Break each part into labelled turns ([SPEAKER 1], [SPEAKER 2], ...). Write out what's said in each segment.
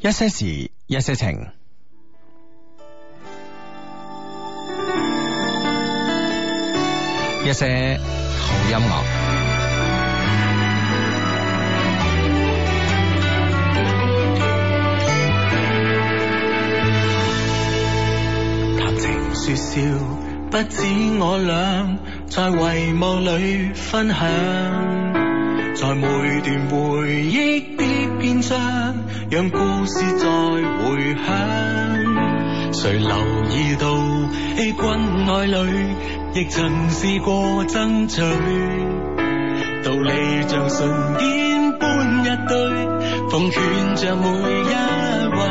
[SPEAKER 1] 一些事，一些情。一些好音樂。
[SPEAKER 2] 談情說笑，不止我倆，在遺忘裏分享，在每段回憶的篇章，讓故事再回響。誰留意到欺君愛侶，亦曾試過爭取，道理像唇煙般一堆，奉勸着每一位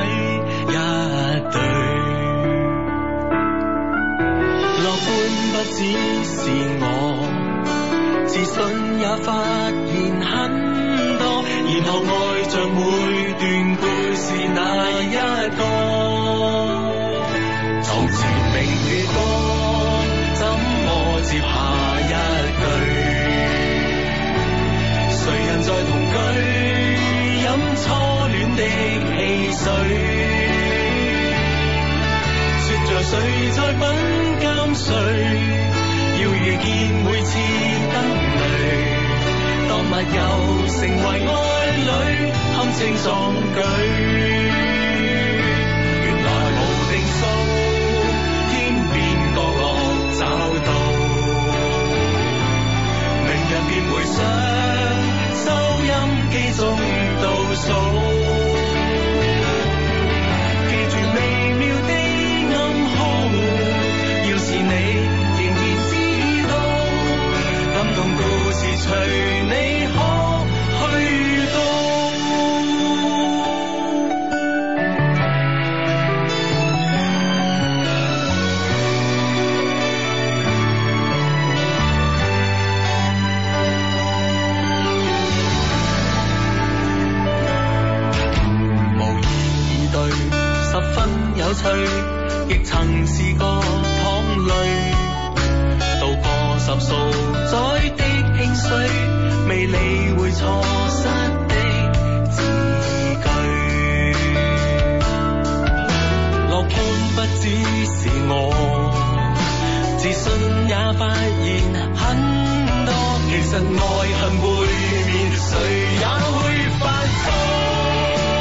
[SPEAKER 2] 一對。樂觀不只是我，自信也發現很多，然後愛着每段故事那一個。床前明月光，怎麼接下一句？誰人在同居，飲初戀的汽水？說着誰在品鑑誰，要遇見每次燈淚，當密友成為愛侶，堪稱壯舉。原來無定數，天邊角落找到，明日便回想，收音機中倒數。記住微妙的暗號，要是你仍然知道，感動故事隨你可去到。無言以對，十分有趣，亦曾試過淌淚，渡過十數載的興衰，未理會錯失的字句。樂觀不只是我，自信也發現很多。其實愛恨背面，誰也會犯錯。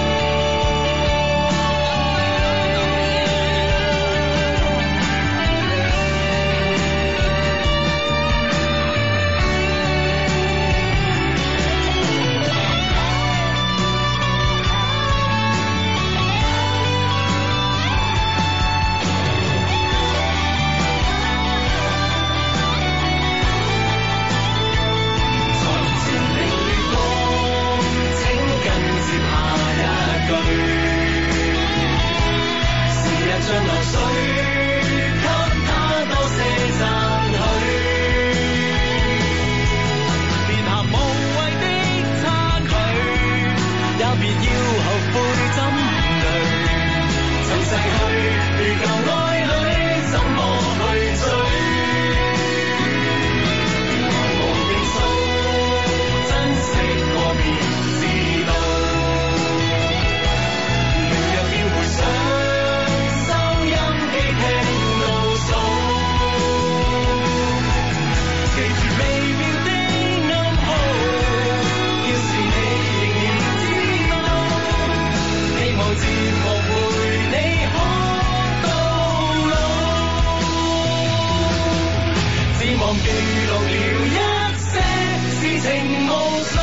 [SPEAKER 2] 床前明月光，請跟接下一句。時日像流水，給他多些讚許。別談無謂的差距，也別要後悔怎累。曾逝去，如舊愛侶，怎麼去追？無定數，珍惜過便知道。明日便回想，收音機聽倒數。記住微妙的暗號，要是你仍然知道，希望節目陪你可到老。只望記錄了一些事情無數，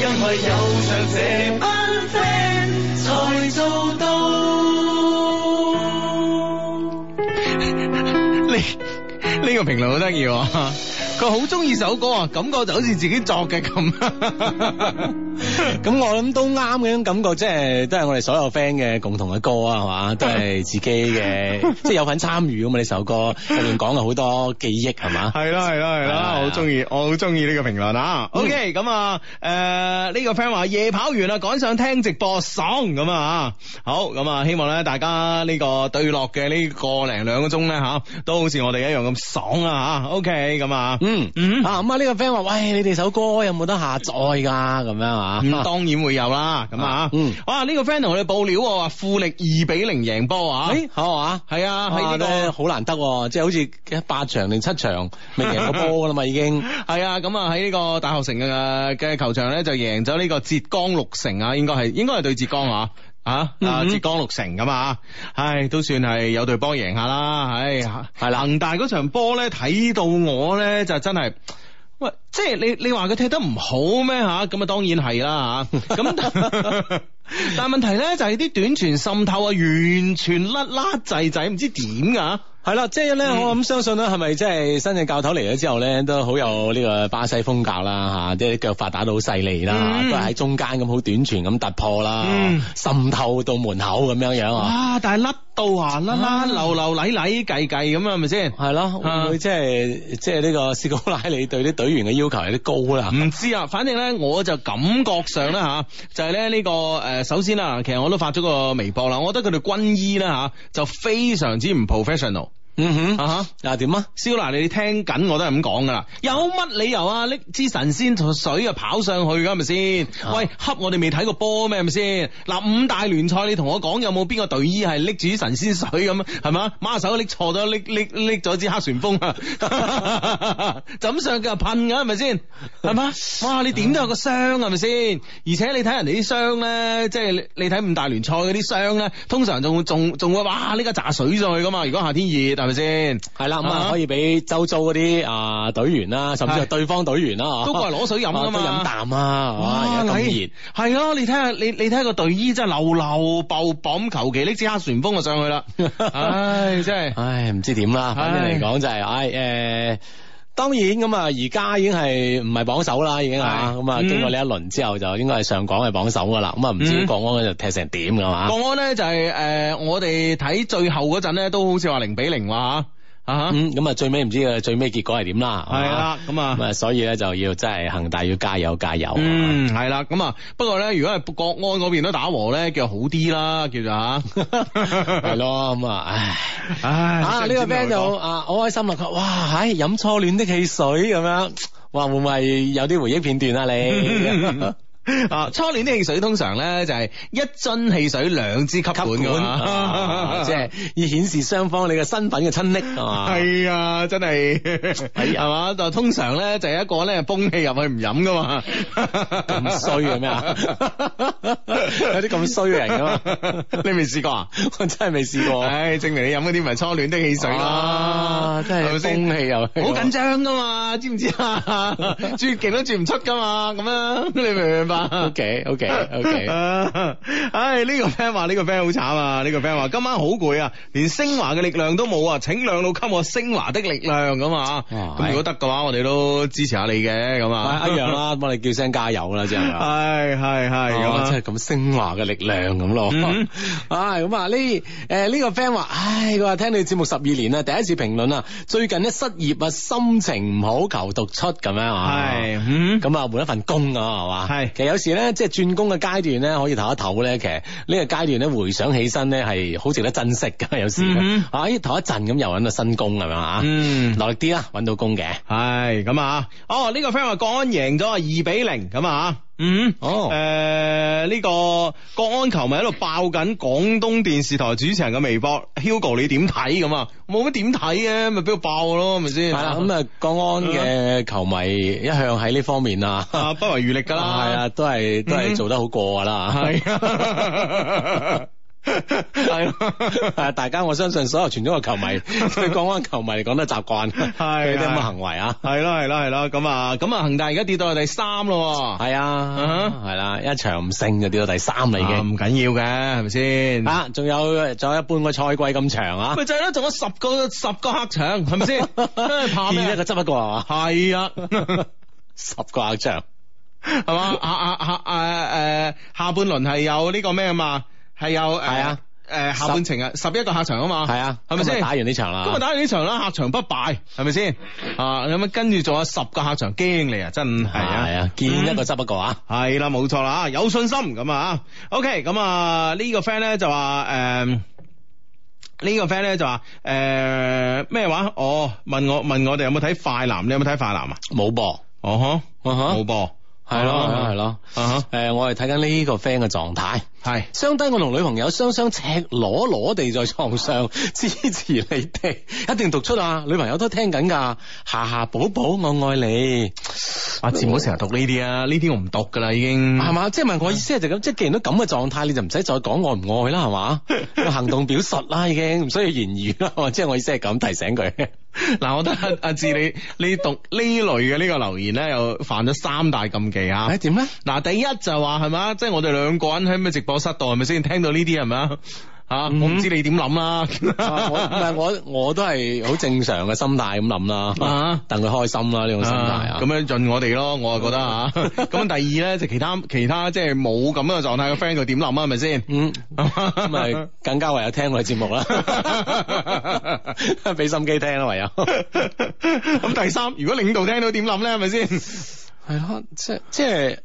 [SPEAKER 2] 因為有着這班 friend 才做到。
[SPEAKER 1] 呢呢個評論好得意喎，佢好中意首歌啊，感覺就好似自己作嘅 咁。
[SPEAKER 3] 咁我諗都啱嘅，種感覺即係都係我哋所有 friend 嘅共同嘅歌啊，係 嘛，都係自己 嘅，即係有份參與咁嘛。呢首歌入面講嘅好多記憶係嘛，
[SPEAKER 1] 係啦係啦係
[SPEAKER 3] 係
[SPEAKER 1] 啦
[SPEAKER 3] 啊，
[SPEAKER 1] 我好中意，我好中意呢個評論啊。OK，咁啊，誒呢個 friend 話夜跑完啦，趕上聽直播，爽咁啊。好，咁啊，希望咧大家呢個對落嘅呢個零兩個鐘咧吓，都好似我哋一樣咁爽啊吓。OK，咁啊，
[SPEAKER 3] 嗯嗯
[SPEAKER 1] 嗯
[SPEAKER 3] 啊咁啊呢個 friend 話：，喂，你哋首歌有冇得下載㗎？咁樣啊？
[SPEAKER 1] 咁嗯當然會有啦，咁啊，
[SPEAKER 3] 嗯
[SPEAKER 1] 哇！呢個 friend 同我哋報料喎話富力二比零贏波啊，
[SPEAKER 3] 誒，係嘛？
[SPEAKER 1] 係啊，
[SPEAKER 3] 喺
[SPEAKER 1] 喺
[SPEAKER 3] 呢
[SPEAKER 1] 呢
[SPEAKER 3] 個
[SPEAKER 1] 個。
[SPEAKER 3] 好難得喎，即係好似八場定七場未贏過波㗎啦嘛，已經。
[SPEAKER 1] 係啊，咁啊喺呢個大學城嘅呃嘅球場咧就贏咗呢個浙江六城啊，應該係應該係對浙江啊。啊！啊，
[SPEAKER 3] 嗯
[SPEAKER 1] 浙江六城咁啊，唉，都算係有隊波贏下啦，唉，係
[SPEAKER 3] 啦
[SPEAKER 1] 恒大嗰場波咧，睇到我咧就真係，喂，即係你你話佢踢得唔好咩吓？咁啊，當然係啦 吓，咁但但問題咧就係啲短傳滲透啊，完全甩甩滯滯，唔知點噶。
[SPEAKER 3] 係啦，即係咧，
[SPEAKER 1] 嗯
[SPEAKER 3] 我諗相信咧，係咪即係新嘅教頭嚟咗之後咧，都好有呢個巴西風格啦嚇，即係啲腳法打到好犀利啦，
[SPEAKER 1] 嗯
[SPEAKER 3] 都係喺中間咁好短傳咁突破啦
[SPEAKER 1] 嗯，
[SPEAKER 3] 滲透到門口咁樣樣啊，
[SPEAKER 1] 哇！但係甩到啊，甩甩流流禮禮計計咁啊，係咪先？
[SPEAKER 3] 係咯，會唔會即係即係呢個斯高拉里對啲隊員嘅要求有啲高啦？
[SPEAKER 1] 唔知啊，反正咧我就感覺上啦吓，就係咧呢個誒，首先啦，其實我都發咗個微博啦，我覺得佢哋軍醫啦吓，就非常之唔 professional
[SPEAKER 3] 嗯哼，
[SPEAKER 1] 啊吓。
[SPEAKER 3] 嗱點啊？
[SPEAKER 1] 肖娜，你聽緊我都係咁講噶啦，有乜理由啊？拎支神仙水啊跑上去噶係咪先？
[SPEAKER 3] 啊
[SPEAKER 1] 喂，恰我哋未睇過波咩係咪先？嗱，五大聯賽你同我講有冇邊個隊醫係拎住啲神仙水咁係嘛？馬手拎錯咗，拎拎拎咗支黑旋風啊！ 就咁上腳噴噶係咪先？係嘛？哇！你點都有個傷係咪先？而且你睇人哋啲傷咧，即係你你睇五大聯賽嗰啲傷咧，通常仲仲仲會哇呢個炸水上去噶嘛？如果夏天熱係咪先？
[SPEAKER 3] 係啦，咁
[SPEAKER 1] 啊
[SPEAKER 3] 啊可以俾周遭嗰啲啊隊員啦，甚至係
[SPEAKER 1] 係
[SPEAKER 3] 對方隊員啦，
[SPEAKER 1] 都過嚟攞水飲㗎嘛哎
[SPEAKER 3] 啊都飲啖啊，哇！而家咁
[SPEAKER 1] 熱，
[SPEAKER 3] 熱。
[SPEAKER 1] 係啊咯，你睇下你你睇下個隊醫真係流流爆爆咁，求其拎支黑旋風就上去 啦，唉，真係。
[SPEAKER 3] 唉，唔知點啦，反正嚟講就係、唉誒、當然咁啊，而家已經係唔係榜首啦，已經嚇
[SPEAKER 1] 係
[SPEAKER 3] 咁啊，
[SPEAKER 1] 嗯
[SPEAKER 3] 經過呢一輪之後就應該係上港係榜首噶啦，咁啊唔知
[SPEAKER 1] 嗯
[SPEAKER 3] 國安嗰度踢成點噶嘛？
[SPEAKER 1] 國安咧就係、誒、我哋睇最後嗰陣咧都好似話零比零話嚇啊嚇，
[SPEAKER 3] 嗯，咁啊最尾唔知嘅最尾結果係點啦，
[SPEAKER 1] 係啦咁
[SPEAKER 3] 係嘛，咁
[SPEAKER 1] 啊。
[SPEAKER 3] 啊所以咧就要真係恒大要加油加油啊，
[SPEAKER 1] 嗯，係啦，咁啊，不過咧，如果係國安嗰邊都打和咧，叫好啲啦，叫做吓，
[SPEAKER 3] 係咯，咁啊，唉。
[SPEAKER 1] 唉，
[SPEAKER 3] 啊！呢個 friend 就啊好開心啦，佢話哇，唉，飲初戀的汽水咁樣，哇，會唔會有啲回憶片段啊 你？
[SPEAKER 1] 啊，初戀啲汽水通常咧就係一樽汽水兩支吸管
[SPEAKER 3] 吸
[SPEAKER 1] 㗎
[SPEAKER 3] 管
[SPEAKER 1] 嘛
[SPEAKER 3] 啊， 即係以顯示雙方你嘅身份嘅親昵啊哎嘛。
[SPEAKER 1] 係啊，真係 係嘛，就通常咧就有一個咧泵氣入去唔飲噶嘛，
[SPEAKER 3] 咁衰 嘅咩啊有啲咁衰嘅人㗎嘛？
[SPEAKER 1] 你未試過啊？
[SPEAKER 3] 我真係未試過，
[SPEAKER 1] 唉，證明你飲嗰啲咪初戀的汽水啦
[SPEAKER 3] 啊，真係
[SPEAKER 1] 咪
[SPEAKER 3] 風氣又
[SPEAKER 1] 先好緊張噶嘛，知唔知啊？ 轉極都轉唔出噶嘛，咁樣你明唔明白
[SPEAKER 3] OK OK OK，
[SPEAKER 1] 啊唉，呢個 friend 話呢個 friend 好慘啊！呢個 friend 話今晚好攰啊，連升華嘅力量都冇啊！請兩老給我升華的力量咁啊！
[SPEAKER 3] 哇哎
[SPEAKER 1] 咁如果得嘅話，我哋都支持下你嘅咁啊！
[SPEAKER 3] 一樣， 啦，幫你叫聲加油啦，即係嘛。
[SPEAKER 1] 係係係咁
[SPEAKER 3] 哦
[SPEAKER 1] 啊
[SPEAKER 3] 真係！咁升華嘅力量咁咯。
[SPEAKER 1] 嗯
[SPEAKER 3] 唉，咁啊呢誒呢個 friend 話，唉，佢話聽你節目十二年啦，第一次評論啊，最近一失業啊，心情唔好，求讀出咁樣啊。
[SPEAKER 1] 係嗯
[SPEAKER 3] 咁啊，換一份工啊，係嘛？
[SPEAKER 1] 係
[SPEAKER 3] 其實有時咧，即係轉工嘅階段咧，可以唞一唞咧。其實呢個階段咧，回想起身咧，係好值得珍惜㗎。有時
[SPEAKER 1] 嗯
[SPEAKER 3] 啊，咦唞一陣咁又揾到新工咁樣啊，
[SPEAKER 1] 嗯。
[SPEAKER 3] 落力啲啦，揾到工嘅。
[SPEAKER 1] 係咁啊！哦，呢、個 friend 話國安贏咗啊，二比零咁啊！嗯，
[SPEAKER 3] 哦
[SPEAKER 1] 誒、呢、個國安球迷喺度爆緊廣東電視台主持人嘅微博，Hugo 你點睇咁啊？冇乜點睇嘅，咪俾佢爆咯，係咪
[SPEAKER 3] 係
[SPEAKER 1] 先？
[SPEAKER 3] 啦，咁啊，國安嘅球迷一向喺呢方面啊。
[SPEAKER 1] 啊，不遺餘力噶啦，
[SPEAKER 3] 係啊，都係都
[SPEAKER 1] 嗯
[SPEAKER 3] 係做得好過噶啦。
[SPEAKER 1] 係啊，係 啊。
[SPEAKER 3] 啊！大家我相信所有全中國 球迷對港安球迷嚟講都習慣
[SPEAKER 1] 係
[SPEAKER 3] 佢哋咁嘅行為啊。
[SPEAKER 1] 係咯係咯係咯，咁啊咁啊，恒大而家跌到去第三咯喎，
[SPEAKER 3] 係
[SPEAKER 1] 嗯
[SPEAKER 3] 啊，係啦，一場唔勝就跌到第三啦已
[SPEAKER 1] 啊
[SPEAKER 3] 經。
[SPEAKER 1] 唔緊要嘅，係咪先？
[SPEAKER 3] 啊，仲有仲有一半個賽季咁長啊，
[SPEAKER 1] 咪就係咯，仲有十個十個黑場，係咪 先？怕咩
[SPEAKER 3] 見一
[SPEAKER 1] 啊？
[SPEAKER 3] 個執一個係嘛，
[SPEAKER 1] 係啊，
[SPEAKER 3] 十個客場。
[SPEAKER 1] 係嘛？啊下下啊下誒誒，下半輪係有呢個咩啊嘛？係有誒
[SPEAKER 3] 係啊
[SPEAKER 1] 誒下半程啊，十一個客場啊嘛，
[SPEAKER 3] 係啊，
[SPEAKER 1] 係咪
[SPEAKER 3] 今日
[SPEAKER 1] 先？
[SPEAKER 3] 打完呢場啦？
[SPEAKER 1] 今日打完呢場啦，客場不敗，係咪先？啊，咁啊跟住仲有十個客場，驚你啊，真係啊！
[SPEAKER 3] 係啊，見一個執一個啊。
[SPEAKER 1] 係啦，冇錯啦，有信心咁啊。OK，咁啊呢個 friend 咧就話誒。呢個 friend 咧就話誒咩話？哦，問我問我哋有冇睇快男？你有冇睇快男啊？
[SPEAKER 3] 冇噃，
[SPEAKER 1] 哦
[SPEAKER 3] 啊
[SPEAKER 1] 呵，
[SPEAKER 3] 哈
[SPEAKER 1] 冇播，
[SPEAKER 3] 係咯係咯係咯，
[SPEAKER 1] 啊哈，
[SPEAKER 3] 誒我係睇緊呢個 friend 嘅狀態。
[SPEAKER 1] 係。
[SPEAKER 3] 相低我同女朋友雙雙赤裸裸地在床上 支持你哋，一定讀出啊！女朋友都聽緊㗎，夏夏寶寶我愛你，
[SPEAKER 1] 阿志唔好成日讀呢啲啊，呢啲我唔讀噶啦已經。
[SPEAKER 3] 係嘛、即係問我意思係就咁，即係既然都咁嘅狀態，你就唔使再講愛唔愛啦，係嘛？用行動表實啦，已經唔需要言語啦，即係我意思係咁提醒佢。
[SPEAKER 1] 嗱，我覺得阿阿志你你讀呢類嘅呢個留言咧，又犯咗三大禁忌啊
[SPEAKER 3] 誒！點咧？
[SPEAKER 1] 嗱，第一就話係嘛，即係我哋兩個人喺咩直播室度係咪先聽到呢啲係咪啊？吓，我唔知你點諗啦。
[SPEAKER 3] 嗯啊我唔係我我都係好正常嘅心態咁諗啦
[SPEAKER 1] 啊，
[SPEAKER 3] 等佢開心啦呢種心態啊。
[SPEAKER 1] 咁
[SPEAKER 3] 哦
[SPEAKER 1] 樣盡我哋咯，我就覺得啊。咁第二咧就其他其他即係冇咁樣嘅狀態嘅 friend 佢點諗啊？係咪 先？
[SPEAKER 3] 嗯，咁咪更加唯有聽我哋節目 啦，俾心機聽啦，唯有。
[SPEAKER 1] 咁第三，如果領導聽到點諗咧，係咪先？
[SPEAKER 3] 係咯，即即係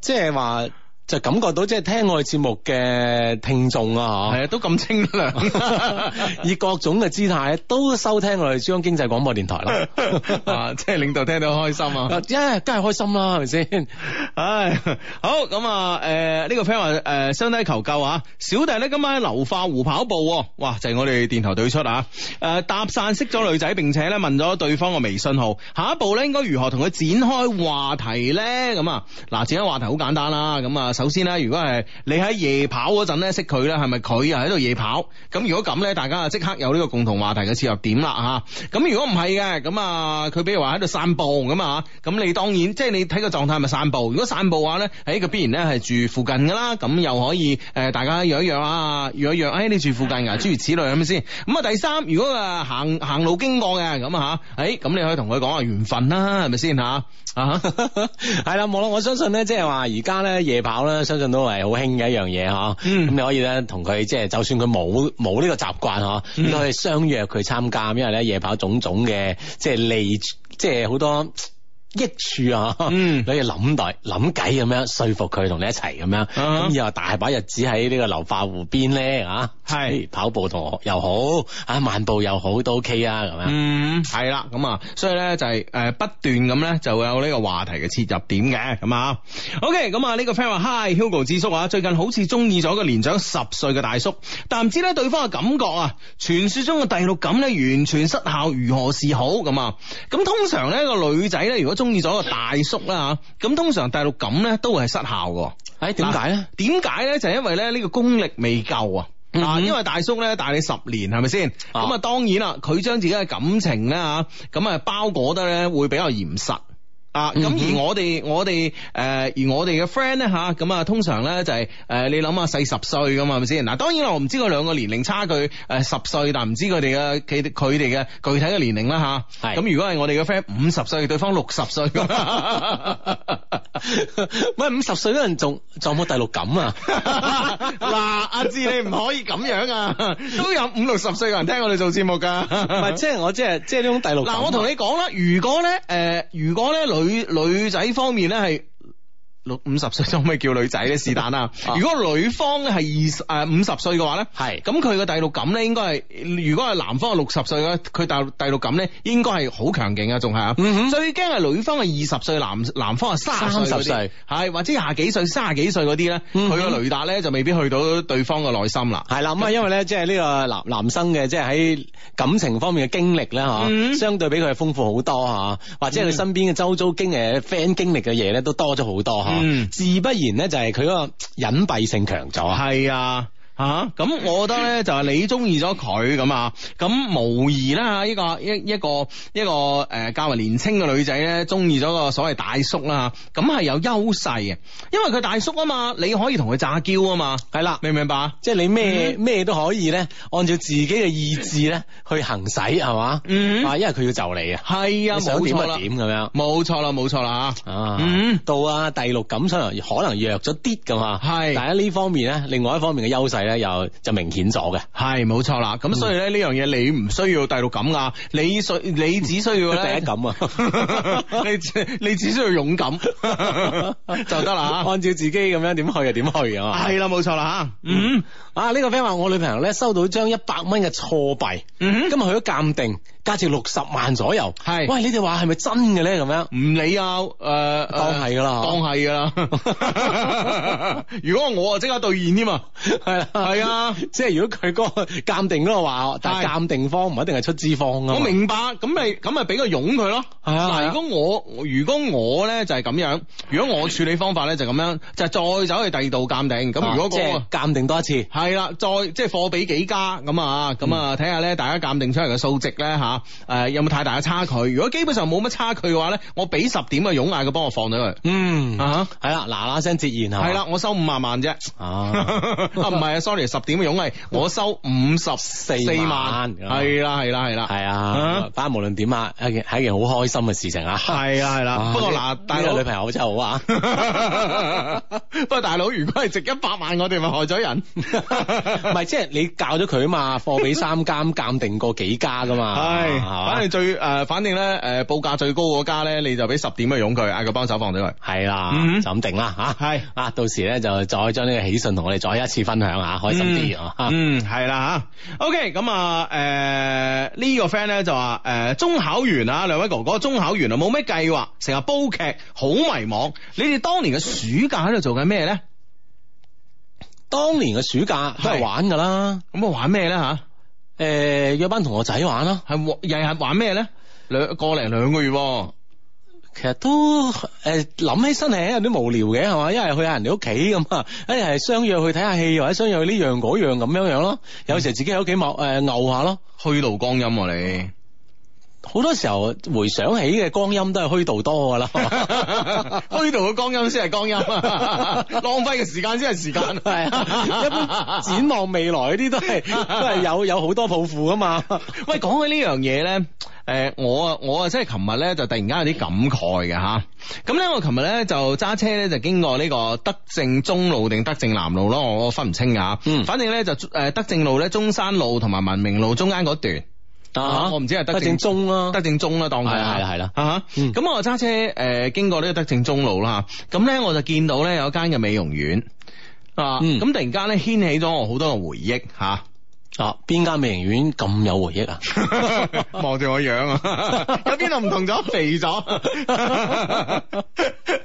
[SPEAKER 3] 即係話，就感覺到即係聽我哋節目嘅聽眾啊，
[SPEAKER 1] 係啊，都咁清 涼。
[SPEAKER 3] 嗬， 以各種嘅姿態都收聽我哋珠江經濟廣播電台 啦。
[SPEAKER 1] 啊，即係領導聽到開心啊！
[SPEAKER 3] 啊，因為梗係開心啦，係咪先？
[SPEAKER 1] 唉，好咁啊！誒、呢、個 friend 話誒，相低求救啊！小弟咧今晚喺流化湖跑步喎，哇！就係、我哋電台對出啊！誒、搭訕識咗女仔，並且咧問咗對方個微信號，下一步咧應該如何同佢展開話題咧？咁啊，嗱，展開話題好簡單啦。咁啊，首先咧，如果係你喺夜跑嗰陣咧識佢咧，係咪佢啊又喺度夜跑？咁如果咁咧，大家啊即刻有呢個共同話題嘅切入點啊啦吓。咁如果唔係嘅，咁啊佢比如話喺度散步咁啊，咁你當然即係你睇個狀態係咪散步。如果散步嘅話咧，誒、佢必然咧係住附近噶啦，咁又可以誒、呃大家約一約啊，約一約，誒、哎、你住附近噶，諸如此類係咪先？咁啊第三，如果啊行行路經過嘅咁啊吓，誒、咁你可以同佢講下緣分啦，係咪先吓？啊
[SPEAKER 3] 係啦，冇啦，我相信咧，即係話而家咧夜跑咧，相信都係好興嘅一樣嘢嗬。咁、
[SPEAKER 1] 嗯
[SPEAKER 3] 你可以咧同佢即係，就算佢冇冇呢個習慣嗬，
[SPEAKER 1] 嗯
[SPEAKER 3] 你都可以相約佢參加，因為咧夜跑種種嘅即係利，即係好多。益處啊，
[SPEAKER 1] 嗯
[SPEAKER 3] 你可以諗代諗計咁樣說服佢同你一齊咁樣，
[SPEAKER 1] 啊
[SPEAKER 3] 咁以後大把日子喺呢個流化湖邊咧啊，
[SPEAKER 1] 係
[SPEAKER 3] 跑步同學又好啊，漫步又好都 OK 啊咁樣。
[SPEAKER 1] 嗯，係啦，咁啊，所以咧就係、誒、不斷咁咧就會有呢個話題嘅切入點嘅，咁啊，OK，咁啊呢個 friend 話 Hi Hugo 智叔啊，最近好似中意咗個年長十歲嘅大叔，但唔知咧對方嘅感覺啊，傳說中嘅第六感咧完全失效，如何是好咁啊？咁通常咧個女仔咧如果中意咗個大叔啦嚇，咁通常第六感咧都會係失效嘅。
[SPEAKER 3] 誒哎點解咧？
[SPEAKER 1] 點解咧？就係因為咧呢個功力未夠啊！
[SPEAKER 3] 嗯
[SPEAKER 1] 啊，因為大叔咧大你十年，係咪先？
[SPEAKER 3] 啊
[SPEAKER 1] 咁啊，當然啦，佢將自己嘅感情咧吓，咁啊包裹得咧會比較嚴實。啊，咁
[SPEAKER 3] 嗯哼
[SPEAKER 1] 而我哋我哋誒、呃而我哋嘅 friend 咧吓，咁啊通常咧就係、誒、你諗下細十歲咁啊，係咪先？嗱，當然啦，我唔知佢兩個年齡差距誒十歲，但唔知佢哋嘅佢佢哋嘅具體嘅年齡啦吓。
[SPEAKER 3] 係
[SPEAKER 1] 咁如果係我哋嘅 friend 五十歲，對方六十歲咁。
[SPEAKER 3] 喂，五十歲嗰陣仲仲有冇第六感啊？
[SPEAKER 1] 嗱，阿志你唔可以咁樣啊， 都有五六十歲嘅人聽我哋做節目噶。
[SPEAKER 3] 唔 係，即係我即係即係呢種第六感啊。
[SPEAKER 1] 嗱，我同你講啦，如果咧，誒、如果咧女女仔方面咧係。六五十歲可唔可以叫女仔咧？是但啦。
[SPEAKER 3] 啊
[SPEAKER 1] 如果女方咧係二十誒五十歲嘅話咧，
[SPEAKER 3] 係
[SPEAKER 1] 咁佢嘅第六感咧應該係，如果係男方係六十歲嘅，佢第第六感咧應該係好強勁啊，仲係啊。
[SPEAKER 3] 嗯哼
[SPEAKER 1] 最驚係女方係二十歲，男男方係三
[SPEAKER 3] 30歲，
[SPEAKER 1] 係或者廿幾歲、三十幾歲嗰啲咧，
[SPEAKER 3] 嗯
[SPEAKER 1] 佢
[SPEAKER 3] 哼
[SPEAKER 1] 個雷達咧就未必去到對方嘅內心啦。
[SPEAKER 3] 係啦，咁啊，因為咧，即係呢個男男生嘅，即係喺感情方面嘅經歷咧，嚇、
[SPEAKER 1] 嗯
[SPEAKER 3] 相對比佢係豐富好多嚇，或者佢身邊嘅周遭經誒 friend 經歷嘅嘢咧，都多咗好多嚇。
[SPEAKER 1] 嗯
[SPEAKER 3] 自不然咧，就係佢嗰個隱蔽性強咗啊。
[SPEAKER 1] 係啊。吓咁、我覺得咧就係你中意咗佢咁啊，咁無疑啦，呢個一一個一個誒、呃、較為年青嘅女仔咧，中意咗個所謂大叔啦，咁係有優勢嘅，因為佢大叔啊嘛，你可以同佢詐嬌啊嘛，
[SPEAKER 3] 係啦，
[SPEAKER 1] 明唔明白？
[SPEAKER 3] 即係你
[SPEAKER 1] 嗯
[SPEAKER 3] 咩咩都可以咧，按照自己嘅意志咧去行使係嘛？
[SPEAKER 1] 嗯
[SPEAKER 3] 啊，因為佢要就你啊，
[SPEAKER 1] 係啊，
[SPEAKER 3] 你想
[SPEAKER 1] 冇
[SPEAKER 3] 點
[SPEAKER 1] 錯
[SPEAKER 3] 就
[SPEAKER 1] 啦，
[SPEAKER 3] 點咁啊樣。
[SPEAKER 1] 冇錯啦，冇錯啦吓。
[SPEAKER 3] 啊，
[SPEAKER 1] 嗯
[SPEAKER 3] 到啊第六感可能可能弱咗啲噶嘛，
[SPEAKER 1] 係
[SPEAKER 3] 但係喺呢方面咧，另外一方面嘅優勢咧又就明顯咗嘅。
[SPEAKER 1] 係冇錯啦，咁所以咧呢樣嘢你唔需要第六感啊，你需你只需要咧
[SPEAKER 3] 第一感啊
[SPEAKER 1] 你只你只需要勇敢 就得啦
[SPEAKER 3] 按照自己咁樣點去就點去啊
[SPEAKER 1] 吓，
[SPEAKER 3] 嘛。
[SPEAKER 1] 係啦冇錯啦吓，嗯
[SPEAKER 3] 啊，呢、個 friend 話我女朋友咧收到張一百蚊嘅錯幣，
[SPEAKER 1] 嗯
[SPEAKER 3] 今日去咗鑑定，價值六十萬左右。
[SPEAKER 1] 係
[SPEAKER 3] 喂，你哋話係咪真嘅咧？咁樣
[SPEAKER 1] 唔理啊，誒、呃，
[SPEAKER 3] 當係㗎啦
[SPEAKER 1] 當係㗎啦。 如果我啊即刻兌現添啊，
[SPEAKER 3] 係啦，
[SPEAKER 1] 係啊，
[SPEAKER 3] 即係如果佢嗰個鑑定嗰個話，但係
[SPEAKER 1] 係
[SPEAKER 3] 鑑定方唔一定係出資方啊。
[SPEAKER 1] 我。明白，咁咪咁咪俾個佣佢咯。
[SPEAKER 3] 係啊係
[SPEAKER 1] 嗱，
[SPEAKER 3] 啊
[SPEAKER 1] 如果我如果我咧就係咁樣，如果我處理方法咧就咁樣，就係再走去第二度鑑定。咁如果
[SPEAKER 3] 啊即
[SPEAKER 1] 嗰個
[SPEAKER 3] 係鑑定多一次，
[SPEAKER 1] 係啦，再即係貨比幾家咁啊，咁啊
[SPEAKER 3] 嗯
[SPEAKER 1] 睇下咧，大家鑑定出嚟嘅數值咧吓，誒有冇太大嘅差距？如果基本上冇乜差距嘅話咧，我俾十點嘅佣嗌佢幫我放咗佢。
[SPEAKER 3] 嗯
[SPEAKER 1] 啊
[SPEAKER 3] 係啦，嗱嗱聲截然係嘛
[SPEAKER 1] 係啦，，我收五萬萬啫。
[SPEAKER 3] 啊，
[SPEAKER 1] 啊唔係啊，sorry，十點嘅佣係我收五十四
[SPEAKER 3] 萬
[SPEAKER 1] 萬，係啦係啦係啦，
[SPEAKER 3] 係
[SPEAKER 1] 啊
[SPEAKER 3] 啊，反正無論點啊，係一件係一件好開心嘅事情 啊。
[SPEAKER 1] 係啦係啦。
[SPEAKER 3] 啊
[SPEAKER 1] 不過
[SPEAKER 3] 呢
[SPEAKER 1] 嗱，大
[SPEAKER 3] 呢個
[SPEAKER 1] 佬
[SPEAKER 3] 女。朋友真係好啊。
[SPEAKER 1] 不過大佬，如果係值一百萬，我哋咪害咗 人。
[SPEAKER 3] 唔係，即係你教咗佢啊嘛，貨比三監鑑定過幾家噶嘛，
[SPEAKER 1] 係，
[SPEAKER 3] 啊嘛
[SPEAKER 1] 反正最誒、呃反正咧誒、呃報價最高嗰家咧，你就俾十點嘅佣佢，嗌佢幫手放咗佢。
[SPEAKER 3] 係啦，
[SPEAKER 1] 嗯
[SPEAKER 3] 就咁定啦吓，
[SPEAKER 1] 係
[SPEAKER 3] 啊，到時咧就再將呢個喜訊同我哋再一次分享下，開心啲啊，嚇
[SPEAKER 1] 嗯，係啦吓。OK，咁啊，誒、呢、個 friend 咧就話誒、中考完啊，兩位哥哥中考完啊，冇咩計劃，成日煲劇，好迷茫。你哋當年嘅暑假喺度做緊咩咧？
[SPEAKER 3] 當年嘅暑假都係
[SPEAKER 1] 係
[SPEAKER 3] 玩噶啦，
[SPEAKER 1] 咁啊玩咩咧吓？
[SPEAKER 3] 誒約班同學仔玩啦，
[SPEAKER 1] 係玩又係玩咩咧？兩個零兩個月喎、
[SPEAKER 3] 其實都誒諗起身係有啲無聊嘅係嘛，一係去下人哋屋企咁啊， 一係相約去睇下戲，或者相約去呢樣嗰樣咁樣樣咯，有時自己喺屋企某誒牛下咯。
[SPEAKER 1] 虛度光陰喎、你。
[SPEAKER 3] 好多時候回想起嘅光陰都係虛度多噶啦，
[SPEAKER 1] 虛度嘅光陰先係光陰，浪費嘅時間先係時間。
[SPEAKER 3] 係啊，一般展望未來嗰啲都 係都係有有好多抱負噶嘛。
[SPEAKER 1] 喂，講起呢樣嘢咧，誒、我啊，我啊，即係琴日咧就突然間有啲感慨嘅吓。咁咧，我琴日咧就揸車咧就經過呢個德政中路定德政南路咯，我分唔清啊。
[SPEAKER 3] 嗯
[SPEAKER 1] 反正咧就誒德政路咧、中山路同埋文明路中間嗰段。啊我唔知係德
[SPEAKER 3] 德
[SPEAKER 1] 政
[SPEAKER 3] 政中啦，
[SPEAKER 1] 德政中啦，當佢
[SPEAKER 3] 係啦係啦
[SPEAKER 1] 啊哈
[SPEAKER 3] 嗯
[SPEAKER 1] 咁我揸車誒經過呢個德政中路啦，咁咧我就見到咧有一間嘅美容院啊，
[SPEAKER 3] 嗯
[SPEAKER 1] 咁突然間咧掀起咗我好多嘅回憶 嚇，
[SPEAKER 3] 啊邊間美容院咁有回憶啊？
[SPEAKER 1] 望住我樣啊， 有邊度唔同咗，肥咗，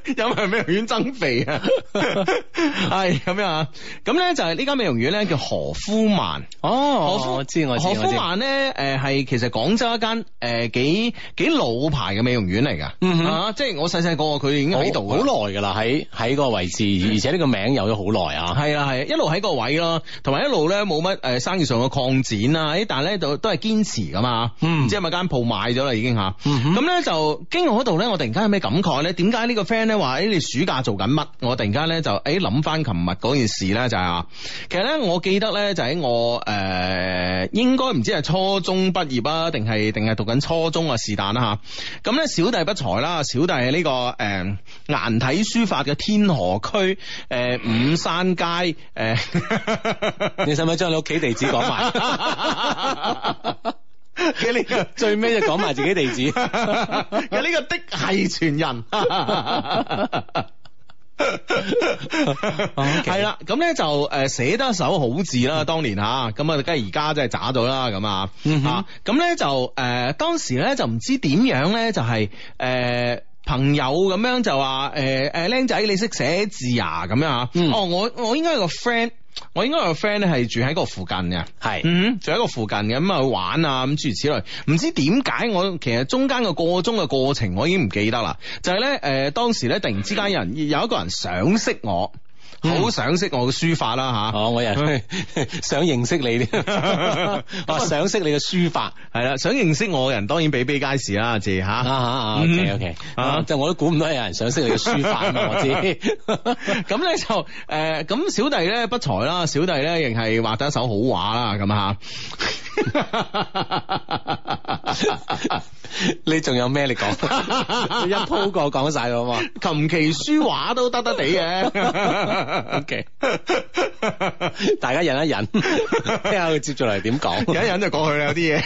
[SPEAKER 1] 有冇美容院增肥啊？ 係咁樣啊，咁咧就係呢間美容院咧叫何夫曼。
[SPEAKER 3] 哦
[SPEAKER 1] 何夫
[SPEAKER 3] 我知我知
[SPEAKER 1] 何
[SPEAKER 3] 我
[SPEAKER 1] 夫
[SPEAKER 3] 知，
[SPEAKER 1] 曼咧，誒係其實廣州一間誒幾幾老牌嘅美容院嚟㗎，
[SPEAKER 3] 嗯哼哦
[SPEAKER 1] 啊，即係我細細個佢已經喺度㗎啦。
[SPEAKER 3] 好耐噶啦，喺喺個位置，而且呢個名有咗好耐 啊。
[SPEAKER 1] 係啦，係一路喺個位咯，同埋一路咧冇乜誒生意上嘅擴展啦，誒但係咧就都係堅持噶嘛，
[SPEAKER 3] 嗯
[SPEAKER 1] 唔知係咪間鋪賣咗啦已經吓，
[SPEAKER 3] 嗯哼
[SPEAKER 1] 咁咧就經過嗰度咧，我突然間有咩感慨咧？點解呢個 friend 咧話誒你暑假做緊乜？我突然間咧就誒諗翻琴日嗰件事咧就係話，其實咧我記得咧就喺我誒應該唔知係初中畢業啊，定係定係讀緊初中啊是但啦吓，咁咧小弟不才啦，小弟係呢個誒顏體書法嘅天河區呃誒五山街呃 誒，
[SPEAKER 3] 你使唔使將你屋企地址講 埋？
[SPEAKER 1] 嘅呢個。
[SPEAKER 3] 最尾就講埋自己地址。
[SPEAKER 1] 有呢個的係傳人。
[SPEAKER 3] 哦
[SPEAKER 1] 係啦，咁咧就誒寫得一手好字啦，當年吓，咁啊，梗係而家真係渣咗啦，咁啊，
[SPEAKER 3] 嗯嗯哼
[SPEAKER 1] 啊，咁咧就誒當時咧就唔知點樣咧，就係誒。朋友咁樣就話誒誒，僆仔你識寫字啊咁樣啊？
[SPEAKER 3] 嗯
[SPEAKER 1] 哦，我我應該有個 friend，我應該有個 friend 咧係住喺嗰個附近嘅，
[SPEAKER 3] 係
[SPEAKER 1] 嗯，仲有一個附近嘅咁啊去玩啊咁諸如此類，唔知點解我其實中間個個鐘嘅過程我已經唔記得啦，就係咧誒當時咧突然之間有
[SPEAKER 3] 嗯
[SPEAKER 1] 人有一個人想識我，好想識我嘅書法啦
[SPEAKER 3] 哦，我又
[SPEAKER 1] 嗯
[SPEAKER 3] 想認識你啲，我想識你嘅書法。
[SPEAKER 1] 吓，係啦，想認識我嘅人當然比比皆是啦，字
[SPEAKER 3] 啊
[SPEAKER 1] 吓。
[SPEAKER 3] 啊啊，OK OK，
[SPEAKER 1] 嗯啊
[SPEAKER 3] 就我都估唔到有人想識你嘅書法啊嘛，我 知。
[SPEAKER 1] 咁咧就呃誒，咁、小弟咧不才啦，小弟咧亦係畫得一手好畫啦，咁嚇。啊
[SPEAKER 3] 你仲有咩 你講？你一鋪過講晒好啊嘛
[SPEAKER 1] 琴棋書畫都得得地嘅。
[SPEAKER 3] ？OK，大家忍一忍，聽下佢接住嚟 點
[SPEAKER 1] 有
[SPEAKER 3] 講。
[SPEAKER 1] 一忍就過去啦，有啲 嘢。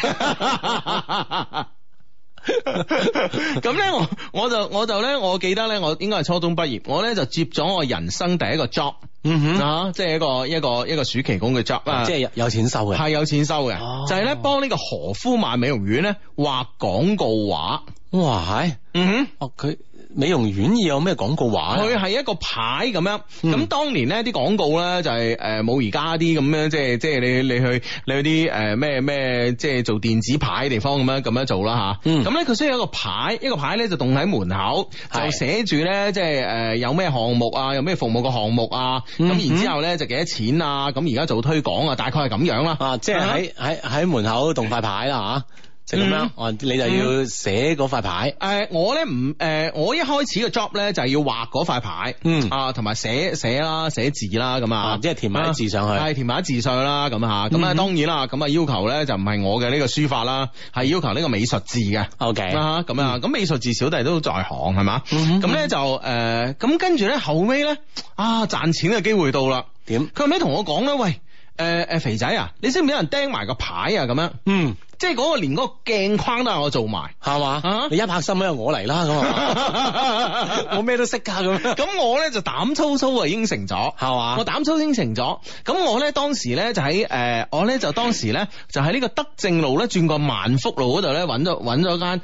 [SPEAKER 1] 咁咧，我我就我就咧，我記得咧，我應該係初中畢業，我咧就接咗我人生第一個 job
[SPEAKER 3] 嗯哼，
[SPEAKER 1] 啊，即係一個一個一個暑期工嘅 job 啊，
[SPEAKER 3] 即係有有錢收嘅。
[SPEAKER 1] 係有錢收嘅，
[SPEAKER 3] 哦
[SPEAKER 1] 就係咧幫呢個何夫曼美容院咧畫廣告畫。
[SPEAKER 3] 哇，係
[SPEAKER 1] 嗯
[SPEAKER 3] 哦，佢美容院要有咩廣告話
[SPEAKER 1] 佢係一個牌咁樣，咁、
[SPEAKER 3] 啊嗯
[SPEAKER 1] 當年咧啲廣告咧就係誒冇而家啲咁樣，即係即係你你去你去啲誒咩咩，即係做電子牌地方咁樣咁樣做啦吓，
[SPEAKER 3] 嗯
[SPEAKER 1] 咁咧佢需要一個牌，一個牌咧就棟喺門口，
[SPEAKER 3] 係
[SPEAKER 1] 就寫住咧即係誒有咩項目啊，有咩服務嘅項目啊，咁、
[SPEAKER 3] 嗯
[SPEAKER 1] 然之後咧就幾多錢啊，咁而家做推廣啊，大概係咁樣啦。
[SPEAKER 3] 啊，即係喺喺喺門口動塊牌啦吓，就咁樣
[SPEAKER 1] 嗯，
[SPEAKER 3] 哦，你就要寫嗰塊牌。
[SPEAKER 1] 誒、呃我咧唔誒，我一開始嘅 job 咧就係要畫嗰塊牌，
[SPEAKER 3] 嗯
[SPEAKER 1] 啊，同埋寫寫啦、寫字啦咁啊
[SPEAKER 3] 啊，即係填埋啲字上去
[SPEAKER 1] 係填埋啲字上去啦咁啊，咁啊
[SPEAKER 3] 嗯
[SPEAKER 1] 當然啦，咁啊要求咧就唔係我嘅呢個書法啦，係要求呢個美術字嘅。
[SPEAKER 3] OK，
[SPEAKER 1] 啊咁啊，咁美術字小弟都在行係嘛，
[SPEAKER 3] 嗯嗯哼
[SPEAKER 1] 咁咧就誒，呃咁跟住咧後尾咧啊賺錢嘅機會到啦，
[SPEAKER 3] 點？
[SPEAKER 1] 佢後尾同我講咧，喂誒誒肥仔啊，你識唔識有人釘埋個牌啊咁樣，
[SPEAKER 3] 嗯，
[SPEAKER 1] 即係嗰個連嗰個鏡框都係我做埋。
[SPEAKER 3] 係
[SPEAKER 1] 啊
[SPEAKER 3] 嘛？你一拍心咧，我嚟啦咁 啊！我咩都識㗎咁樣，
[SPEAKER 1] 咁我咧就膽粗粗啊應承咗，
[SPEAKER 3] 係嘛
[SPEAKER 1] 我膽粗應承咗。咁我咧當時咧就喺誒、呃我咧就當時咧就喺呢個德政路咧轉個萬福路嗰度咧揾咗揾咗間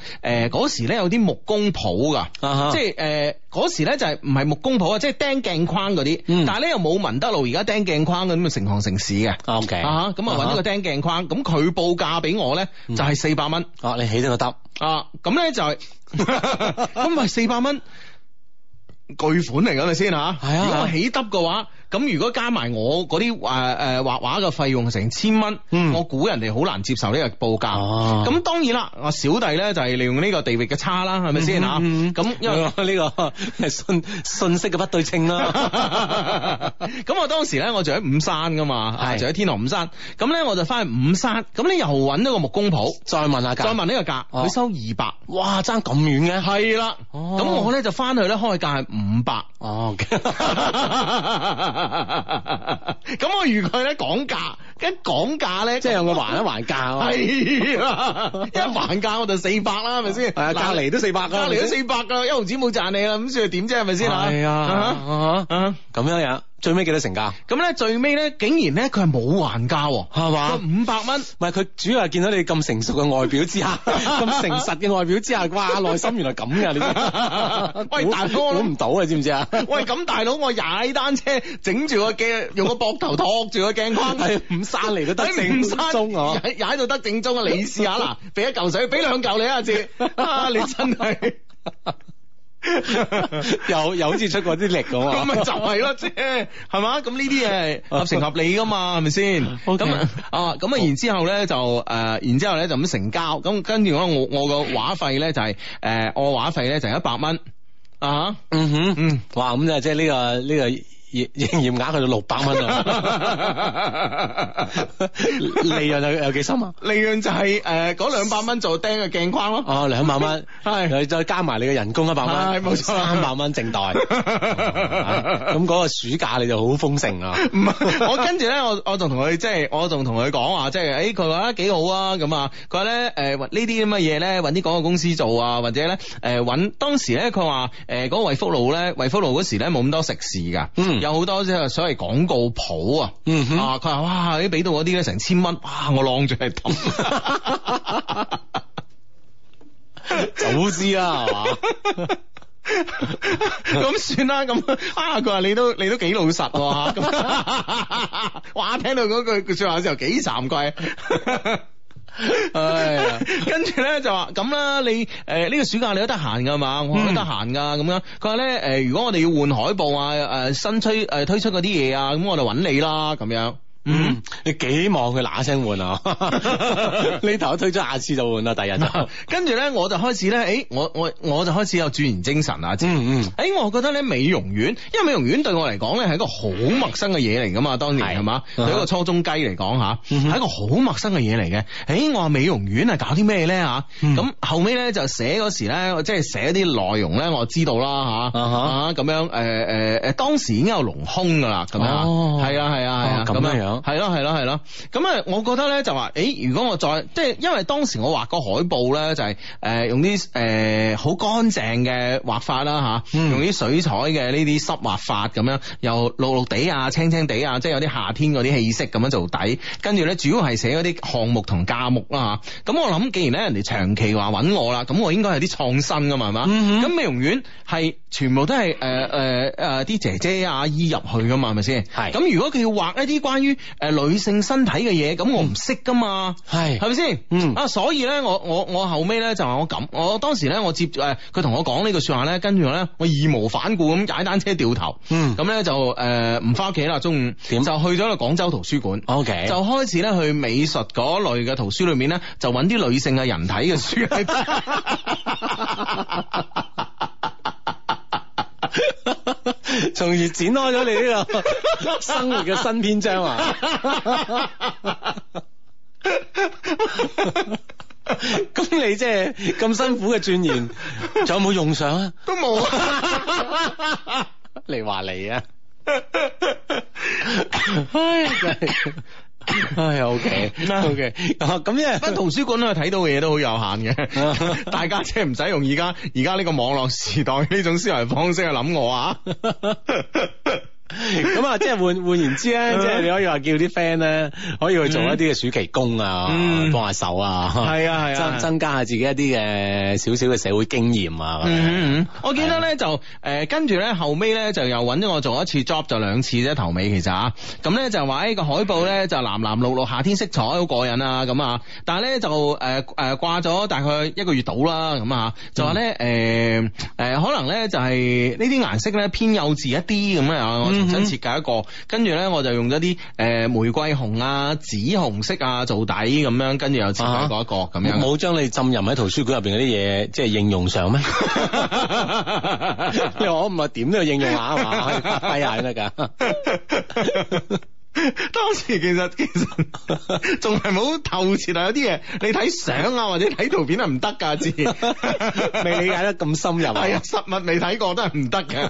[SPEAKER 1] 誒嗰時咧有啲木工鋪㗎。
[SPEAKER 3] 啊
[SPEAKER 1] 即係誒嗰時咧就係唔係木工鋪啊，即係釘鏡框嗰啲，
[SPEAKER 3] 嗯
[SPEAKER 1] 但係咧又冇文德路而家釘鏡框嗰啲咁成行成市嘅。
[SPEAKER 3] 哈，OK，
[SPEAKER 1] 啊，咁啊揾咗個釘鏡框，咁佢報價俾我咧
[SPEAKER 3] 嗯
[SPEAKER 1] 就係四百蚊。
[SPEAKER 3] 哦，你起咗個得，
[SPEAKER 1] 啊，咁咧 就係咁咪四百蚊巨款嚟㗎咪先吓？
[SPEAKER 3] 係啊
[SPEAKER 1] 如果我起得嘅話，咁如果加埋我嗰啲誒誒畫畫嘅費用成千蚊，
[SPEAKER 3] 嗯
[SPEAKER 1] 我估人哋好難接受呢個報價。
[SPEAKER 3] 哦
[SPEAKER 1] 咁當然啦，我小弟咧就係利用呢個地域嘅差啦，係咪先吓？
[SPEAKER 3] 嗯嗯嗯
[SPEAKER 1] 咁因為。
[SPEAKER 3] 呢個係信信息嘅不對稱啦。
[SPEAKER 1] 咁我當時咧，我住喺五山噶嘛，啊
[SPEAKER 3] 係
[SPEAKER 1] 住喺天河五山。咁咧我就翻去五山，咁咧又揾到個木工鋪，
[SPEAKER 3] 再問下價，
[SPEAKER 1] 再問呢個價，
[SPEAKER 3] 哦
[SPEAKER 1] 佢收二百。
[SPEAKER 3] 哇，爭咁遠嘅，
[SPEAKER 1] 係啦，咁、
[SPEAKER 3] 哦
[SPEAKER 1] 我咧就翻去咧開價係五百。
[SPEAKER 3] 哦，
[SPEAKER 1] 咁我預佢咧講價，一講價咧
[SPEAKER 3] 即係有個 還一還價啊，
[SPEAKER 1] 係啦，一還價我就四百啦，係咪先？
[SPEAKER 3] 係啊隔離都400㗎
[SPEAKER 1] 隔離都四百㗎，一毫子冇賺你啦，咁算係點啫？係咪先啊？
[SPEAKER 3] 係啊，
[SPEAKER 1] 啊
[SPEAKER 3] 咁樣樣，最尾幾多成價？
[SPEAKER 1] 咁咧最尾咧，竟然咧佢係冇還價喎，
[SPEAKER 3] 係嘛
[SPEAKER 1] 佢五百蚊。
[SPEAKER 3] 唔係佢主要係見到你咁成熟嘅外表 之下，咁誠實嘅外表之下，哇，內心原來咁㗎，你
[SPEAKER 1] 喂
[SPEAKER 3] 估
[SPEAKER 1] 大哥
[SPEAKER 3] 估唔到啊，知唔知啊？
[SPEAKER 1] 喂，咁大佬，我踩單車整住個鏡，用個膊頭托住個鏡框，
[SPEAKER 3] 係五山嚟都得
[SPEAKER 1] 喺
[SPEAKER 3] 正
[SPEAKER 1] 五山
[SPEAKER 3] 宗啊！
[SPEAKER 1] 踩踩到得正宗啊！你試下 嗱，俾一嚿水，俾兩嚿你啊，志，啊，你真係。
[SPEAKER 3] 又又好似出過啲力咁
[SPEAKER 1] 咁
[SPEAKER 3] 啊！
[SPEAKER 1] 咪就係咯，即係係嘛？咁呢啲嘢合情合理噶嘛，係咪先？
[SPEAKER 3] OK
[SPEAKER 1] 咁啊，咁啊，然之後咧就誒，然之後咧就咁成交。咁跟住我我我個話費咧就係誒，我話費咧就係一百蚊啊。
[SPEAKER 3] 嗯哼，
[SPEAKER 1] 嗯
[SPEAKER 3] 嗯，哇，咁就即係呢個呢個營營業額去到六百 蚊啊，利潤有有幾深啊？
[SPEAKER 1] 利潤就係誒嗰兩百蚊做釘嘅鏡框咯。
[SPEAKER 3] 哦，兩百蚊，
[SPEAKER 1] 係
[SPEAKER 3] 係再加埋你嘅人工一百蚊，
[SPEAKER 1] 係冇錯
[SPEAKER 3] 三百 蚊正袋，啊咁嗰個暑假你就好豐盛啊！
[SPEAKER 1] 唔係，我跟住咧，我我仲同佢即係，我仲同佢講話，即係，誒、佢話幾好啊，咁啊，佢話咧，誒、呢啲咁嘅嘢咧，揾啲廣告公司做啊，或者咧，誒、揾當時咧，佢話，誒、嗰、個惠福路咧，惠福路嗰時咧冇咁多食肆㗎，
[SPEAKER 3] 嗯
[SPEAKER 1] 有好多即係所謂廣告鋪啊，
[SPEAKER 3] 嗯哼
[SPEAKER 1] 啊，佢話哇，啲俾到嗰啲咧成千蚊，哇，我晾住係抌。
[SPEAKER 3] 早知啦，係嘛？
[SPEAKER 1] 咁算啦，咁啊，佢話你都你都幾老實喎，咁 哇，聽到嗰句句說話嘅時候幾慚 愧。
[SPEAKER 3] 哎呀
[SPEAKER 1] 跟住咧就話咁啦，你誒呢、個暑假你都得閒噶嘛？我話都得閒噶咁樣。佢話咧誒，如果我哋呃 要換海報啊，誒、新推誒、推出嗰啲嘢啊，咁我就揾你啦咁樣。
[SPEAKER 3] 嗯，你幾望佢嗱聲換啊？ 呢頭推咗，下次就換啦，第日就
[SPEAKER 1] 跟住咧，我就開始咧，誒，我我我就開始有鑽研精神啊，知
[SPEAKER 3] 嗯嗯。
[SPEAKER 1] 誒，我覺得咧美容院，因為美容院對我嚟講咧係一個好陌生嘅嘢嚟噶嘛，當年
[SPEAKER 3] 係
[SPEAKER 1] 係嘛，
[SPEAKER 3] 嗯
[SPEAKER 1] 對一個初中雞嚟講吓，
[SPEAKER 3] 嗯哼
[SPEAKER 1] 係一個好陌生嘅嘢嚟嘅。誒，我話美容院係搞啲咩咧吓？
[SPEAKER 3] 嗯
[SPEAKER 1] 咁後尾咧就寫嗰時咧，即係寫啲內容咧，我知道啦吓，
[SPEAKER 3] 啊哈
[SPEAKER 1] 啊咁樣誒誒誒，當時已經有隆胸噶啦，咁樣
[SPEAKER 3] 哦
[SPEAKER 1] 係啊係啊係啊
[SPEAKER 3] 哦咁樣樣
[SPEAKER 1] 係咯係咯係咯，咁啊，我覺得咧就話，誒，如果我再即係，因為當時我畫個海報咧就係、誒用啲誒好乾淨嘅畫法啦吓，
[SPEAKER 3] 嗯
[SPEAKER 1] 用啲水彩嘅呢啲濕畫法咁樣，又綠綠地啊、青青地啊，即係有啲夏天嗰啲氣息咁樣做底，跟住咧主要係寫嗰啲項目同價目啦吓，咁我諗既然咧人哋長期話揾我啦，咁我應該係啲創新噶嘛，係嘛？
[SPEAKER 3] 嗯
[SPEAKER 1] 咁美容院係全部都係誒誒誒啲姐姐阿姨入去噶嘛，係咪先？
[SPEAKER 3] 係
[SPEAKER 1] 咁如果佢要畫一啲關於誒女性身體嘅嘢，咁我唔識噶嘛。
[SPEAKER 3] 係
[SPEAKER 1] 係咪先？
[SPEAKER 3] 嗯
[SPEAKER 1] 啊，所以咧，我我我後尾咧就話我咁，我當時咧我接誒佢同我講呢句説話咧，跟住咧我義無反顧咁踩單車掉頭，
[SPEAKER 3] 嗯
[SPEAKER 1] 咁咧就誒唔翻屋企啦，中午
[SPEAKER 3] 點
[SPEAKER 1] 就去咗個廣州圖書館。
[SPEAKER 3] ，OK，
[SPEAKER 1] 就開始咧去美術嗰類嘅圖書裏面咧，就揾啲女性嘅人體嘅書喺 度。
[SPEAKER 3] 從而展開咗你呢 個生活嘅新篇章啊！咁你即係咁辛苦嘅鑽研，仲有冇用上啊？
[SPEAKER 1] 都冇啊！
[SPEAKER 3] 你話你啊？唉，真係唉，OK OK，咁啊因為
[SPEAKER 1] 翻圖書館咧睇到嘅嘢都好有限 嘅，大家即係唔使用而家而家呢個網絡時代呢種思維方式去諗我啊！
[SPEAKER 3] 咁啊，即係換換言之咧，
[SPEAKER 1] 嗯
[SPEAKER 3] 即係你可以話叫啲 friend 咧，可以去做一啲嘅暑期工啊
[SPEAKER 1] 嗯，
[SPEAKER 3] 幫下手啊，
[SPEAKER 1] 係啊係啊係啊
[SPEAKER 3] 增增加下自己一啲嘅少少嘅社會經驗啊，
[SPEAKER 1] 嗯，嗯嗯我記得咧就誒跟住咧後尾咧就又揾咗我做一次 job 就兩次啫頭尾其實啊，咁咧就話呢個海報咧就藍藍綠綠夏天色彩好過癮啊咁啊，但係咧就誒誒掛咗大概一個月到啦咁啊，就話咧
[SPEAKER 3] 嗯
[SPEAKER 1] 誒誒可能咧就係呃呢啲顏色咧偏幼稚一啲咁啊，我重新設計一個，跟住咧我就用咗啲誒玫瑰紅啊、紫紅色啊做底咁樣，跟住又設計嗰一個咁樣。
[SPEAKER 3] 冇將你浸淫喺圖書館入邊嗰啲嘢，即係應用上咩？ 你話我唔係點都要應用下係嘛，可以發揮下先得㗎。
[SPEAKER 1] 當時其實其實仲係冇透徹啊！有啲嘢你睇相啊，或者睇圖片係唔得㗎， 字
[SPEAKER 3] 未理解得咁深入
[SPEAKER 1] 係啊
[SPEAKER 3] 啊，！
[SPEAKER 1] 實物未睇過都係唔得嘅。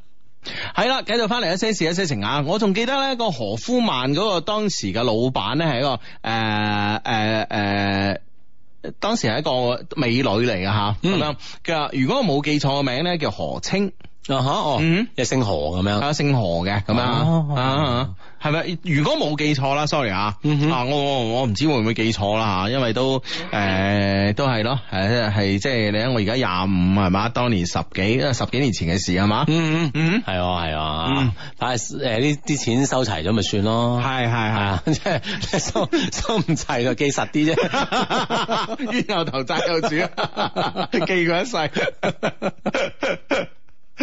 [SPEAKER 1] 係啦，繼續翻嚟一些事一些情啊！我仲記得咧個何夫曼嗰個當時嘅老闆咧係一個誒誒誒。呃呃當時係一個美女嚟嘅吓，咁
[SPEAKER 3] 嗯
[SPEAKER 1] 樣佢話如果我冇記錯個名咧叫何清，
[SPEAKER 3] 啊哈哦
[SPEAKER 1] 嗯，
[SPEAKER 3] 一姓何咁樣，
[SPEAKER 1] 啊，姓何嘅咁樣
[SPEAKER 3] 哦
[SPEAKER 1] 啊，係咪？如果冇記錯啦，sorry 啊，
[SPEAKER 3] 嗯哼
[SPEAKER 1] 啊，我我我唔知會唔會記錯啦啊嚇，因為都誒、都係咯，係係即係你睇我而家廿五係嘛，當年十幾啊十幾年前嘅事係嘛，
[SPEAKER 3] 嗯嗯，
[SPEAKER 1] 嗯，
[SPEAKER 3] 係啊係啊
[SPEAKER 1] 嗯，
[SPEAKER 3] 但係誒呢啲錢收齊咗咪算咯，
[SPEAKER 1] 係係
[SPEAKER 3] 係
[SPEAKER 1] 係。
[SPEAKER 3] 啊，即係收收唔齊就記實啲啫。
[SPEAKER 1] 冤有頭債有主， 記佢一 世。
[SPEAKER 3] 啊！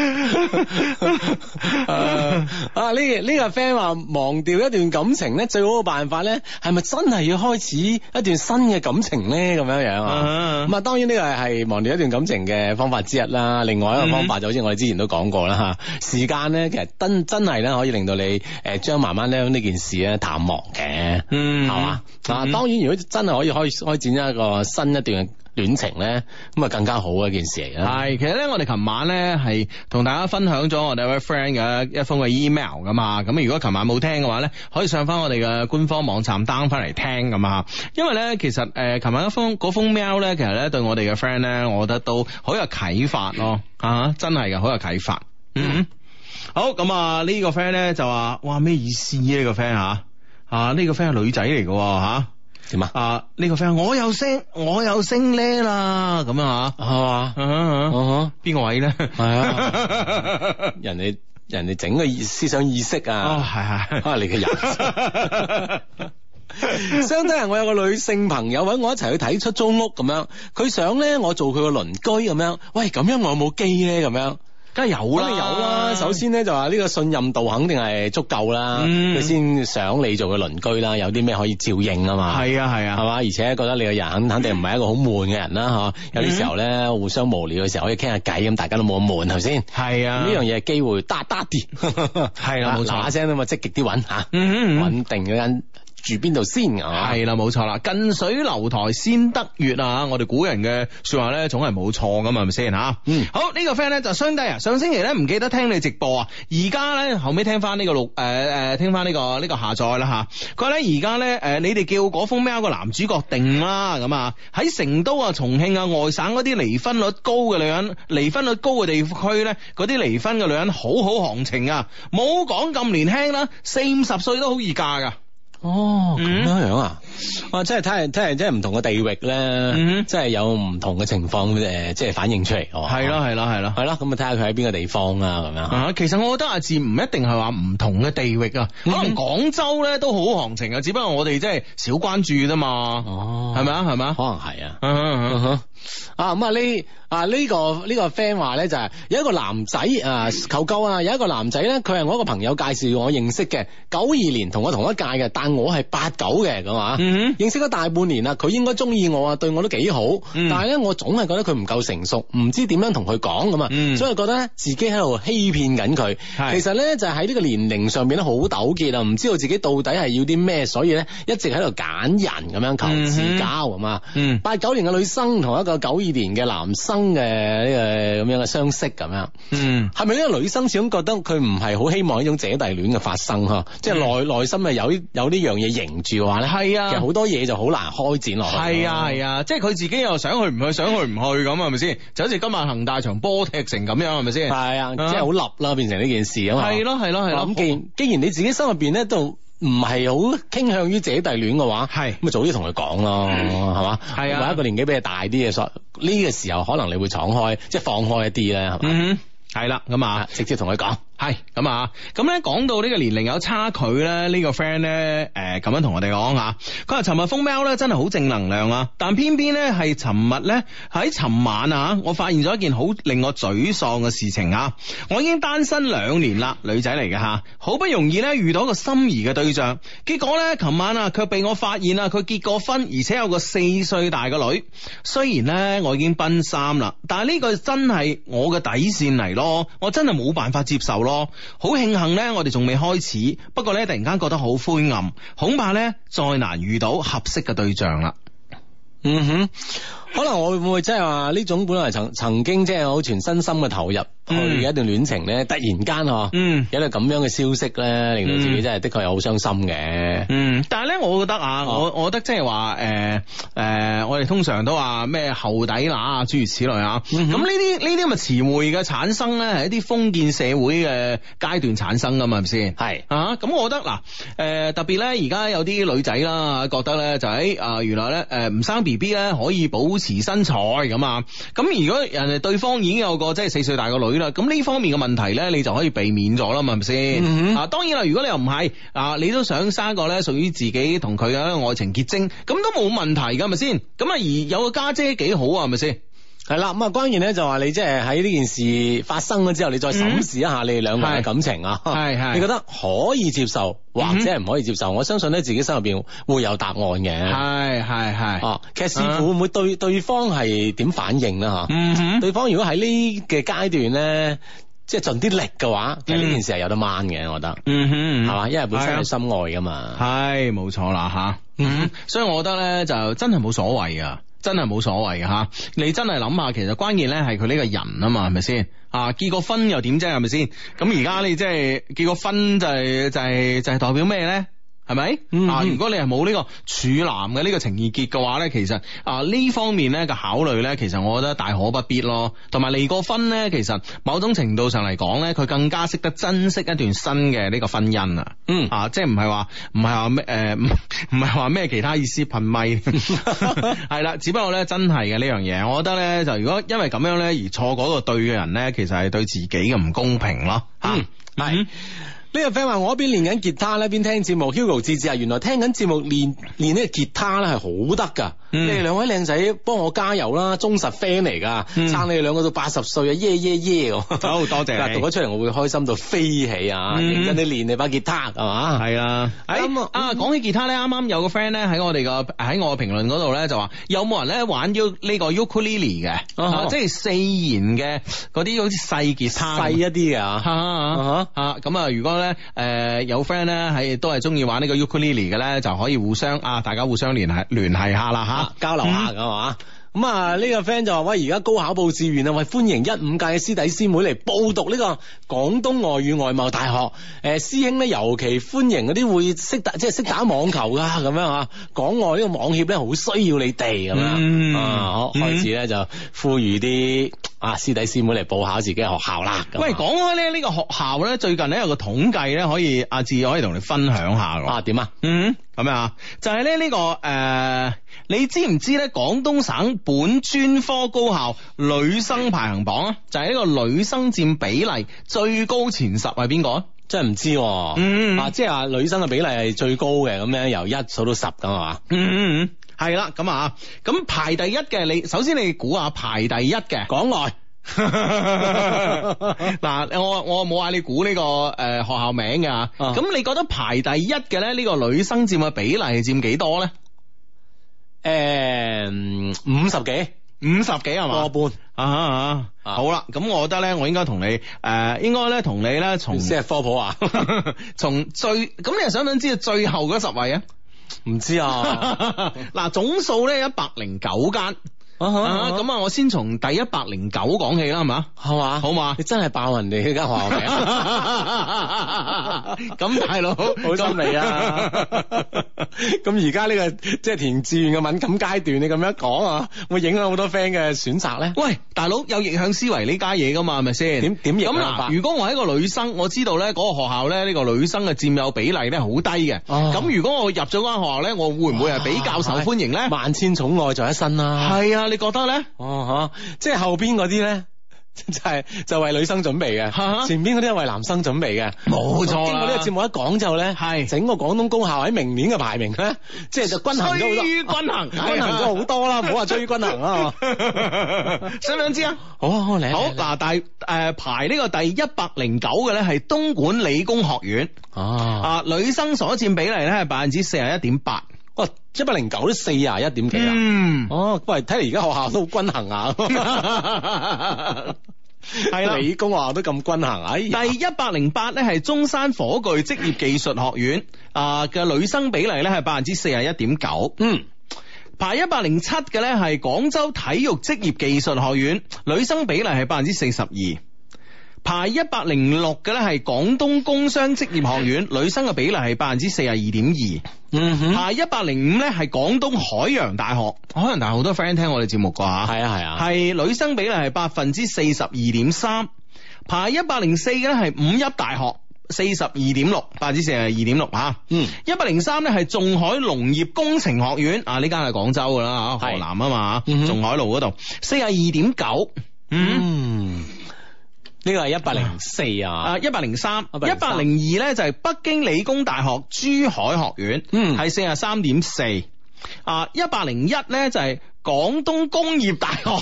[SPEAKER 3] 啊呢個呢個 friend 話忘掉一段感情咧，最好嘅辦法咧，係咪真係要開始一段新嘅感情咧？咁樣樣啊
[SPEAKER 1] 啊！
[SPEAKER 3] 咁啊，當然呢個係忘掉一段感情嘅方法之一啦。另外一個方法就好似我哋之前都講過
[SPEAKER 1] 嗯
[SPEAKER 3] 啦嚇，時間咧其實真真係咧可以令到你誒將慢慢咧呢件事咧淡忘嘅。
[SPEAKER 1] 嗯
[SPEAKER 3] 係嘛？啊，
[SPEAKER 1] 嗯
[SPEAKER 3] 當然，如果真係可以開開展一個新一段戀情咧，咁啊更加好嘅一件事嚟啦。
[SPEAKER 1] 係，其實咧，我哋琴晚咧係同大家分享咗我哋位 friend 嘅一封嘅 email 噶嘛。咁如果琴晚冇聽嘅話咧，可以上翻我哋嘅官方網站 down 翻嚟聽咁啊。因為咧，其實誒，琴、晚一封嗰封 mail 咧，其實咧對我哋嘅 friend 咧，我覺得都好有啟發咯。啊，真係嘅，好有啟發。嗯，好咁啊，呢個 friend 咧就話，哇，咩意思呢、個 friend 吓？啊，呢、個 friend 係女仔嚟嘅喎吓。
[SPEAKER 3] 點啊？
[SPEAKER 1] 啊，呢、個 friend 我有升，我有升呢啦，咁啊
[SPEAKER 3] 係嘛
[SPEAKER 1] 吓。？啊啊啊
[SPEAKER 3] 哦，
[SPEAKER 1] 邊個位咧？
[SPEAKER 3] 係啊， 人哋人哋整個意思想意識
[SPEAKER 1] 哦，
[SPEAKER 3] 啊，
[SPEAKER 1] 係係
[SPEAKER 3] 啊你嘅人。相當係我有個女性朋友啊揾我一齊去睇出租屋咁樣，佢想咧我做佢個鄰居咁樣，喂咁樣我有冇機咧咁樣？
[SPEAKER 1] 梗係有啦，
[SPEAKER 3] 咁你有啦，首先咧就話呢個信任度肯定係足夠啦，
[SPEAKER 1] 嗯
[SPEAKER 3] 佢先想你做佢鄰居啦，有啲咩可以照應啊嘛，
[SPEAKER 1] 係啊係
[SPEAKER 3] 係
[SPEAKER 1] 啊，
[SPEAKER 3] 嘛，而且覺得你個人肯肯定唔係一個好悶嘅人啦，嚇，有啲時候咧
[SPEAKER 1] 嗯
[SPEAKER 3] 互相無聊嘅時候可以傾下偈，咁大家都冇咁悶，係咪先？
[SPEAKER 1] 係啊，
[SPEAKER 3] 呢樣嘢機會大大啲， 係
[SPEAKER 1] 啦冇錯
[SPEAKER 3] 嗱嗱聲啊嘛，積極啲揾嚇，
[SPEAKER 1] 嗯嗯嗯
[SPEAKER 3] 揾定嗰間住邊度先啊係嘛
[SPEAKER 1] 係啦，冇錯啦，近水樓台先得月啊！我哋古人嘅说話咧，總係冇錯噶嘛，係咪先吓？
[SPEAKER 3] 嗯
[SPEAKER 1] 好呢、個 friend 咧就相低啊，上星期咧唔記得聽你直播啊，而家咧後尾聽翻呢個錄誒誒，聽翻呢、個呢、個下載啦吓。佢話咧而家咧誒，你哋叫嗰封 mail 個男主角定啦咁啊，喺成都啊、重慶啊、外省嗰啲離婚率高嘅女人，離婚率高嘅地區咧，嗰啲離婚嘅女人好好行情啊，冇講咁年輕啦，四五十歲都好易嫁噶。
[SPEAKER 3] 哦，咁
[SPEAKER 1] 嗯
[SPEAKER 3] 樣樣啊！哇，真係睇嚟，睇嚟，真係唔同嘅地域咧，
[SPEAKER 1] 嗯
[SPEAKER 3] 真係有唔同嘅情況誒，即係反映出嚟。哦
[SPEAKER 1] 係啦，，係啦，係啦。
[SPEAKER 3] 係啦，咁啊睇下佢喺邊個地方啦，咁樣。
[SPEAKER 1] 啊，其實我覺得阿志唔一定係話唔同嘅地域啊，可能廣州咧都好行情啊，只不過我哋真係少關注啫嘛，
[SPEAKER 3] 哦
[SPEAKER 1] 係咪
[SPEAKER 3] 啊？
[SPEAKER 1] 啊？係咪啊
[SPEAKER 3] 可能係啊。
[SPEAKER 1] 嗯嗯嗯？
[SPEAKER 3] 啊咁啊呢啊呢個呢個 friend 話咧就係有一個男仔啊求救啊，有一個男仔咧，佢係我一個朋友介紹我認識嘅，九二年同我同一屆嘅，但我係八九嘅咁啊。
[SPEAKER 1] 嗯
[SPEAKER 3] 認識咗大半年啦，佢應該中意我啊，對我都幾好，
[SPEAKER 1] 嗯
[SPEAKER 3] 但係咧我總係覺得佢唔夠成熟，唔知點樣同佢講咁啊，
[SPEAKER 1] 嗯
[SPEAKER 3] 所以覺得咧自己喺度欺騙緊佢。
[SPEAKER 1] 係
[SPEAKER 3] 其實咧就係喺呢個年齡上面咧好糾結啊，唔知道自己到底係要啲咩，所以咧一直喺度揀人咁樣求
[SPEAKER 1] 嗯哼
[SPEAKER 3] 自交咁啊。
[SPEAKER 1] 嗯
[SPEAKER 3] 八九年嘅女生同一個九二年嘅男生嘅呢個咁樣嘅相識咁樣。
[SPEAKER 1] 嗯
[SPEAKER 3] 係咪呢個女生始終覺得佢唔係好希望呢種姐弟戀嘅發生呵？即係內內心係有有呢樣嘢凝住嘅話咧，
[SPEAKER 1] 嗯係啊
[SPEAKER 3] 其實好多嘢就好難開展落去。
[SPEAKER 1] 係啊係啊，即係佢自己又想去唔去，想去唔去咁係咪先？就好似今晚恒大場波踢成咁樣係咪先？
[SPEAKER 3] 係啊，即係好立啦，變成呢件事啊嘛。
[SPEAKER 1] 係，咯係咯係
[SPEAKER 3] 咁
[SPEAKER 1] 咯，
[SPEAKER 3] 既然既然你自己心入邊咧都唔係好傾向於姐弟戀嘅話，
[SPEAKER 1] 係
[SPEAKER 3] 咁咪早啲同佢講咯，係嘛？
[SPEAKER 1] 係啊
[SPEAKER 3] 或者一個年紀比你大啲嘅，所呢個時候可能你會敞開，即係放開一啲咧，係嘛？
[SPEAKER 1] 嗯哼，係啦咁啊
[SPEAKER 3] 啊。，直接同佢講。
[SPEAKER 1] 係咁啊，咁咧講到呢個年齡有差距咧，呢、個 friend 咧誒咁樣同我哋講吓，佢話尋日封 mail 咧真係好正能量啊，但偏偏咧係尋日咧喺尋晚啊，我發現咗一件好令我沮喪嘅事情啊，我已經單身兩年啦，女仔嚟嘅吓，好不容易咧遇到一個心儀嘅對象，啊結果咧琴晚啊佢被我發現啦，佢結過婚，而且有個四歲大嘅女，雖然咧我已經奔三啦，但係呢個真係我嘅底線嚟咯，我真係冇辦法接受咯。好慶幸呢，我哋仲未開始，不過呢，突然間覺得好灰暗，恐怕呢，再難遇到合適嘅對象啦。
[SPEAKER 3] 嗯哼，可能我會唔會即係話呢種本來曾曾經即係好全身心嘅投入去
[SPEAKER 1] 嗯
[SPEAKER 3] 嘅一段戀情咧，突然間嗬，
[SPEAKER 1] 嗯
[SPEAKER 3] 有一個咁樣嘅消息咧，令到自己真係的確係好傷心嘅。
[SPEAKER 1] 嗯，但係呢，我覺得啊，我
[SPEAKER 3] 哦
[SPEAKER 1] 我覺得即係話誒誒，我哋通常都話咩後底乸啊，諸如此類啊。咁
[SPEAKER 3] 嗯哼
[SPEAKER 1] 呢啲呢啲咁嘅詞彙嘅產生呢，係一啲封建社會嘅階段產生噶嘛，係咪先？
[SPEAKER 3] 係
[SPEAKER 1] 啊，咁我覺得嗱，誒、特別咧，而家有啲女仔啦，覺得咧就喺啊、原來咧誒，唔、生 B B 咧可以保持身材咁啊，咁如果人哋對方已經有個即係四歲大個女啦，咁呢方面嘅問題咧，你就可以避免咗啦，係咪先？
[SPEAKER 3] 嗯哼
[SPEAKER 1] 啊，當然啦，如果你又唔係啊，你都想生個咧屬於自己同佢嘅愛情結晶，咁都冇問題㗎，係咪先？咁啊，而有個家姐幾好啊，係咪先？
[SPEAKER 3] 係啦，咁啊關鍵咧就話你即係喺呢件事發生咗之後，你再審視一下你哋兩個人
[SPEAKER 1] 嗯係
[SPEAKER 3] 嘅感情啊，
[SPEAKER 1] 係係
[SPEAKER 3] 你覺得可以接受或
[SPEAKER 1] 嗯哼
[SPEAKER 3] 者係唔可以接受？我相信咧自己心入邊會有答案
[SPEAKER 1] 哦
[SPEAKER 3] 嘅。
[SPEAKER 1] 係係係，
[SPEAKER 3] 哦，其實視乎會唔會對對方係點反應啦吓。
[SPEAKER 1] 嗯 哼。
[SPEAKER 3] 對方如果喺呢嘅階段咧，即係盡啲力嘅話，其實呢件事係有得掹嘅，我覺得
[SPEAKER 1] 嗯哼，
[SPEAKER 3] 係嘛，因為本身
[SPEAKER 1] 係啊
[SPEAKER 3] 係心愛噶嘛。
[SPEAKER 1] 係冇錯啦吓，嗯，所以我覺得咧就真係冇所謂啊。真係冇所謂嘅吓，你真係諗下，其實關鍵咧係佢呢個人啊嘛，係咪先？啊，結過婚又點啫，係咪先？咁而家你即係結過婚就係、就係、就係、代表咩咧？係咪？
[SPEAKER 3] 嗯
[SPEAKER 1] 啊，如果你係冇呢個處男嘅呢個情意結嘅話咧，其實啊呢方面咧嘅考慮咧，其實我覺得大可不必咯。同埋離過婚咧，其實某種程度上嚟講咧，佢更加識得珍惜一段新嘅呢個婚姻啊。
[SPEAKER 3] 嗯
[SPEAKER 1] 啊，即係唔係話唔係話咩誒，唔 唔係話咩其他意思噴咪， 係啦，只不過咧真係嘅呢樣嘢，我覺得咧就如果因為咁樣咧而錯過一個對嘅人咧，其實係對自己嘅唔公平咯，吓、
[SPEAKER 3] 嗯係呢個 friend 話我一邊練緊吉他咧，一邊聽節目。Hugo 志志啊，原來聽緊節目練練呢個吉他咧係好得㗎。
[SPEAKER 1] 嗯
[SPEAKER 3] 你哋兩位靚仔幫我加油啦，忠實 friend 嚟㗎，
[SPEAKER 1] 嗯
[SPEAKER 3] 撐你哋兩個到八十歲啊，耶耶耶咁。
[SPEAKER 1] 好多謝
[SPEAKER 3] 嗱，
[SPEAKER 1] 你
[SPEAKER 3] 讀咗出嚟我會開心到飛起啊！
[SPEAKER 1] 嗯
[SPEAKER 3] 認真啲練你把吉他係嘛？
[SPEAKER 1] 係啊，
[SPEAKER 3] 咁
[SPEAKER 1] 誒
[SPEAKER 3] 啊
[SPEAKER 1] 啊，講起吉他咧，啱啱有個 friend 咧喺我哋個喺我嘅評論嗰度咧就話，有冇人咧玩 U 呢個 ukulele 嘅，
[SPEAKER 3] 哈
[SPEAKER 1] 啊即係四弦嘅嗰啲好似細吉他咁
[SPEAKER 3] 細一啲嘅啊，
[SPEAKER 1] 啊啊咁啊！如果咧誒、有 friend 咧係都係中意玩呢個 ukulele 嘅咧，就可以互相啊，大家互相聯繫聯繫下啦
[SPEAKER 3] 啊
[SPEAKER 1] 吓。
[SPEAKER 3] 交流下㗎係嘛？咁啊，呢個 friend 就話：喂，而家高考報志願啊，喂，歡迎一五屆嘅師弟師妹嚟報讀呢個廣東外語外貿大學。誒、師兄咧，尤其歡迎嗰啲會識打，即係識打網球 㗎咁樣啊。港外呢個網協咧，好需要你哋咁樣、
[SPEAKER 1] 嗯
[SPEAKER 3] 啊。好，開始咧就呼籲啲啊師弟師妹嚟報考自己嘅學校啦。咁啊
[SPEAKER 1] 喂，講開咧呢個學校咧，最近咧有個統計咧，可以阿志可以同你分享下㗎
[SPEAKER 3] 啊點啊？
[SPEAKER 1] 嗯，咁樣啊，就係咧呢個誒、呃你知唔知咧廣東省本專科高校女生排行榜啊？就係、呢個女生佔比例最高前十係邊個啊？
[SPEAKER 3] 真係唔知喎、
[SPEAKER 1] 嗯
[SPEAKER 3] 啊，即係話女生嘅比例係最高嘅，咁樣由一數到十咁啊係嘛？
[SPEAKER 1] 嗯嗯嗯，係啦，咁啊，咁排第一嘅你，首先你估下排第一 嘅。
[SPEAKER 3] 港外
[SPEAKER 1] 嗱，我我冇嗌你估呢、個誒、呃、學校名㗎啊，
[SPEAKER 3] 啊
[SPEAKER 1] 咁、你覺得排第一嘅咧呢、呢個女生佔嘅比例係佔幾多咧？
[SPEAKER 3] 誒嗯五十幾
[SPEAKER 1] 五十幾係嘛？
[SPEAKER 3] 個半，
[SPEAKER 1] 啊啊啊！好啦，咁我覺得咧，我應該同你誒、呃，應該咧同你咧從
[SPEAKER 3] 先係科普啊？
[SPEAKER 1] 從最咁，你又想唔想知道最後嗰十位啊？
[SPEAKER 3] 唔知 啊，
[SPEAKER 1] 嗱，總數咧一百零九間，啊
[SPEAKER 3] 咁
[SPEAKER 1] 咁啊，我先從第一百零九講起啦，係 嘛？
[SPEAKER 3] 係嘛？
[SPEAKER 1] 好嘛
[SPEAKER 3] 你真係爆人哋呢間學校名，啊
[SPEAKER 1] 咁大佬，
[SPEAKER 3] 好心你啊！咁而家呢個即係填志願嘅敏感階段，你咁樣講啊，會影響好多 friend 嘅選擇咧。
[SPEAKER 1] 喂，大佬有逆向思維呢家嘢噶嘛，係咪先？
[SPEAKER 3] 點點逆向啊
[SPEAKER 1] 咁
[SPEAKER 3] 法
[SPEAKER 1] 嗱，如果我係一個女生，我知道咧嗰個學校咧呢個女生嘅佔有比例咧好低嘅。
[SPEAKER 3] 哦
[SPEAKER 1] 咁如果我入咗間學校咧，我會唔會係比較受歡迎咧？
[SPEAKER 3] 萬千寵愛在一身啦。
[SPEAKER 1] 係啊，你覺得咧？
[SPEAKER 3] 哦，吓，即係後邊嗰啲咧， 就係就為女生準備
[SPEAKER 1] 哈哈
[SPEAKER 3] 嘅，前邊嗰啲係為男生準備嘅，
[SPEAKER 1] 冇錯啦
[SPEAKER 3] 經過呢個節目一講之後咧，
[SPEAKER 1] 係
[SPEAKER 3] 整個廣東高校喺明年嘅排名咧，即 係就均衡咗好多，
[SPEAKER 1] 趨於均衡
[SPEAKER 3] 均衡咗好 多啊啦，唔好話追均衡啦。
[SPEAKER 1] 想唔想知啊？
[SPEAKER 3] 好啊，好嚟啊
[SPEAKER 1] 好
[SPEAKER 3] 嚟
[SPEAKER 1] 嗱，
[SPEAKER 3] 啊
[SPEAKER 1] 第誒排呢個第一百零九嘅咧係東莞理工學院
[SPEAKER 3] 哦，
[SPEAKER 1] 啊，女生所佔比例咧係百分之四十一點八。
[SPEAKER 3] 哇，哦一百零九都四啊一點幾啊。
[SPEAKER 1] 嗯。
[SPEAKER 3] 哦，喂，睇嚟而家學校都好均衡啊，
[SPEAKER 1] 係啦
[SPEAKER 3] 理工學校都咁均衡，哎呀，
[SPEAKER 1] 第一百零八咧係中山火炬職業技術學院啊嘅女生比例咧係百分之四十一點九，
[SPEAKER 3] 嗯，
[SPEAKER 1] 排一百零七嘅咧係廣州體育職業技術學院，女生比例係百分之四十二。排一百零六嘅咧係廣東工商職業學院，女生嘅比例係百分之四十二點二。
[SPEAKER 3] 嗯哼，
[SPEAKER 1] 排一百零五咧係廣東海洋大學，海洋大學好多 friend 聽我哋節目啩嚇。
[SPEAKER 3] 係啊係啊，
[SPEAKER 1] 係女生比例係百分之四十二點三，排一百零四嘅咧係五邑大學。四十二點六，百分之四十二點六嚇。
[SPEAKER 3] 嗯，
[SPEAKER 1] 一百零三咧係仲海農業工程學院啊，呢間係廣州噶啦嚇，
[SPEAKER 3] 係
[SPEAKER 1] 河南啊嘛
[SPEAKER 3] 嗯哼
[SPEAKER 1] 仲海路嗰度，四十二點九。嗯，
[SPEAKER 3] 嗯，呢個係一百零四啊
[SPEAKER 1] 啊，，一百零三，一
[SPEAKER 3] 103
[SPEAKER 1] 百零二咧就係北京理工大學珠海學院，
[SPEAKER 3] 嗯
[SPEAKER 1] 係四十三點四。啊，一百零一咧就係廣東工業大學。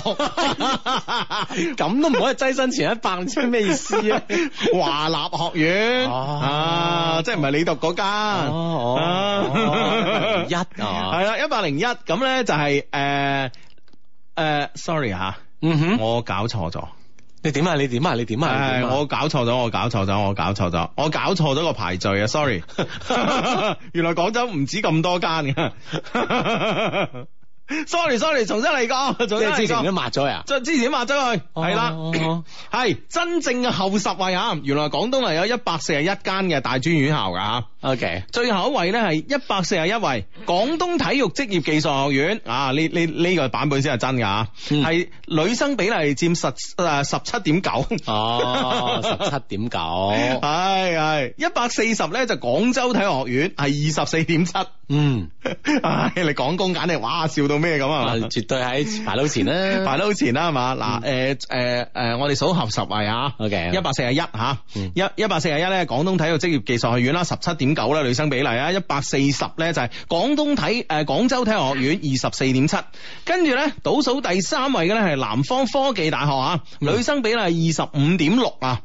[SPEAKER 3] 咁都唔可以躋身前一百，你知咩意思啊？
[SPEAKER 1] 華立學院
[SPEAKER 3] 哦
[SPEAKER 1] 啊，即係唔係你讀嗰間？
[SPEAKER 3] 哦哦
[SPEAKER 1] 一
[SPEAKER 3] 101啊
[SPEAKER 1] 係啦，一百零一咁咧就係誒誒，sorry 吓，
[SPEAKER 3] 嗯哼，
[SPEAKER 1] 我搞錯咗，
[SPEAKER 3] 你點啊？你點啊？你點啊？你
[SPEAKER 1] 係
[SPEAKER 3] 點啊
[SPEAKER 1] 我搞錯咗，我搞錯咗，我搞錯咗，我搞錯咗個排序啊，sorry，原來廣州唔止咁多間嘅 ，sorry sorry，重新嚟過，重
[SPEAKER 3] 即
[SPEAKER 1] 新
[SPEAKER 3] 係之前
[SPEAKER 1] 嚟過。
[SPEAKER 3] 都抹咗啊？
[SPEAKER 1] 再之前抹咗佢，係啦、
[SPEAKER 3] 哦哦
[SPEAKER 1] 係真正嘅後十位啊！原來廣東係有一百四十一間嘅大專院校噶啊嚇，
[SPEAKER 3] ，OK，
[SPEAKER 1] 最後一位咧係一百四十一位廣東體育職業技術學院啊！呢呢呢個版本先係真㗎嚇，
[SPEAKER 3] 嗯
[SPEAKER 1] 係、女生比例佔十誒十七點九。
[SPEAKER 3] 哦，十七點 九，
[SPEAKER 1] 係係一百四十咧就廣州體育學院係二十四點七，
[SPEAKER 3] 嗯，
[SPEAKER 1] 唉你講工簡直哇笑到到咩咁啊？係嘛
[SPEAKER 3] 絕對喺排到前啦。
[SPEAKER 1] 排得好前啦，係嘛？嗱，誒誒誒，我哋數合十位啊
[SPEAKER 3] OK
[SPEAKER 1] 一百四十一嚇，
[SPEAKER 3] 嗯
[SPEAKER 1] 一一百四十一咧，廣東體育職業技術學院啦，十七點九啦，女生比例啊，一百四十咧就係廣東體誒、廣州體育學院二十四點七，跟住咧倒數第三位嘅咧係南方科技大學啊，
[SPEAKER 3] 嗯
[SPEAKER 1] 女生比例二十五點六啊。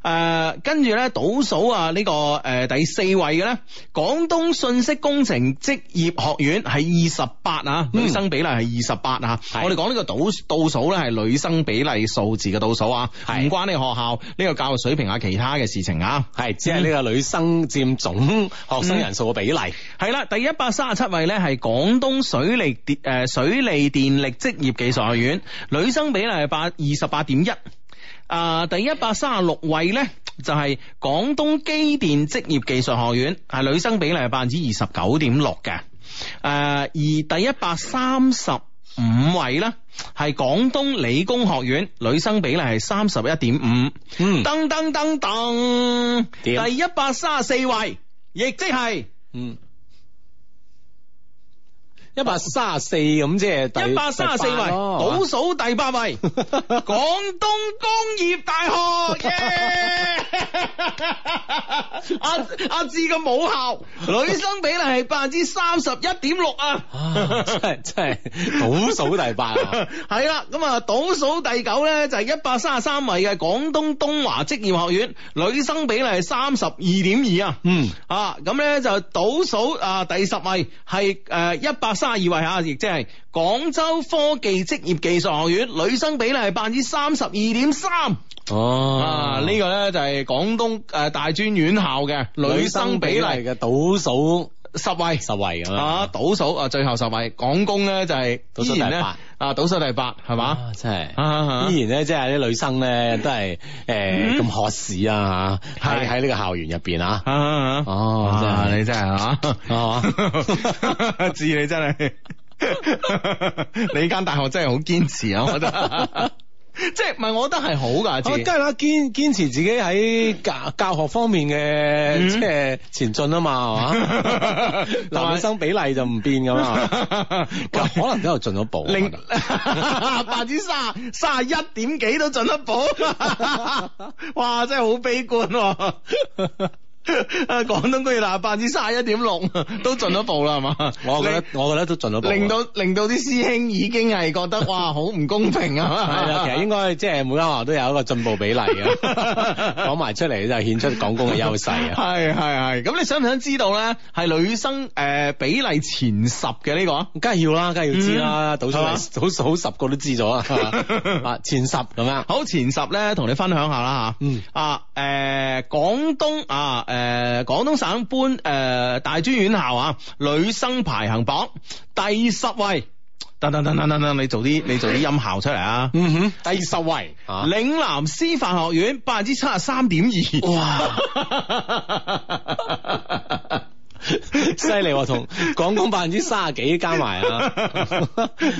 [SPEAKER 1] 誒、跟住咧倒數啊，呢、個誒、第四位嘅咧，廣東信息工程職業學院係二十八啊，
[SPEAKER 3] 嗯
[SPEAKER 1] 女生比例係二十八啊。
[SPEAKER 3] 係
[SPEAKER 1] 我哋講呢個倒倒數咧係女生比例數字嘅倒數啊，
[SPEAKER 3] 係
[SPEAKER 1] 唔關呢個學校呢、個教育水平啊，其他嘅事情啊。
[SPEAKER 3] 係，只係呢個女生佔總學生人數嘅比例。
[SPEAKER 1] 係啦，第一百三十七位咧係廣東水利電誒、呃水利電力職業技術學院，女生比例係八二十八點一。啊，第一百三十六位咧就係、廣東機電職業技術學院，係女生比例係百分之二十九點六嘅。誒、呃而第一百三十五位咧係廣東理工學院，女生比例係三十一點五。
[SPEAKER 3] 嗯
[SPEAKER 1] 噔噔噔噔，
[SPEAKER 3] 點
[SPEAKER 1] 第一百三十四位，亦即係。
[SPEAKER 3] 嗯。一百三十四咁即係第
[SPEAKER 1] 一百三十四
[SPEAKER 3] 第
[SPEAKER 1] 位，
[SPEAKER 3] 八咯
[SPEAKER 1] 倒數第八 位，廣東工業大學， 耶阿阿志嘅母校，女生比例係百分之三十一點六啊！
[SPEAKER 3] 啊真係真係 倒數第八 啊！
[SPEAKER 1] 係啦，咁啊，倒數第九咧就係一百三十三位嘅廣東東華職業學院，女生比例係三十二點二啊。
[SPEAKER 3] 嗯，
[SPEAKER 1] 啊，咁咧就倒數啊第十位係誒一百三十二位嚇，亦即係廣州科技職業技術學院，女生比例係百分之三十二點三。
[SPEAKER 3] 哦
[SPEAKER 1] 啊，呢個咧就係廣東誒大專院校嘅女生比例
[SPEAKER 3] 嘅倒數
[SPEAKER 1] 十位。
[SPEAKER 3] 十位咁
[SPEAKER 1] 啊，
[SPEAKER 3] 啊，
[SPEAKER 1] 倒數啊，最後十位，廣工咧就係
[SPEAKER 3] 倒數
[SPEAKER 1] 依然
[SPEAKER 3] 第
[SPEAKER 1] 咧
[SPEAKER 3] 八
[SPEAKER 1] 啊，倒數第八係嘛？
[SPEAKER 3] 啊真係。
[SPEAKER 1] 啊啊
[SPEAKER 3] 依然咧，即係啲女生咧，都係誒
[SPEAKER 1] 嗯
[SPEAKER 3] 咁渴市啊，嚇喺
[SPEAKER 1] 係
[SPEAKER 3] 喺呢個校園入邊啊
[SPEAKER 1] 啊，啊！
[SPEAKER 3] 哦真係
[SPEAKER 1] 啊你真係啊，
[SPEAKER 3] 啊哦
[SPEAKER 1] 知你真 係，你間大學真係好堅持啊！我覺 得，哦即係唔係？我覺得係好㗎，
[SPEAKER 3] 我
[SPEAKER 1] 志
[SPEAKER 3] 哦梗係啦，堅堅持自己喺教教學方面嘅
[SPEAKER 1] 嗯？
[SPEAKER 3] 即係前進啊嘛，係嘛 男女生比例就唔變咁啊，喂可能都有進咗 步啊。
[SPEAKER 1] 零
[SPEAKER 3] 我覺得
[SPEAKER 1] 百分之卅卅一點幾都進一步， 哇！真係好悲觀喎。 啊，廣東工業大學百分之卅一點六都進咗步啦，係嘛？
[SPEAKER 3] 我覺得我覺得都進咗步啊。
[SPEAKER 1] 令到令到啲師兄已經係覺得哇，好唔公平啊！
[SPEAKER 3] 係啦，其實應該即係每間學校都有一個進步比例 嘅，講埋出嚟就顯出廣工嘅優勢啊。
[SPEAKER 1] 係係係，咁你想唔想知道咧？係女生誒、呃比例前十嘅呢個啊？
[SPEAKER 3] 梗係要啦，梗係要知啦，
[SPEAKER 1] 嗯
[SPEAKER 3] 倒數嚟倒數十個都知 咗啊，啊前十咁樣，
[SPEAKER 1] 好前十咧，同你分享下啦吓。
[SPEAKER 3] 嗯
[SPEAKER 1] 啊，誒、廣東啊，誒、廣東省搬誒、呃大專院校啊，女生排行榜第十位。等等等等等等，你做啲你做啲音效出嚟啊！
[SPEAKER 3] 嗯哼，第十位啊，
[SPEAKER 1] 嶺南師範學院百分之七十三點二。
[SPEAKER 3] 哇！犀利 喎，同廣工百分之三十幾加埋啊！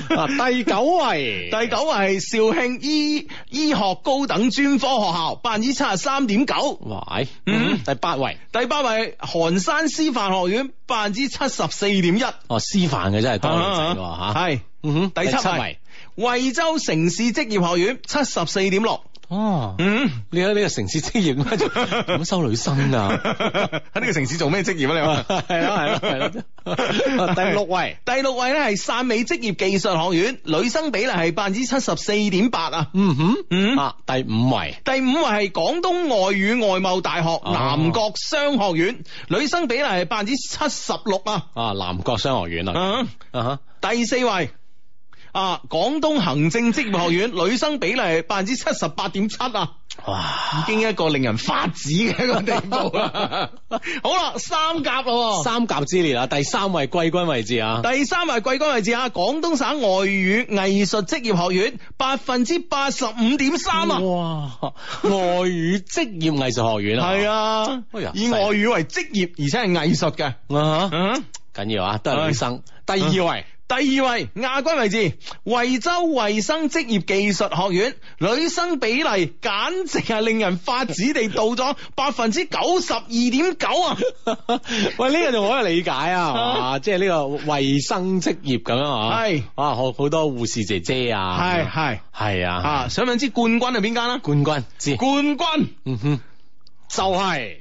[SPEAKER 3] 啊，第九位，
[SPEAKER 1] 第九位係肇慶醫醫學高等專科學校，百分之七十三點九。
[SPEAKER 3] 哇，
[SPEAKER 1] 嗯
[SPEAKER 3] 嗯，第八位，
[SPEAKER 1] 第八位韓山師範學院，百分之七十四點一。
[SPEAKER 3] 哦，師範嘅真係多女仔喎嚇，
[SPEAKER 1] 係
[SPEAKER 3] 嗯哼，
[SPEAKER 1] 啊第七位，惠州城市職業學院，七十四點六。
[SPEAKER 3] 哦，
[SPEAKER 1] 嗯，
[SPEAKER 3] 你喺呢個城市職 業乜仲咁收女生 啊？
[SPEAKER 1] 喺呢個城市做咩職業啊？你話
[SPEAKER 3] 係咯係咯係 咯，啊第六位，
[SPEAKER 1] 第六位咧係汕尾職業技術學院，女生比例係百分之七十四點八啊。
[SPEAKER 3] 嗯哼，
[SPEAKER 1] 嗯
[SPEAKER 3] 啊，第五位，
[SPEAKER 1] 第五位係廣東外語外貿大學南國商學院，女生比例係百分之七十六啊。
[SPEAKER 3] 啊，南國商學院啊，
[SPEAKER 1] 嗯
[SPEAKER 3] 啊哈，
[SPEAKER 1] 第四位啊，廣東行政職業學院，女生比例係百分之七十八點七啊。
[SPEAKER 3] 哇
[SPEAKER 1] 已，經一個令人發指嘅一個地步啦。 好啦，三甲咯喎。
[SPEAKER 3] 三甲之列啊，第三位季軍位置啊，
[SPEAKER 1] 第三位貴軍位置啊，廣東省外語藝術職業學院百分之八十五點三啊，
[SPEAKER 3] 哇！外語職業藝術學院啊，
[SPEAKER 1] 係啊
[SPEAKER 3] 哎呀，
[SPEAKER 1] 以外語為職業，而且係藝術嘅。
[SPEAKER 3] 啊哈，
[SPEAKER 1] 嗯，
[SPEAKER 3] 緊要啊，都係女生。第二位，
[SPEAKER 1] 第二位亞軍位置，惠州衛生職業技術學院女生比例簡直係令人發指地到 咗百分之九十二點九 啊！
[SPEAKER 3] 喂，呢、個仲可以理解 啊，係嘛？即係呢個衞生職業咁樣啊，
[SPEAKER 1] 係
[SPEAKER 3] 啊，好好多護士姐姐啊，
[SPEAKER 1] 係係
[SPEAKER 3] 係啊，
[SPEAKER 1] 啊，想唔想知冠軍係邊間啦？啊
[SPEAKER 3] 冠軍知，
[SPEAKER 1] 冠軍
[SPEAKER 3] 嗯哼，
[SPEAKER 1] 就係、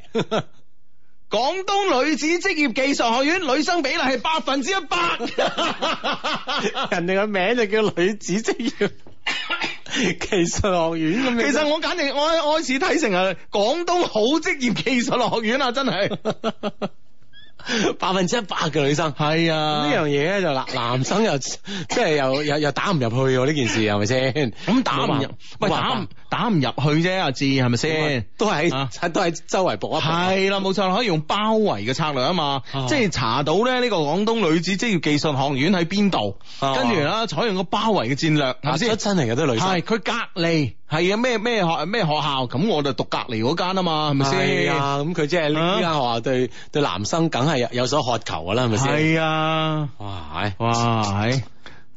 [SPEAKER 1] 廣東女子職業技術學院女生比例係百分之一百，
[SPEAKER 3] 人哋個名就叫女子職業技術學院咁 樣，
[SPEAKER 1] 其實我簡直我我開始睇成係廣東好職業技術學院啊，真係。
[SPEAKER 3] 百分之一百嘅女生。
[SPEAKER 1] 係啊
[SPEAKER 3] 呢樣嘢咧就 男男生又即係又又又打唔入去喎呢件事係咪先？
[SPEAKER 1] 咁打唔入，喂
[SPEAKER 3] 冇辦
[SPEAKER 1] 打
[SPEAKER 3] 法
[SPEAKER 1] 唔打唔入去啫，阿志係咪先？
[SPEAKER 3] 都係
[SPEAKER 1] 啊
[SPEAKER 3] 喺都係周圍搏一啊搏。
[SPEAKER 1] 係啦，冇錯，可以用包圍嘅策略啊嘛，
[SPEAKER 3] 啊
[SPEAKER 1] 即係查到咧呢個廣東女子職業技術學院喺邊度，
[SPEAKER 3] 啊
[SPEAKER 1] 跟住啦採用個包圍嘅戰略，係咪
[SPEAKER 3] 啊
[SPEAKER 1] 先？
[SPEAKER 3] 真係有啲女生
[SPEAKER 1] 係，佢隔離係啊咩咩學咩學校，咁我就讀隔離嗰間啊嘛，係咪
[SPEAKER 3] 係
[SPEAKER 1] 先？
[SPEAKER 3] 啊，咁佢即係呢間學校對對男生梗係有有所渴求㗎啦，係咪先？
[SPEAKER 1] 係啊，
[SPEAKER 3] 哇，係
[SPEAKER 1] 哇係，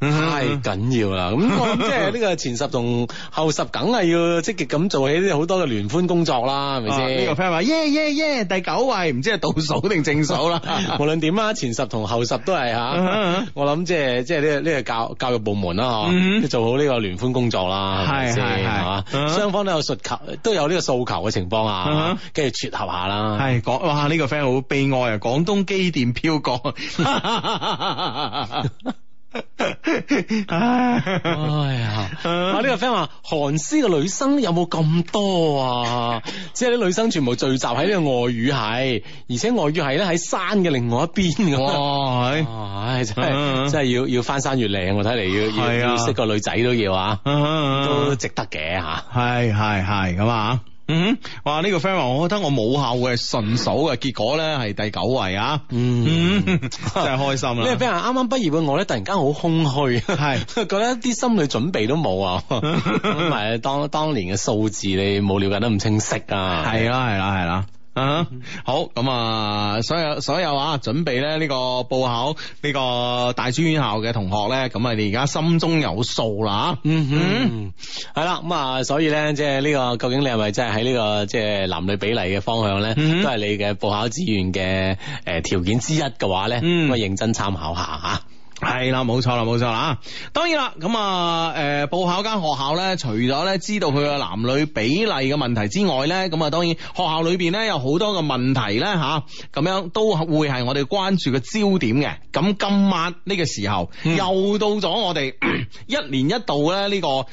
[SPEAKER 1] 嗯
[SPEAKER 3] 太緊要啦！ 咁我諗即係呢個前十同後十，梗係要積極咁做起呢好多嘅聯歡工作啦，係咪
[SPEAKER 1] 啊呢
[SPEAKER 3] 先？
[SPEAKER 1] 個 friend 話耶耶耶，第九位唔知係倒數定正數 啦。
[SPEAKER 3] 無論點啊，前十同後十都係
[SPEAKER 1] 嗯
[SPEAKER 3] 嚇，我諗即係即係呢個呢個教教育部門啦，
[SPEAKER 1] 嗯
[SPEAKER 3] 嗬，做好呢個聯歡工作啦，係咪
[SPEAKER 1] 係
[SPEAKER 3] 先
[SPEAKER 1] 係係
[SPEAKER 3] 係嘛？
[SPEAKER 1] 嗯
[SPEAKER 3] 雙方都有訴求，都有呢個訴求嘅情況啊
[SPEAKER 1] 嗯
[SPEAKER 3] 下，跟住撮合下啦。
[SPEAKER 1] 系广哇呢、個个 friend 好悲哀啊！廣東機電飄過，唉
[SPEAKER 3] 哎呀！
[SPEAKER 1] 嗯
[SPEAKER 3] 啊！呢個 friend 話韓師嘅女生有冇咁多啊？即係啲女生全部聚集喺呢個外語系，而且外語系咧喺山嘅另外一邊咁。
[SPEAKER 1] 哇，哎係
[SPEAKER 3] 哦唉，真
[SPEAKER 1] 嗯嗯
[SPEAKER 3] 係真係要要翻山越嶺，我睇嚟要
[SPEAKER 1] 係啊嗯
[SPEAKER 3] 要要識個女仔都要啊，都
[SPEAKER 1] 都
[SPEAKER 3] 值得嘅嚇。
[SPEAKER 1] 係係係咁啊！嗯哼，哇！呢、個 friend 話，我覺得我母校嘅係順手嘅，結果咧係第九位啊！嗯， 真係開心啦！
[SPEAKER 3] 呢個 friend 話啱啱畢業嘅我咧，突然間好空虛，
[SPEAKER 1] 係 嗯
[SPEAKER 3] 覺得一啲心理準備都冇啊。咁咪當當年嘅數字你冇了解得咁清晰啊。
[SPEAKER 1] 係啦，係啦，係啦。啊，好咁啊！所有所有啊，準備咧呢個報考呢個大專院校嘅同學咧，咁啊，你而家心中有數啦嚇
[SPEAKER 3] 嗯哼，係啦，咁啊，所以咧，即係呢個究竟你係咪真係喺呢個即係男女比例嘅方向咧，
[SPEAKER 1] 嗯
[SPEAKER 3] 都係你嘅報考志願嘅誒條件之一嘅話咧，
[SPEAKER 1] 嗯
[SPEAKER 3] 咁啊認真參考下嚇。
[SPEAKER 1] 係啦，冇錯啦，冇錯啦。當然啦，咁啊，誒、報考間學校咧，除咗咧知道佢嘅男女比例嘅問題之外咧，咁啊，當然學校裏邊咧有好多嘅問題咧吓，咁、樣都會係我哋關注嘅焦點嘅。咁今晚呢個時候、
[SPEAKER 3] 嗯
[SPEAKER 1] 又到咗我哋 一年一度咧呢、個誒、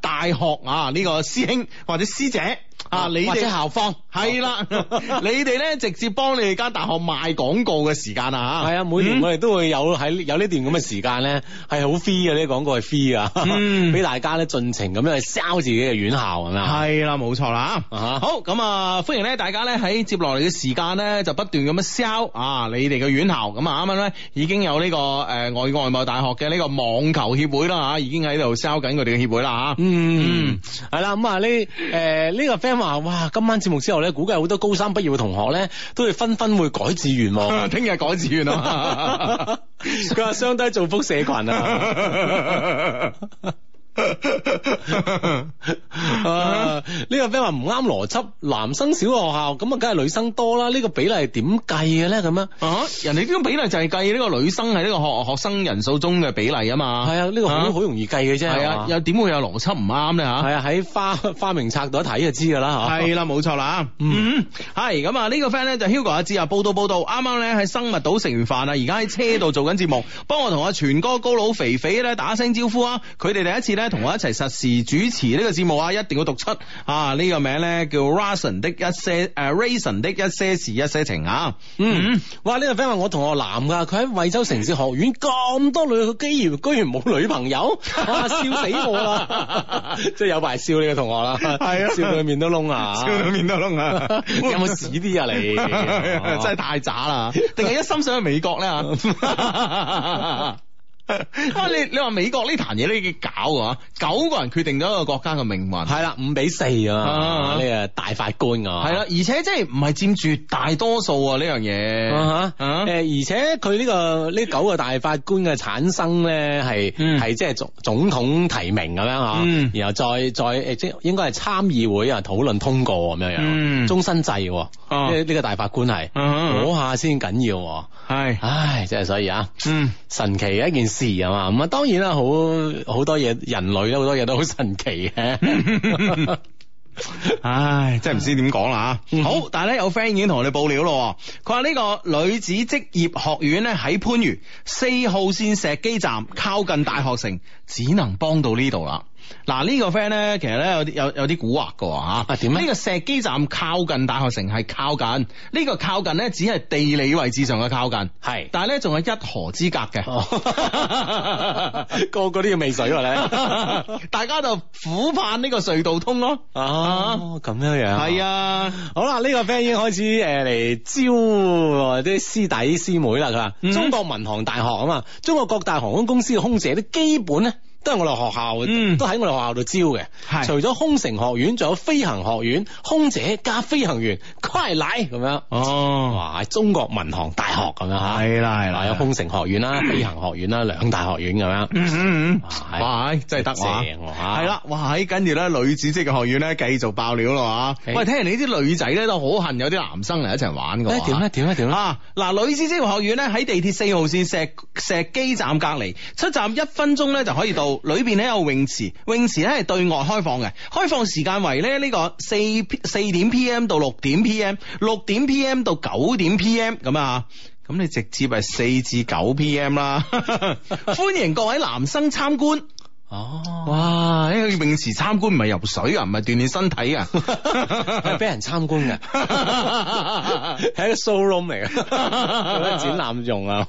[SPEAKER 1] 大學啊呢、個師兄或者師姐啊，你
[SPEAKER 3] 哦或
[SPEAKER 1] 哋
[SPEAKER 3] 者校方
[SPEAKER 1] 係啦， 你哋咧直接幫你哋間大學賣廣告嘅時間啊嚇
[SPEAKER 3] 係啊，每
[SPEAKER 1] 嗯
[SPEAKER 3] 年我哋都會有喺呢有呢段咁嘅時間咧，係好 free 嘅呢啲廣告係 free 啊，
[SPEAKER 1] 嗯
[SPEAKER 3] 俾大家咧盡情咁樣去 sell 自己嘅院校咁樣啊。
[SPEAKER 1] 系啦，冇錯啦。
[SPEAKER 3] 啊哈
[SPEAKER 1] 好咁啊，歡迎咧大家咧喺接落嚟嘅時間咧，就不斷咁樣 sell 啊你哋嘅院校。咁啊，啱啱咧已經有呢、個诶、外外貿大學嘅呢個網球協會啦啊吓，已經喺度 sell 緊佢哋嘅協會啦啊吓。
[SPEAKER 3] 嗯，係啦，咁啊呢誒呢個 friend 話，哇，今晚節目之後咧，估計好多高三畢業嘅同學咧，都會紛紛會改志願 喎。
[SPEAKER 1] 聽日改志願啊！
[SPEAKER 3] 佢話相低造福社群 啊！啊！呢個 friend 話唔啱邏輯，男生少嘅學校咁啊，梗係女生多啦。呢個比例係點計嘅咧？咁樣
[SPEAKER 1] 啊！人哋呢種比例就係計呢個女生喺呢個學學生人數中嘅比例啊嘛。
[SPEAKER 3] 係啊，呢個好好容易計嘅啫。
[SPEAKER 1] 係
[SPEAKER 3] 係
[SPEAKER 1] 啊
[SPEAKER 3] 嘛，
[SPEAKER 1] 又點會有邏輯唔啱咧吓？
[SPEAKER 3] 係啊，喺花 花名冊度一睇就知㗎啦嚇。
[SPEAKER 1] 系啦，冇錯啦。嗯，係咁啊，呢個 friend 咧就 Hugo 阿志啊，報道報道，啱啱咧喺生物島食完飯啊，而家喺車度做緊節目，幫我同阿全哥、高佬、肥肥咧打聲招呼啊！佢哋第一次咧同我一齊實時主持呢個節目啊，
[SPEAKER 3] 嗯
[SPEAKER 1] 一定要讀出啊！呢、個名咧叫 Rason 的一些誒、Rason 的一些事一些情啊。
[SPEAKER 3] 嗯，哇！呢、個 friend 話我同學男㗎，佢喺惠州城市學院咁多女，佢居然居然冇女 朋友，哇！笑死我啦！即係有排笑你個同學啦，
[SPEAKER 1] 係啊
[SPEAKER 3] 笑到佢面都窿啊！
[SPEAKER 1] 面都窿啊？
[SPEAKER 3] 有冇屎啲啊 你
[SPEAKER 1] 真係太渣啦！定係一心想去美國咧？哇！啊你你話美國呢壇嘢呢幾搞啊？九個人決定咗一個國家嘅命運。
[SPEAKER 3] 係啦，五比四
[SPEAKER 1] 啊
[SPEAKER 3] 啊，呢個大法官啊，
[SPEAKER 1] 係啦，而且即係唔係佔絕大多數啊呢樣嘢。
[SPEAKER 3] 啊哈，
[SPEAKER 1] 啊
[SPEAKER 3] 誒而且佢呢、個呢九個大法官嘅產生咧，係
[SPEAKER 1] 嗯
[SPEAKER 3] 係即係總總統提名咁樣嚇，
[SPEAKER 1] 嗯
[SPEAKER 3] 然後再再誒即係應該係參議會啊討論通過咁樣樣，
[SPEAKER 1] 嗯
[SPEAKER 3] 終身制喎，呢
[SPEAKER 1] 啊
[SPEAKER 3] 呢、個大法官係
[SPEAKER 1] 啊哈
[SPEAKER 3] 嗰下先緊要喎，
[SPEAKER 1] 係，
[SPEAKER 3] 唉，真係所以啊。
[SPEAKER 1] 嗯，
[SPEAKER 3] 神奇嘅一件事啊嘛，咁啊當然啦，好好多嘢人類咧好多嘢都好神奇 嘅，
[SPEAKER 1] 唉，真係唔知點講啦吓。
[SPEAKER 3] 嗯
[SPEAKER 1] 好，但係咧有 friend 已經同我哋報料咯喎，佢話呢個女子職業學院咧喺番禺四號線石基站靠近大學城，只能幫到呢度啦。嗱呢個 friend 咧，其實咧有啲有有啲蠱惑嘅吓，
[SPEAKER 3] 啊點咧
[SPEAKER 1] 呢個石基站靠近大學城係靠近，呢個靠近咧只係地理位置上嘅靠近，
[SPEAKER 3] 係
[SPEAKER 1] 但係咧仲有一河之隔嘅。
[SPEAKER 3] 哦 個個都要未水喎你，
[SPEAKER 1] 大家就苦盼呢個隧道通咯。
[SPEAKER 3] 哦咁樣樣，
[SPEAKER 1] 係啊，
[SPEAKER 3] 好啦，呢、個 friend 已經開始誒嚟招呃啲師弟師妹啦。佢話、
[SPEAKER 1] 嗯
[SPEAKER 3] 中國民航大學啊嘛，中國各大航空公司嘅空姐啲基本咧。都係我哋學校，
[SPEAKER 1] 嗯
[SPEAKER 3] 都喺我哋學校度招嘅。
[SPEAKER 1] 係
[SPEAKER 3] 除咗空乘學院，仲有飛行學院，空姐加飛行員，快奶咁樣。
[SPEAKER 1] 哦，
[SPEAKER 3] 哇！中國民航大學咁樣嚇，
[SPEAKER 1] 係啦係
[SPEAKER 3] 嗱有空乘學院啦、飛行學院啦，兩大學院咁樣。
[SPEAKER 1] 嗯嗯嗯，
[SPEAKER 3] 係
[SPEAKER 1] 哇，真係得哇！
[SPEAKER 3] 正喎嚇
[SPEAKER 1] 係啦，哇！喺跟住咧，女子職嘅學院咧，繼續爆料啦吓。
[SPEAKER 3] 誒
[SPEAKER 1] 喂，聽人哋啲女仔咧都好恨有啲男生嚟一齊玩嘅
[SPEAKER 3] 誒
[SPEAKER 1] 喎。
[SPEAKER 3] 點咧？點咧？點咧？
[SPEAKER 1] 啊！嗱，女子職業學院咧喺地鐵四號線石石基站隔離，出站一分鐘咧就可以到。裏邊咧有泳池，泳池咧係對外開放嘅，開放時間為咧呢個四四點 P.M. 到六點 P.M.，六點 P.M. 到九點 P.M. 咁啊。咁你直接係四至九 P.M. 啦， 歡迎各位男生參觀。
[SPEAKER 3] 哦，
[SPEAKER 1] 哇！呢個泳池參觀唔係游水啊，唔係鍛鍊身體啊，
[SPEAKER 3] 係俾人參觀 嘅，係一個 showroom 嚟嘅，做得展覽用啊。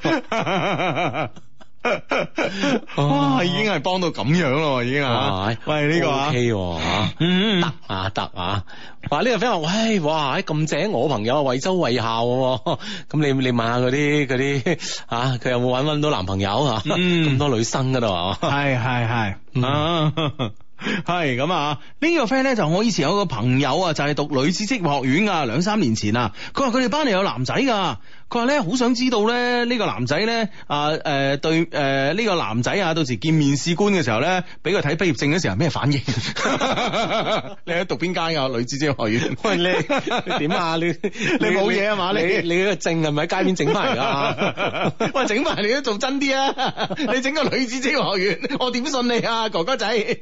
[SPEAKER 1] 哇，已經係幫到咁樣咯，已經啊
[SPEAKER 3] 哇！
[SPEAKER 1] 喂，呢個啊
[SPEAKER 3] O，K 喎嚇
[SPEAKER 1] 嗯，嗯
[SPEAKER 3] 啊得啊！話呢個 friend 話：，喂，哇，咁正！我朋友啊，惠州衛校喎， 咁你你問下嗰啲嗰啲啊，佢有冇揾揾到男朋友啊？
[SPEAKER 1] 嗯
[SPEAKER 3] 咁多女生嗰度啊，
[SPEAKER 1] 係係係啊。
[SPEAKER 3] 嗯
[SPEAKER 1] 係咁啊！呢、個 friend 咧就我以前有個朋友啊，就係、讀女子職業學院啊，兩三年前啊，佢話佢哋班嚟有男仔噶，佢話咧好想知道咧呢、個男仔咧啊誒、對誒呢、個男仔啊，到時見面試官嘅時候咧，俾佢睇畢業證嗰時候咩反應？ 你喺讀邊間㗎？女子職業學院？
[SPEAKER 3] 喂你你 點啊？你你
[SPEAKER 1] 冇嘢啊嘛你
[SPEAKER 3] 你你個證係咪喺街邊整翻嚟 㗎？
[SPEAKER 1] 喂，整埋你都做真啲啊！你整個女子職業學院，我點信你啊，哥哥仔？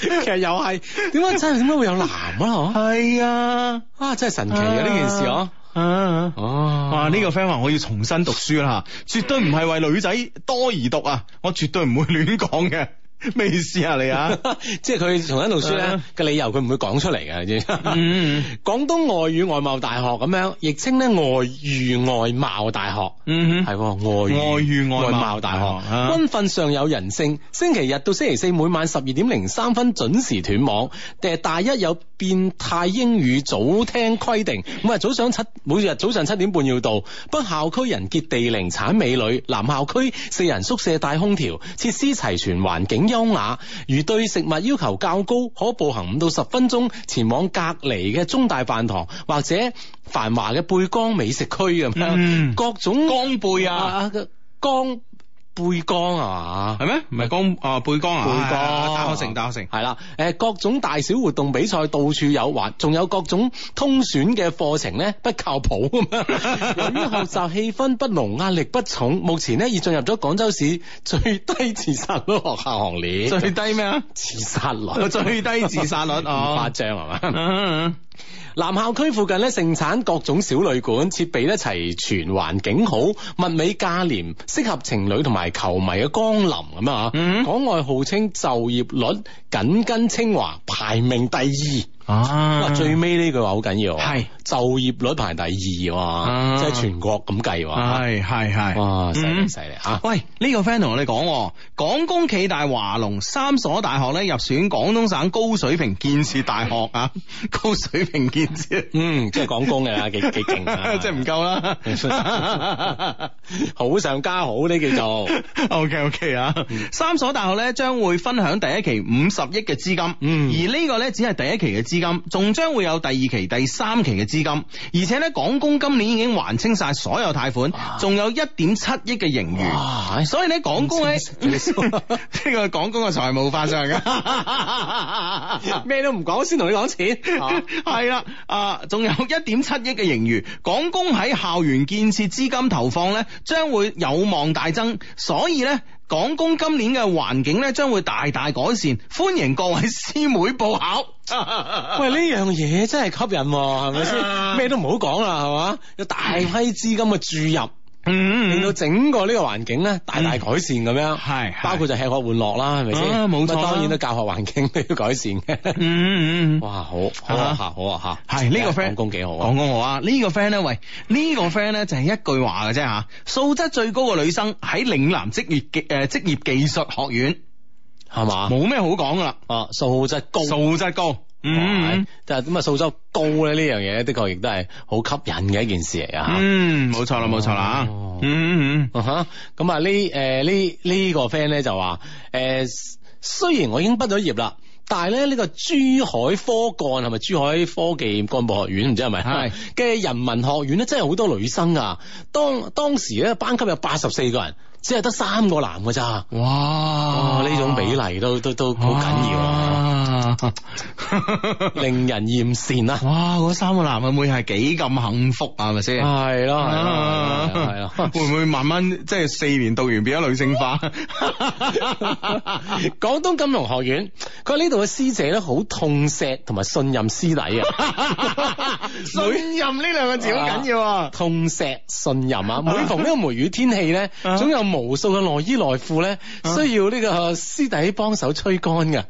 [SPEAKER 3] 其實又係點解真係點解會有男啊？嚇
[SPEAKER 1] 係啊，
[SPEAKER 3] 啊，真係神奇啊！呢件事啊，
[SPEAKER 1] 啊！
[SPEAKER 3] 哦
[SPEAKER 1] 哇！呢、個 friend 話我要重新讀書啦，絕對唔係為女仔多而讀啊，我絕對唔會亂講嘅， 咩意思啊你啊？
[SPEAKER 3] 即係佢重新讀書咧
[SPEAKER 1] 啊
[SPEAKER 3] 嘅理由，佢唔會講出嚟嘅，你知唔知？
[SPEAKER 1] 嗯
[SPEAKER 3] 廣東外語外貿大學咁樣，亦稱咧外語外貿大學。
[SPEAKER 1] 嗯
[SPEAKER 3] 係喎，外
[SPEAKER 1] 外語外貿
[SPEAKER 3] 貿大學，
[SPEAKER 1] 啊
[SPEAKER 3] 軍訓尚有人性。星期日到星期四每晚十二點零三分準時斷網。誒，大一有變態英語早聽規定，每日早上七每日早上七點半要到。北校區人傑地靈產美女，南校區四人宿舍帶空調，設施齊全，環境優雅。如對食物要求較高，可步行五到十分鐘前往隔離嘅中大飯堂或者繁華嘅貝江美食區咁樣。
[SPEAKER 1] 嗯
[SPEAKER 3] 各種
[SPEAKER 1] 江貝啊
[SPEAKER 3] 啊，江背江啊
[SPEAKER 1] 係咩？唔係江啊貝江啊，
[SPEAKER 3] 背
[SPEAKER 1] 係啊
[SPEAKER 3] 江
[SPEAKER 1] 大學城大學城，
[SPEAKER 3] 係啦，誒各種大小活動比賽到處有，還仲有各種通選嘅課程咧不靠譜 咁樣，由於學習氣氛不濃，壓力不重，目前咧已進入咗廣州市 最低自殺率學校行列，
[SPEAKER 1] 最低咩啊？
[SPEAKER 3] 自殺率
[SPEAKER 1] 最低自殺 率
[SPEAKER 3] 唔
[SPEAKER 1] 啊
[SPEAKER 3] 誇！張係嘛？
[SPEAKER 1] 嗯
[SPEAKER 3] 南校區附近咧盛產各種小旅館，設備咧齊全，環境好，物美價廉，適合情侶同埋球迷嘅光臨咁啊！
[SPEAKER 1] 嗯
[SPEAKER 3] 港外號稱就業率緊跟清華排名第二。
[SPEAKER 1] 啊
[SPEAKER 3] 哇！最尾呢句話好緊要啊，
[SPEAKER 1] 係
[SPEAKER 3] 就業率排第二
[SPEAKER 1] 啊
[SPEAKER 3] 哇，即係全國咁計哇，
[SPEAKER 1] 係係係，
[SPEAKER 3] 哇！犀利
[SPEAKER 1] 嗯
[SPEAKER 3] 犀利啊嚇，
[SPEAKER 1] 喂，呢、個 friend 同我哋講喎，廣工暨大華農三所大學咧入選廣東省高水平建設大 學啊，高水平建設，！
[SPEAKER 3] 嗯，即係講工嘅啦，幾幾勁啊
[SPEAKER 1] 即係唔夠啦。
[SPEAKER 3] 好上加好呢叫做，
[SPEAKER 1] O K O K 啊，
[SPEAKER 3] 嗯
[SPEAKER 1] 三所大學咧將會分享第一期五十億嘅資金，
[SPEAKER 3] 嗯
[SPEAKER 1] 而呢個咧只係第一期嘅資金，仲將會有第二期、第三期嘅資金，而且咧港工今年已經還清晒所有貸款，仲有一點七億嘅盈餘，
[SPEAKER 3] 哇！
[SPEAKER 1] 所以咧港工 喺
[SPEAKER 3] 唔清晰嘅呢
[SPEAKER 1] 呢個港工嘅財務發上噶。
[SPEAKER 3] 咩都唔講，先同你講錢。啊
[SPEAKER 1] 係啦，啊，仲有一點七億嘅盈餘，港工喺校園建設資金投放呢，將會有望大增，所以呢，港工今年嘅環境呢，將會大大改善，歡迎各位師妹報考。
[SPEAKER 3] 喂，呢樣嘢真係吸引喎，係咪
[SPEAKER 1] 啊
[SPEAKER 3] 先？咩都唔好講啦，係嘛？有大批資金嘅注入，
[SPEAKER 1] 嗯，
[SPEAKER 3] 令到整個呢個環境咧大大改善咁樣。
[SPEAKER 1] 係係
[SPEAKER 3] 包括就吃喝玩樂啦，係咪
[SPEAKER 1] 啊
[SPEAKER 3] 先？
[SPEAKER 1] 冇錯
[SPEAKER 3] 咁
[SPEAKER 1] 啦
[SPEAKER 3] 當然都教學環境都要改善嘅。
[SPEAKER 1] 嗯嗯嗯。
[SPEAKER 3] 哇，好好啊，好啊，好
[SPEAKER 1] 係呢個 friend
[SPEAKER 3] 講工幾好啊
[SPEAKER 1] 講！講我啊，呢個 friend 咧，喂，呢個 friend 咧就係一句話嘅啫吓，素質最高嘅女生喺嶺南職業技誒職業技術學院，
[SPEAKER 3] 係嘛？
[SPEAKER 1] 冇咩好講噶啦，
[SPEAKER 3] 啊，素質高，
[SPEAKER 1] 素質高，嗯
[SPEAKER 3] 係，但係咁啊，素質高咧呢樣嘢，的確亦都係好吸引嘅一件事嚟啊！
[SPEAKER 1] 嗯，冇錯啦，冇錯啦啊
[SPEAKER 3] 哦
[SPEAKER 1] 嗯嗯
[SPEAKER 3] 啊哈，咁啊呢誒呢呢個 friend 咧就話誒，雖然我已經畢咗業啦。但係咧，呢個珠海科幹係咪珠海科技幹部學院唔知係咪？
[SPEAKER 1] 係
[SPEAKER 3] 嘅人民學院咧，真係好多女生啊！當當時咧，班級有八十四個人，只係得三個男㗎咋。
[SPEAKER 1] 嗯，哇
[SPEAKER 3] 哦，呢種比例都都都好緊要啊，
[SPEAKER 1] 啊！
[SPEAKER 3] 令人豔 羨啊！
[SPEAKER 1] 哇，嗰三個男嘅妹係幾咁幸福啊？係咪先？
[SPEAKER 3] 係咯係
[SPEAKER 1] 啊
[SPEAKER 3] 咯係咯係咯。
[SPEAKER 1] 會唔會慢慢即係四年讀完變咗女性 化？
[SPEAKER 3] 廣東金融學院，佢話呢度嘅師姐咧好痛錫同埋信任師弟 啊，每
[SPEAKER 1] 信任呢兩個字好緊要啊！
[SPEAKER 3] 痛錫信任啊！每逢呢個梅雨天氣咧，
[SPEAKER 1] 啊
[SPEAKER 3] 總有無數嘅內衣內褲咧
[SPEAKER 1] 啊
[SPEAKER 3] 需要呢個師弟幫手吹乾 㗎，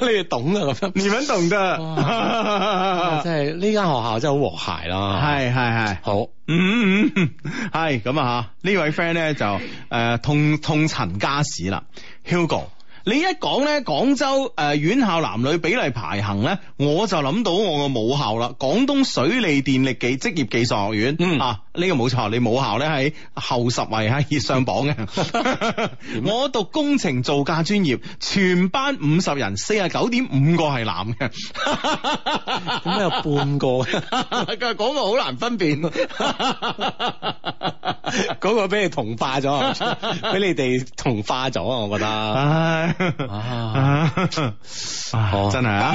[SPEAKER 3] 你哋懂啊咁樣。
[SPEAKER 1] 你們懂得，
[SPEAKER 3] 啊
[SPEAKER 1] 係
[SPEAKER 3] 真係呢間學校真係好和諧啦。
[SPEAKER 1] 係係。
[SPEAKER 3] 好。
[SPEAKER 1] 嗯，嗯嗯，係咁啊吓，呢位 friend 咧就誒、呃痛痛陳家史啦，Hugo。你一講咧廣州誒、呃院校男女比例排行咧，我就諗到我個母校啦，廣東水利電力技職業技術學院、
[SPEAKER 3] 嗯
[SPEAKER 1] 啊，呢、個冇錯，你母校咧喺後十位喺上榜嘅。我讀工程造價專業，全班五十人，四十九點五個係男嘅。
[SPEAKER 3] 咁有半個，
[SPEAKER 1] 佢話嗰個好難分辨，
[SPEAKER 3] 嗰個俾你同化 咗，俾你哋同化咗啊！我覺得。
[SPEAKER 1] 唉，
[SPEAKER 3] 啊
[SPEAKER 1] 唉
[SPEAKER 3] 哦
[SPEAKER 1] 真係啊！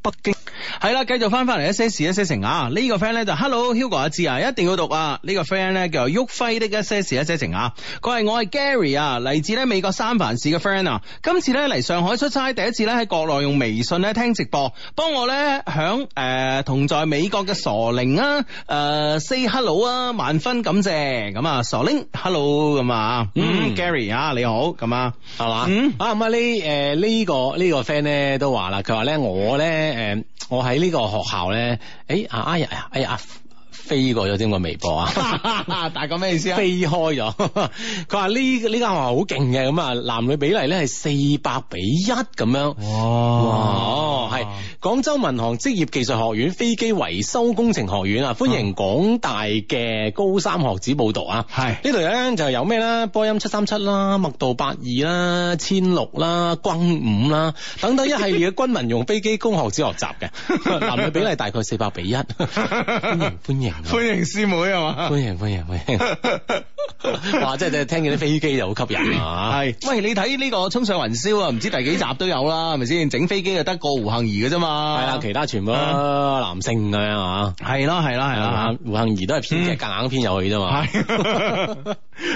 [SPEAKER 1] 北京係啦，繼續翻翻嚟一些事一些情啊！呢、個 friend 咧就 Hello Hugo 阿志啊，一定要讀啊！呢、個 friend 咧叫旭輝的一些事一些情啊，佢係我係 Gary 啊，嚟自咧美國三藩市嘅 friend 啊，今次咧嚟上海出差，第一次咧喺國內用微信咧聽直播，幫我咧響誒同在美國嘅傻玲啊，誒、say hello 啊，萬分感謝咁啊，傻玲 hello 咁啊，嗯
[SPEAKER 3] 嗯
[SPEAKER 1] Gary 啊你好咁啊。
[SPEAKER 3] 係嘛？
[SPEAKER 1] 嗯
[SPEAKER 3] 啊咁啊呢誒呢個呢、個 friend 咧都話啦，佢話咧我咧誒、我喺呢個學校咧，誒啊哎呀哎呀飛過咗添個微博啊！
[SPEAKER 1] 大概咩意思啊？
[SPEAKER 3] 飛開咗， 佢話呢呢間學校好勁嘅，咁啊男女比例咧係四百比一咁樣，哇！哦，係廣州民航職業技術學院飛機維修工程學院啊，歡迎廣大嘅高三學子報讀啊！
[SPEAKER 1] 係
[SPEAKER 3] 呢度咧就有咩啦，波音七三七啦，麥道八二啦，千六啦，軍五啦，等等一系列嘅軍民用飛機供學子學習 嘅，男女比例大概四百 比一，歡迎歡迎啊
[SPEAKER 1] 歡迎師妹係嘛？
[SPEAKER 3] 歡迎歡迎歡 迎，哇！真係聽見啲飛機就好吸引啊！
[SPEAKER 1] 係，喂，你睇呢個《衝上雲霄》啊，唔知第幾集都有啦，係咪先？整飛機就得個胡杏兒嘅啫嘛。
[SPEAKER 3] 係啦，其他全部都男性咁樣啊。嗯
[SPEAKER 1] 係啦，係啦，係
[SPEAKER 3] 係
[SPEAKER 1] 啦
[SPEAKER 3] 啦。，胡杏兒都係編劇夾硬編入去啫嘛。
[SPEAKER 1] 係，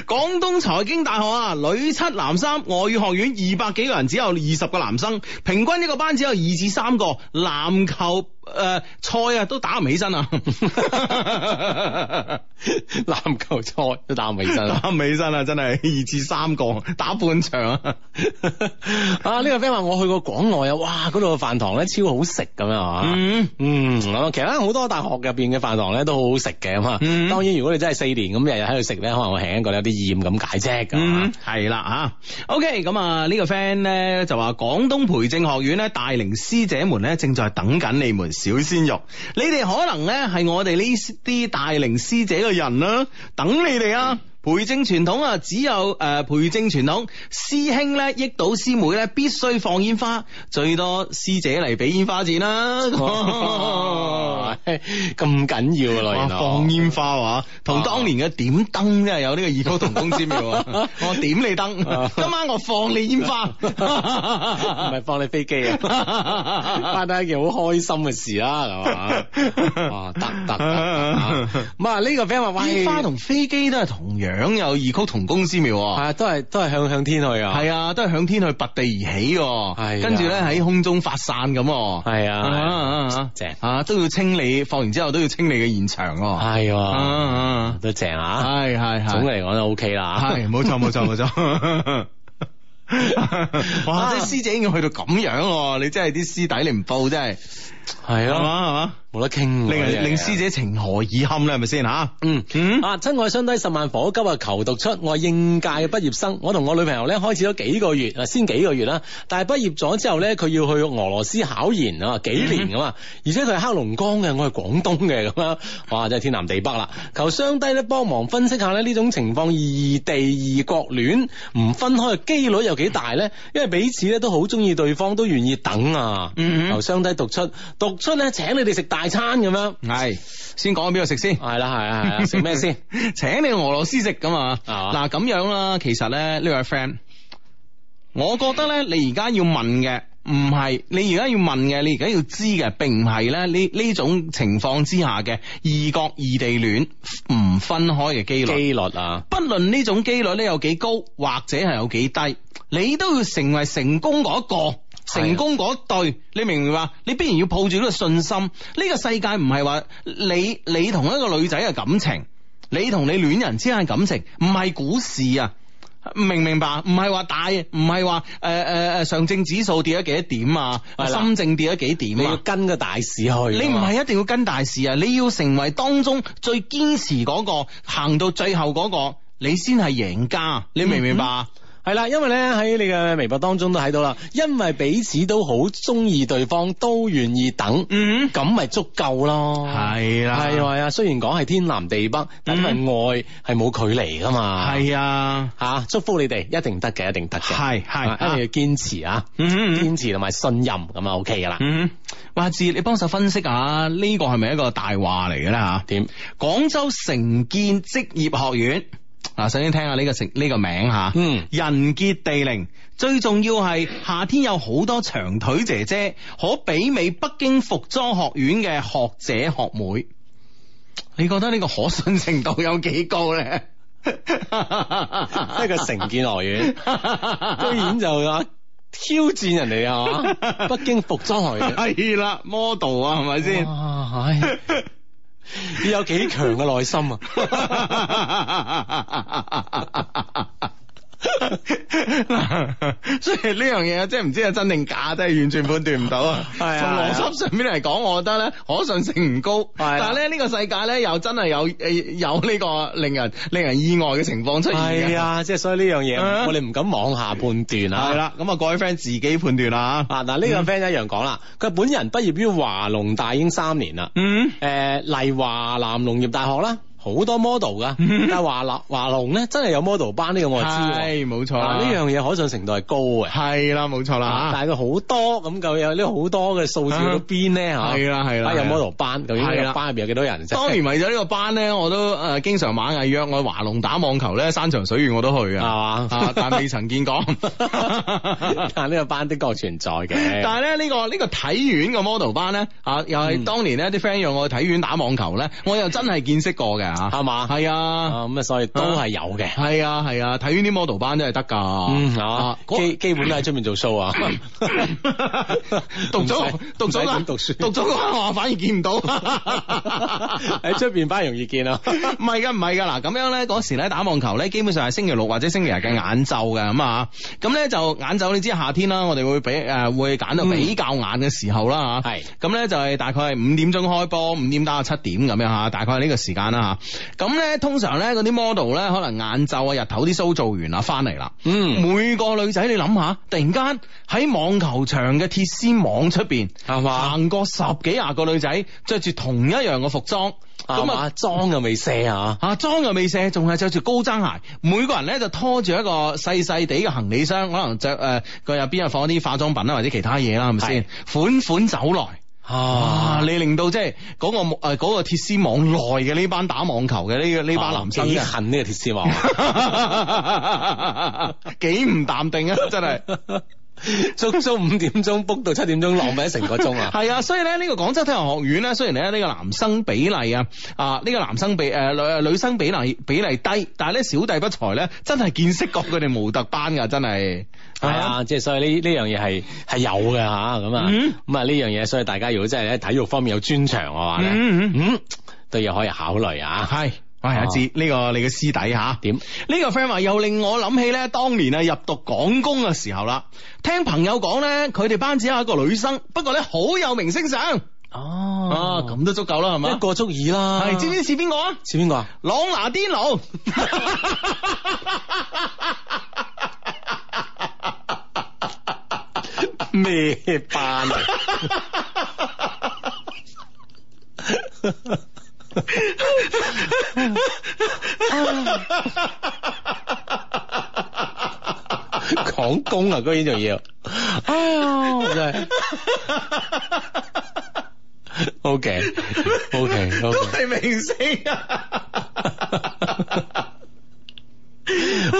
[SPEAKER 1] 廣東財經大學啊，女七男三，外語學院二百幾個人，只有二十個男生，平均一個班只有二至三個，籃球诶菜啊都打唔起身啊，
[SPEAKER 3] 籃球賽都打唔 起身啦。
[SPEAKER 1] 打唔起身啊，真係二至三個打半場啊，
[SPEAKER 3] 啊！呢、個 friend 話我去過廣外啊，哇！嗰度嘅飯堂咧超好食咁樣啊。
[SPEAKER 1] 嗯。
[SPEAKER 3] 嗯，咁其實好多大學入邊嘅飯堂咧都好好食嘅咁啊。
[SPEAKER 1] 嗯
[SPEAKER 3] 當然，如果你真係四年咁日日喺度食咧，可能我輕輕覺得有啲厭咁解啫咁
[SPEAKER 1] 嗯，。
[SPEAKER 3] 啊
[SPEAKER 1] 系啦吓，OK，咁啊呢個 friend 咧就話廣東培正學院咧大齡師姐們咧正在等緊你們小鮮肉，你哋可能咧係我哋呢啲大齡師姐嘅人啦，等你哋啊！培正傳統啊，只有诶、呃培正傳統師兄咧益到師妹咧，必須放煙花，最多師姐嚟俾煙花錢啦。
[SPEAKER 3] 哇 咁緊要啊，
[SPEAKER 1] 嗯哇
[SPEAKER 3] 原來
[SPEAKER 1] 放 煙花啊，同當年嘅點燈真係有呢個異曲同工之妙 啊！我點你燈
[SPEAKER 3] 啊，
[SPEAKER 1] 今晚我放你煙花，
[SPEAKER 3] 唔係放你飛機 啊！翻得一件好開心嘅事啦，係嘛？哇，得得 得得！咁啊，呢個 friend 話：， 喂，
[SPEAKER 1] 煙花同飛機都係同樣有異曲同工之妙啊！
[SPEAKER 3] 係都係都係向向天去啊！
[SPEAKER 1] 係啊，都係向天去拔地而起喎，
[SPEAKER 3] 係啊
[SPEAKER 1] 跟住咧喺空中發散咁喎，
[SPEAKER 3] 係啊
[SPEAKER 1] 啊
[SPEAKER 3] 正
[SPEAKER 1] 啊都要清理，放完之後都要清理嘅現場喎，
[SPEAKER 3] 係
[SPEAKER 1] 啊
[SPEAKER 3] 喎，
[SPEAKER 1] 啊，
[SPEAKER 3] 都正啊！
[SPEAKER 1] 係係係，
[SPEAKER 3] 總嘅嚟講都 OK 啦。
[SPEAKER 1] 系，冇錯冇錯冇 錯。
[SPEAKER 3] 啊
[SPEAKER 1] 哇！即系师姐已經去到咁樣喎，你真係啲師弟你唔報真係，
[SPEAKER 3] 係
[SPEAKER 1] 係
[SPEAKER 3] 咯，
[SPEAKER 1] 嘛係嘛，
[SPEAKER 3] 冇得傾喎。
[SPEAKER 1] 令
[SPEAKER 3] 真係
[SPEAKER 1] 人令師姐情何以堪咧？係咪先吓？
[SPEAKER 3] 嗯。
[SPEAKER 1] 嗯，
[SPEAKER 3] 啊！親愛相低十萬火急啊！求讀出，我係應屆嘅畢業生，我同我女朋友咧開始咗幾個月啊，先幾個月啦。但係畢業咗之後咧，佢要去俄羅斯考研啊，幾年噶
[SPEAKER 1] 嗯
[SPEAKER 3] 嘛。而且佢係黑龍江嘅，我係廣東嘅咁樣，哇！真係天南地北啦。求相低咧幫忙分析下咧呢種情況，異地異國戀唔分開嘅機率有幾大咧？因為彼此咧都好中意對方，都願意等啊。
[SPEAKER 1] 嗯
[SPEAKER 3] 求相低讀出，讀出咧請你哋食大餐咁樣。
[SPEAKER 1] 係先講邊個食先。
[SPEAKER 3] 係啦，係啊啦，係啦，食咩先？？
[SPEAKER 1] 請你去俄羅斯食咁啊！
[SPEAKER 3] 啊
[SPEAKER 1] 嗱咁樣啦，其實咧呢位 friend，我覺得咧你而家要問嘅。唔係，你而家要問嘅，你而家要知嘅，並唔係咧呢呢種情況之下嘅異國異地戀唔分開嘅 機率。
[SPEAKER 3] 機率啊！
[SPEAKER 1] 不論呢種機率咧有幾高，或者係有幾低，你都要成為成功嗰
[SPEAKER 3] 啊
[SPEAKER 1] 一個。成功嗰一對，你明唔明白？你必然要抱住呢個信心。呢、個世界唔係話你你同一個女仔嘅感情，你同你戀人之間嘅感情，唔係股市啊！明唔明白？唔係話大，唔係話誒誒誒上證指數跌咗幾多點啊，
[SPEAKER 3] 係啦
[SPEAKER 1] 深證跌咗幾點
[SPEAKER 3] 你
[SPEAKER 1] 啊
[SPEAKER 3] 要？跟個大市去啊㗎嘛。
[SPEAKER 1] 你唔係一定要跟大事啊，你要成為當中最堅持嗰、個，行到最後嗰、個，你先係贏家，你明唔明白啊？
[SPEAKER 3] 係啦，因為咧喺你嘅微博當中都睇到啦，因為彼此都好中意對方，都願意等，
[SPEAKER 1] 嗯，
[SPEAKER 3] 咁咪足夠咯。
[SPEAKER 1] 係啦嗯
[SPEAKER 3] 係啊係啊，雖然講係天南地北，但因為愛係冇距離噶嘛。
[SPEAKER 1] 係啊，
[SPEAKER 3] 吓、祝福你哋，一定得嘅，一定得嘅。
[SPEAKER 1] 係係
[SPEAKER 3] 啊一定要堅持啊，
[SPEAKER 1] 嗯哼嗯
[SPEAKER 3] 堅持同埋信任咁啊，OK 噶啦。
[SPEAKER 1] 嗯，哇志，你幫手分析下呢個係咪一個大話嚟嘅咧吓？
[SPEAKER 3] 點？
[SPEAKER 1] 廣州城建職業學院。嗱，首先聽下呢個城呢、個名吓，
[SPEAKER 3] 嗯
[SPEAKER 1] 人傑地靈，最重要係夏天有好多長腿姐姐，可媲美北京服裝學院嘅學姐學妹。你覺得呢個可信程度有幾高 咧？
[SPEAKER 3] 一個城建學 院，居然就啊挑戰人哋啊，係嘛北京服裝學院。
[SPEAKER 1] 係啦，model 啊，係咪先？
[SPEAKER 3] 哇，唉，你有幾強嘅內心啊！
[SPEAKER 1] 所以呢樣嘢真係唔知係真定假，真係完全判斷唔到啊！從
[SPEAKER 3] 係啊
[SPEAKER 1] 邏輯上面嚟講，我覺得咧可信性唔高，
[SPEAKER 3] 係啊
[SPEAKER 1] 但係咧呢個世界咧又真係有誒有呢個令人令人意外嘅情況出現嘅。
[SPEAKER 3] 係啊，即係所以呢樣嘢
[SPEAKER 1] 啊，
[SPEAKER 3] 我哋唔敢妄下判斷啊。
[SPEAKER 1] 係。啦，咁啊各位 friend 自己判斷啦
[SPEAKER 3] 啊！嗱，呢個 friend 一樣講啦，佢本人畢業於華農大已經三年啦，
[SPEAKER 1] 嗯，
[SPEAKER 3] 誒麗華南農業大學啦，好多 model 噶，但係華立華農咧真係有 model 班呢個我知喎，
[SPEAKER 1] 係冇錯啦
[SPEAKER 3] 嗱，呢樣嘢可信程度係高嘅，
[SPEAKER 1] 啊係啦，冇錯啦
[SPEAKER 3] 啊但係佢好多咁究竟有呢好多嘅數字去到邊咧嚇？
[SPEAKER 1] 係啦係啦
[SPEAKER 3] 啊有 model 班，究竟
[SPEAKER 1] 係
[SPEAKER 3] 呢
[SPEAKER 1] 啦
[SPEAKER 3] 個班入邊有幾多人 啫？
[SPEAKER 1] 當年為咗呢個班咧，我都誒經常晚藝約我華龍打網球咧，山長水遠我都去
[SPEAKER 3] 係
[SPEAKER 1] 啊，
[SPEAKER 3] 嘛？
[SPEAKER 1] 啊但未曾見過。
[SPEAKER 3] 但呢個班的確存在嘅。
[SPEAKER 1] 但係咧呢個呢、個體
[SPEAKER 3] 嗯
[SPEAKER 1] 院嘅 model 班咧，啊又係當年咧啲 friend 讓我去體院打網球咧，我又真係見識過嘅係啊，
[SPEAKER 3] 係嘛
[SPEAKER 1] 係啊，
[SPEAKER 3] 啊咁啊，所以都係有嘅。
[SPEAKER 1] 係啊，係啊，睇呢啲 model 班真係得㗎。
[SPEAKER 3] 嗯，
[SPEAKER 1] 啊
[SPEAKER 3] 啊，
[SPEAKER 1] 嗰
[SPEAKER 3] 基基本都喺出面做 show 啊，
[SPEAKER 1] 讀
[SPEAKER 3] 唔
[SPEAKER 1] 咗
[SPEAKER 3] 使
[SPEAKER 1] 讀咗
[SPEAKER 3] 唔使
[SPEAKER 1] 啦，
[SPEAKER 3] 點讀書
[SPEAKER 1] 讀咗嘅話，我反而見唔 到。
[SPEAKER 3] 喺出邊反而容易見啊。
[SPEAKER 1] 唔係噶，唔係噶，嗱咁樣咧，嗰時咧打網球咧，基本上係星期六或者星期日嘅晏晝嘅咁啊，咁咧就晏晝你知夏天啦，我哋會比誒、呃、會揀到比較晏嘅時候啦嚇，
[SPEAKER 3] 係
[SPEAKER 1] 咁咧就係大概係五點鐘開波，五點打到七點咁樣嚇，大概係呢個時間啦嚇。咁咧通常咧嗰啲 model 咧，可能晏晝啊日頭啲 show 做完啦，翻嚟啦。
[SPEAKER 3] 嗯，
[SPEAKER 1] 每個女仔你諗下，突然間喺網球場嘅鐵絲網出邊
[SPEAKER 3] 係嘛，
[SPEAKER 1] 行過十幾廿個女仔，着住同一樣嘅服裝，
[SPEAKER 3] 咁
[SPEAKER 1] 咁
[SPEAKER 3] 啊
[SPEAKER 1] 啊
[SPEAKER 3] 妝又未卸啊，
[SPEAKER 1] 啊妝又未卸，仲係着住高踭鞋，每個人咧就拖住一個細細地嘅行李箱，可能着誒佢入邊又放啲化妝品啦，啊或者其他嘢啦，係咪先？款款走來。啊！你令到即係嗰個呃誒嗰、個鐵絲網內嘅呢班打網球嘅呢個呢班男生
[SPEAKER 3] 幾
[SPEAKER 1] 嘅
[SPEAKER 3] 恨呢個鐵絲網啊。
[SPEAKER 1] 幾唔淡定啊！真係。
[SPEAKER 3] 足足五點鐘 book 到七點鐘，浪費咗成個鐘啊！
[SPEAKER 1] 係啊，所以咧呢個廣州體育學院咧，雖然咧呢個男生比例啊啊呢、個男生比誒、呃、女女生比例比例低，但係咧小弟不才咧，真係見識過佢哋模特班㗎，真係
[SPEAKER 3] 係啊，即係所以呢呢樣嘢係係有嘅吓，咁啊
[SPEAKER 1] 嗯
[SPEAKER 3] 咁啊呢樣嘢，所以大家如果真係喺體育方面有專長嘅話咧，
[SPEAKER 1] 嗯嗯
[SPEAKER 3] 嗯，都有可以考慮啊。
[SPEAKER 1] 係。喂，阿志，呢個你嘅師弟吓，
[SPEAKER 3] 點
[SPEAKER 1] 呢個 friend 話又令我諗起咧，當年啊入讀港工嘅時候啦，聽朋友講咧，佢哋班只有一個女生，不過咧好有明星相，啊
[SPEAKER 3] 哦
[SPEAKER 1] 咁都足夠啦，係
[SPEAKER 3] 咁
[SPEAKER 1] 嘛
[SPEAKER 3] 一？個足矣啦。
[SPEAKER 1] 係，知唔知似邊個啊？
[SPEAKER 3] 似邊個啊？
[SPEAKER 1] 朗拿甸奴。
[SPEAKER 3] 咩班啊？港工啊，居然仲要，哎呀，真係 OK OK
[SPEAKER 1] 都
[SPEAKER 3] OK，
[SPEAKER 1] 係明星啊！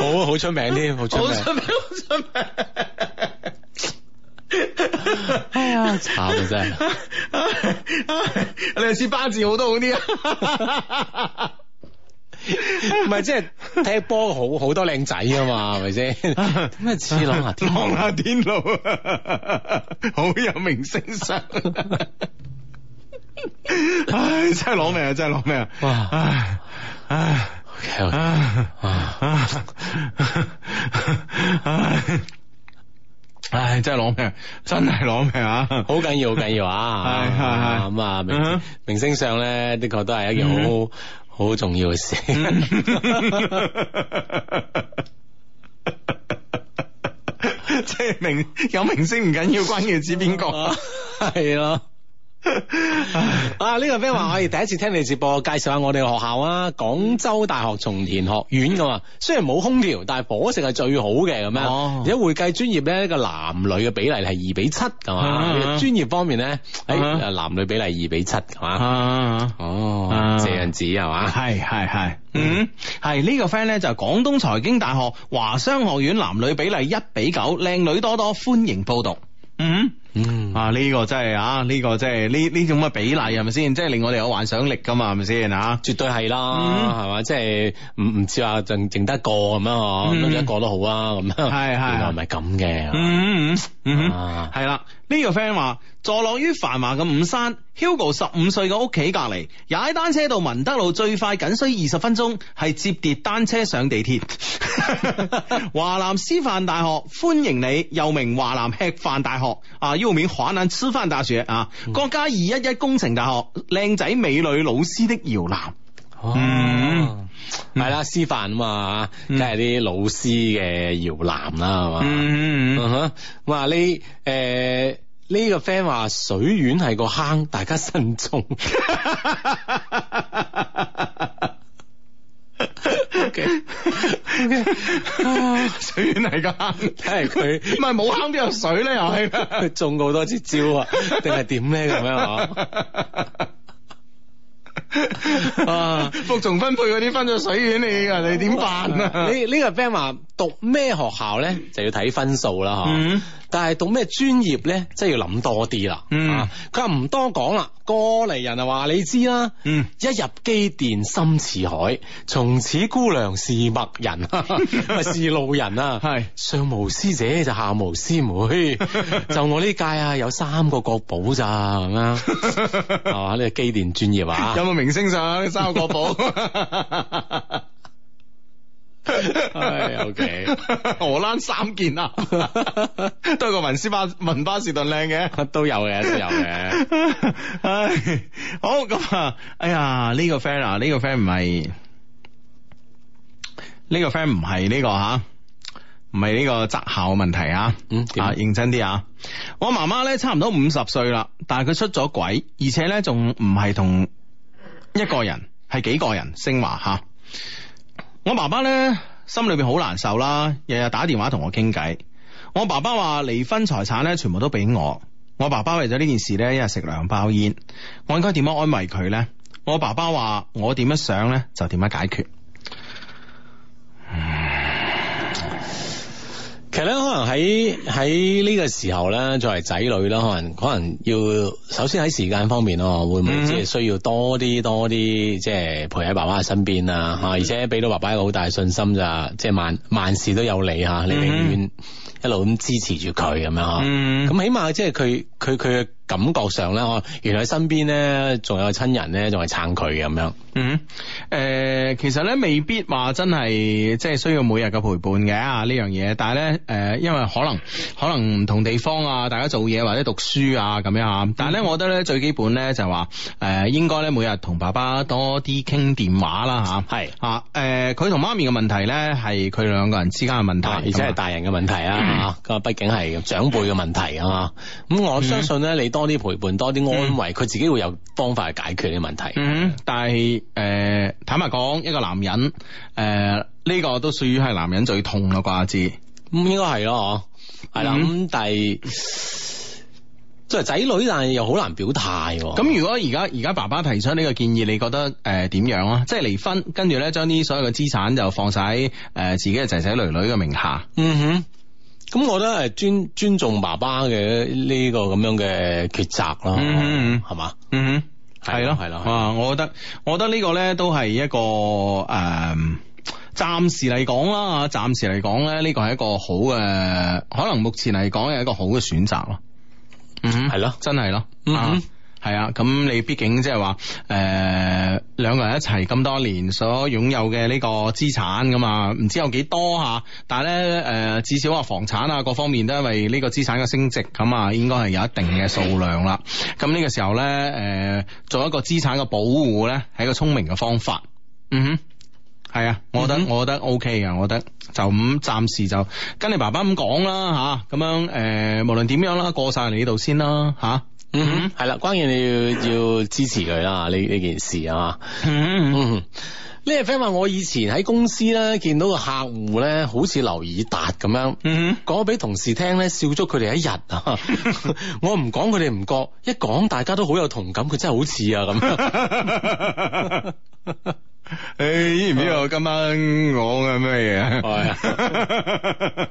[SPEAKER 3] 好好出名添，好出
[SPEAKER 1] 好
[SPEAKER 3] 名，
[SPEAKER 1] 出名，好出名。
[SPEAKER 3] 哎呀，慘啊真係。
[SPEAKER 1] 你係似巴治好都好啲 啊！
[SPEAKER 3] 唔係即係踢波好好多靚仔啊嘛，係咪先？ 咩似朗 拿天
[SPEAKER 1] 望下天路，好有明星相。 唉，真係攞命啊！真係攞命啊！
[SPEAKER 3] 哇
[SPEAKER 1] 唉，唉，
[SPEAKER 3] ？OK，
[SPEAKER 1] 唉，
[SPEAKER 3] 哇
[SPEAKER 1] 唉，唉，真係攞命，真係攞命啊！
[SPEAKER 3] 好緊要，好緊要啊！
[SPEAKER 1] 係係係
[SPEAKER 3] 咁啊，
[SPEAKER 1] 嗯
[SPEAKER 3] 明
[SPEAKER 1] 哼
[SPEAKER 3] 明星相咧，的確都係一件
[SPEAKER 1] 嗯
[SPEAKER 3] 好好重要嘅事。
[SPEAKER 1] 即係明有明星唔緊要，關鍵指邊個？
[SPEAKER 3] 係咯。啊！呢、個 friend 話：我哋第一次聽你直播，介紹下我哋學校啊，廣州大學松田學院噶嘛。雖然冇空調，但係伙食係最好嘅咁樣。
[SPEAKER 1] 哦
[SPEAKER 3] 而且會計專業咧，個男女嘅比例係二比七噶嘛
[SPEAKER 1] 啊。
[SPEAKER 3] 專業方面咧，誒、
[SPEAKER 1] 啊
[SPEAKER 3] 男女比例二比七係嘛。
[SPEAKER 1] 啊！
[SPEAKER 3] 哦
[SPEAKER 1] 啊，
[SPEAKER 3] 這樣子係嘛。
[SPEAKER 1] 係係係，嗯，係呢、個 friend 咧就係廣東財經大學華商學院男女比例一比九，靚女多多，歡迎報讀。嗯，
[SPEAKER 3] 嗯，
[SPEAKER 1] 啊呢、個真係啊，呢、個真係呢呢種嘅比例係咪先？即係令我哋有幻想力噶嘛，係咪先啊？
[SPEAKER 3] 絕對係啦，
[SPEAKER 1] 嗯
[SPEAKER 3] 係嘛、即係唔唔似話淨淨得一個咁樣嗬，
[SPEAKER 1] 嗯
[SPEAKER 3] 咁一個都好啊，咁樣
[SPEAKER 1] 係係
[SPEAKER 3] 原來唔係咁嘅。係嘛
[SPEAKER 1] 嗯嗯嗯嗯
[SPEAKER 3] 啊，
[SPEAKER 1] 係啦。呢個 friend 話坐落於繁華嘅五山，Hugo 十五歲嘅屋企隔離，踩單車到文德路最快僅需二十分鐘，係摺疊單車上地鐵。 華南師範大學歡迎你，又名華南吃飯大學啊，又名華南吃飯大學啊，國家二一一工程大學，靚仔美女老師的搖籃。
[SPEAKER 3] 哦
[SPEAKER 1] 嗯，
[SPEAKER 3] 係啦，師範啊嘛，梗
[SPEAKER 1] 嗯
[SPEAKER 3] 係啲老師嘅搖籃啦，係嘛。
[SPEAKER 1] 嗯
[SPEAKER 3] 嗯哼，哇！呢誒呢個 friend 話水院係個坑，大家 慎重。OK，
[SPEAKER 1] 水源嚟噶，
[SPEAKER 3] 睇嚟佢
[SPEAKER 1] 唔係冇坑邊有水咧，又係
[SPEAKER 3] 佢中過好多支招啊，定係點咧咁樣啊？啊
[SPEAKER 1] 服從分配嗰啲分咗水丸你啊，你點辦啊？
[SPEAKER 3] 呢呢個 friend 話讀咩學校咧，就要睇分數啦，嚇、
[SPEAKER 1] 嗯
[SPEAKER 3] 但係讀咩專業咧，真係要諗多啲啦。
[SPEAKER 1] 嗯
[SPEAKER 3] 啊佢話唔多講啦，個過嚟人啊話你知啦，
[SPEAKER 1] 嗯
[SPEAKER 3] 一入機電心似海，從此姑娘是陌 人，咪是路人啊，
[SPEAKER 1] 係
[SPEAKER 3] 上無師姐就下無 師妹，就我呢屆啊有三個國寶咋咁樣， 係嘛？呢個機電專業啊，
[SPEAKER 1] 有冇明星上？三個國寶。
[SPEAKER 3] 唉，OK 哎
[SPEAKER 1] 荷蘭三件啊， 都係個文斯巴文巴士頓靚嘅。
[SPEAKER 3] 都有嘅，都有嘅。
[SPEAKER 1] 唉，好咁啊！哎呀，呢、個 friend 啊，呢、個 friend 唔係呢個 friend 唔係呢個吓，唔係呢個擇校問題啊。
[SPEAKER 3] 嗯點
[SPEAKER 1] 啊，認真啲啊！我媽媽咧差唔多五十歲啦，但係佢出咗軌，而且咧仲唔係同一個人，係幾個人。升華吓。我爸爸咧心裏邊好難受啦，日日打電話同我傾偈。我爸爸話離婚財產咧全部都俾我。我爸爸為咗呢件事咧，一日食兩包煙。我應該點樣安慰佢咧？我爸爸話我點樣想咧就點樣解決。
[SPEAKER 3] 其實咧，可能喺喺呢個時候咧，作為仔女啦，可能可能要首先喺時間方面咯，會唔會
[SPEAKER 1] 嗯
[SPEAKER 3] 即係需要多啲多啲，即係陪喺爸爸嘅身邊啊？
[SPEAKER 1] 嗯
[SPEAKER 3] 吓，而且俾到爸爸一個好大嘅信心咋，即係萬萬事都有你吓，你永遠一路咁支持住佢咁樣嗬。
[SPEAKER 1] 嗯
[SPEAKER 3] 咁起碼即係佢佢佢嘅感覺上咧，我原來身邊咧仲有親人咧，仲係撐佢嘅咁樣。
[SPEAKER 1] 嗯，誒、其實咧未必話真係即係需要每日嘅陪伴嘅啊呢樣嘢，但係咧誒，因為可能可能唔同地方啊，大家做嘢或者讀書啊咁樣啊，但係咧，
[SPEAKER 3] 嗯
[SPEAKER 1] 我覺得咧最基本咧就係話誒，應該咧每日同爸爸多啲傾電話啦吓，
[SPEAKER 3] 係
[SPEAKER 1] 啊誒，佢同媽咪嘅問題咧係佢兩個人嗯之間嘅問題，
[SPEAKER 3] 啊，而且係大人嘅問題啦，咁啊，畢竟係長輩嘅問題啊嘛。咁我相信咧，你多啲陪伴，多啲安慰，佢自己會有方法去解決呢個問題。
[SPEAKER 1] 嗯，但係誒、呃坦白講，一個男人誒呢、個都屬於係男人最痛嘅啩知。
[SPEAKER 3] 咁應該係咯，嗬，係啦。
[SPEAKER 1] 嗯
[SPEAKER 3] 咁但係作為仔女，但係又好難表態喎。
[SPEAKER 1] 咁如果而家而家爸爸提出呢個建議，你覺得誒點、樣啊？即係離婚，跟住咧將啲所有嘅資產就放晒喺誒自己嘅仔仔女女嘅名下。
[SPEAKER 3] 嗯哼。咁我覺得係尊尊重爸爸嘅呢個咁樣嘅抉擇咯，
[SPEAKER 1] 嗯嗯嗯
[SPEAKER 3] 係嘛？
[SPEAKER 1] 嗯
[SPEAKER 3] 係
[SPEAKER 1] 係咯，
[SPEAKER 3] 係咯係咯
[SPEAKER 1] 啊，我覺得我覺得呢個咧都係一個呃誒。暫時嚟講啦，暫時嚟講咧，呢個係一個好嘅，可能目前嚟講係一個好嘅選擇咯。嗯，
[SPEAKER 3] 係咯
[SPEAKER 1] 真係咯，
[SPEAKER 3] 嗯
[SPEAKER 1] 啊係啊，咁你畢竟即係話誒兩個人一齊咁多年所擁有嘅呢個資產噶嘛，唔知有幾多吓，但係咧誒至少話房產啊各方面都因為呢個資產嘅升值咁啊，應該係有一定嘅數量啦。咁呢個時候咧誒、做一個資產嘅保護咧係一個聰明嘅方法。嗯哼，係啊，我覺得、
[SPEAKER 3] 嗯哼
[SPEAKER 1] 我覺得 O K 嘅，我覺得就咁暫時就跟你爸爸咁講啦吓，咁、樣誒、無論點樣啦，過晒你呢度先啦吓。
[SPEAKER 3] 嗯哼，係啦，關鍵你要要支持佢啦，呢呢件事啊。
[SPEAKER 1] 嗯
[SPEAKER 3] 嗯，呢個 friend 話我以前喺公司咧見到個客戶咧，好似劉以達咁樣。
[SPEAKER 1] 嗯
[SPEAKER 3] 講俾同事聽咧，笑足佢哋一日啊！我唔講佢哋唔覺，一講大家都好有同感，佢真係好似啊咁。
[SPEAKER 1] 哼，你知唔知我今晚講嘅咩嘢啊？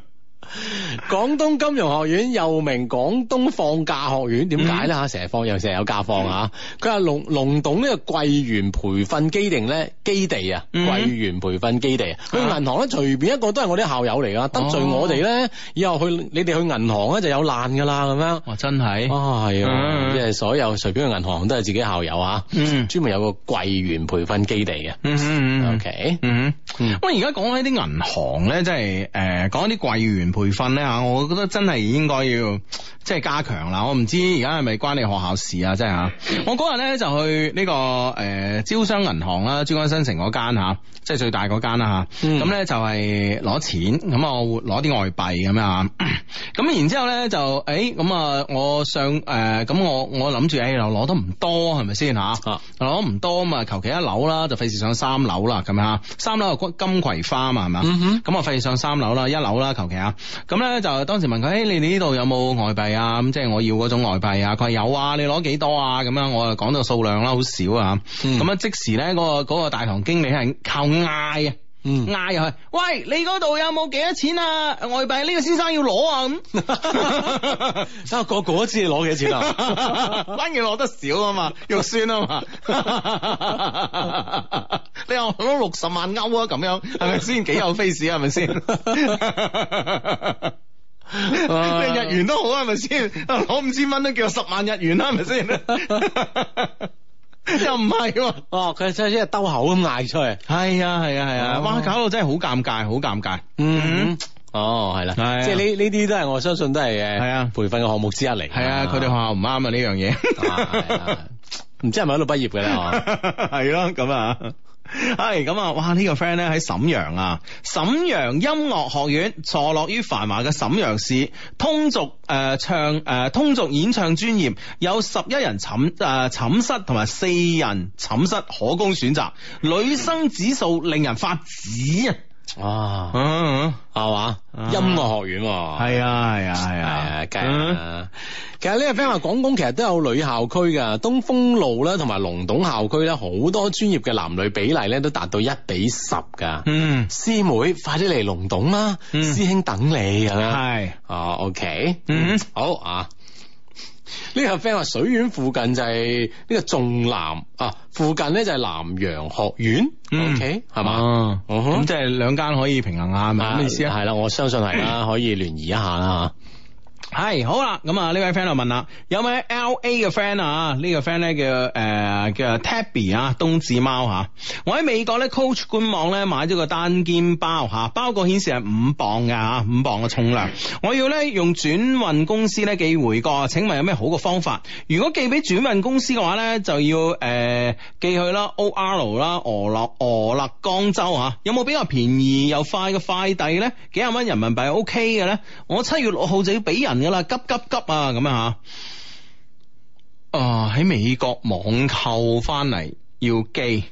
[SPEAKER 3] 廣東金融學院又名廣東放假學院，點解咧
[SPEAKER 1] 嗯
[SPEAKER 3] 嚇？成日放又成日有假放啊！佢話龍龍洞呢個桂園培訓基地咧，基地啊，桂
[SPEAKER 1] 嗯
[SPEAKER 3] 園培訓基地啊，去銀行咧隨便一個都係我啲校友嚟噶，得罪我哋咧，
[SPEAKER 1] 哦
[SPEAKER 3] 以後去你哋去銀行咧就有難噶啦咁 樣。
[SPEAKER 1] 哇，哦真係，
[SPEAKER 3] 啊，係啊，
[SPEAKER 1] 嗯
[SPEAKER 3] 即係所有隨便嘅銀行都係自己校友啊，
[SPEAKER 1] 嗯
[SPEAKER 3] 專門有個桂園培訓基地嘅。
[SPEAKER 1] 嗯嗯
[SPEAKER 3] OK，
[SPEAKER 1] 嗯
[SPEAKER 3] 嗯
[SPEAKER 1] 哼，喂，而家講起啲銀行咧，即係誒講起啲櫃員培訓咧嚇，我覺得真係應該要即係加強啦。我唔知而家係咪關你學校事啊？真係嚇，我嗰日咧就去呢、個誒招商銀行啦，珠江新城嗰間嚇，即係最大嗰間啦嚇。
[SPEAKER 3] 嗯
[SPEAKER 1] 咁咧、就係攞錢，咁啊我攞啲外幣咁樣啊。 咁然之後咧就誒咁啊，我上誒咁、我我諗住誒攞得唔多係咪先嚇？
[SPEAKER 3] 啊，
[SPEAKER 1] 攞哦唔多嘛，求其一樓啦，就費事上三樓啦，咁樣啊，三樓有金葵花嘛，係嘛？
[SPEAKER 3] 嗯哼
[SPEAKER 1] 咁我啊費事上三樓啦，一樓啦，求其啊。咁咧就當時問佢，誒、哎你哋呢度有冇外幣啊？咁即係我要嗰種外幣啊。佢話有啊，你攞幾多啊？咁樣我啊講到數量啦，好少啊。
[SPEAKER 3] 嗯
[SPEAKER 1] 咁啊、即時咧，嗰、個嗰個大堂經理係靠嗌啊！
[SPEAKER 3] 嗯
[SPEAKER 1] 嗌入去，喂，你嗰度有冇幾多錢啊？外幣呢個先生要攞啊咁。
[SPEAKER 3] 啊，個個都知你攞幾 錢啊？
[SPEAKER 1] 關鍵攞得少啊嘛， 肉酸啊嘛，你又攞六十萬歐啊咁樣，係咪先幾有 face 啊？係咪先？你日元都好啊，係咪先？攞五千蚊都叫十萬日元啦，係咪先？ 又唔係喎。
[SPEAKER 3] 哦，佢真係一係兜口咁嗌出去。
[SPEAKER 1] 係啊係啊係啊！
[SPEAKER 3] 哦
[SPEAKER 1] 哇，搞到真係好尷尬，好尷尬。
[SPEAKER 3] 嗯，哦，係啦，
[SPEAKER 1] 係啊
[SPEAKER 3] 即係呢呢啲都係我相信都係誒，
[SPEAKER 1] 係啊
[SPEAKER 3] 培訓嘅項目之一嚟。
[SPEAKER 1] 係啊，佢哋學校唔啱啊呢樣 嘢。
[SPEAKER 3] 係啊唔知係咪喺度畢業嘅咧？ 哦
[SPEAKER 1] 係咯，咁啊。係咁啊！哇，呢、個 friend 咧喺瀋陽啊，瀋陽音樂學院坐落於繁華嘅瀋陽市，通俗誒、呃唱誒、呃通俗演唱專業，有十一人寢誒寢室同埋四人寢室可供選擇，女生指數令人發指啊！
[SPEAKER 3] 哇，
[SPEAKER 1] 嗯，
[SPEAKER 3] 哦係嘛？
[SPEAKER 1] 啊
[SPEAKER 3] 音樂學院喎。
[SPEAKER 1] 係啊，嗯係啊，係
[SPEAKER 3] 係
[SPEAKER 1] 啊
[SPEAKER 3] 啊，，梗係啦。其實呢個 friend 話廣工其實都有女校區㗎，東風路啦同埋龍洞校區咧，好多專業嘅男女比例咧都達到一比十㗎。
[SPEAKER 1] 嗯，
[SPEAKER 3] 師妹，快啲嚟龍洞啦！
[SPEAKER 1] 嗯
[SPEAKER 3] 師兄等你咁樣。
[SPEAKER 1] 係，
[SPEAKER 3] 哦，OK，
[SPEAKER 1] 嗯
[SPEAKER 3] 好啊。 呢個 friend 話水院附近就係呢個仲南啊，附近咧就係南洋學院
[SPEAKER 1] 嗯
[SPEAKER 3] ，OK 係嘛？
[SPEAKER 1] 嘛，
[SPEAKER 3] 嗯
[SPEAKER 1] 咁
[SPEAKER 3] 哼
[SPEAKER 1] 即係兩間可以平衡下，係咪咩意思啊？嗯
[SPEAKER 3] 係啦，我相信係啦，可以聯誼一下啦啊
[SPEAKER 1] 係好啦，咁啊呢位 friend 就問啦，有位 L A 嘅 friend 啊，呢、個 friend 咧叫誒、呃叫 Tabby 啊，冬至貓吓，我喺美國咧 Coach 官網咧買咗個單肩包吓，包裹顯示係五磅嘅吓，五磅嘅重量，我要咧用轉運公司咧寄回國，請問有咩好嘅方法？如果寄俾轉運公司嘅話咧，就要誒、呃寄去啦 O R 啦，俄勒俄勒岡州吓，有冇比較便宜又快嘅快遞咧？幾廿蚊人民幣 O K 嘅咧？我七月六號就要俾人噶啦，急急急啊咁樣吓。啊喺美國網購翻嚟要寄，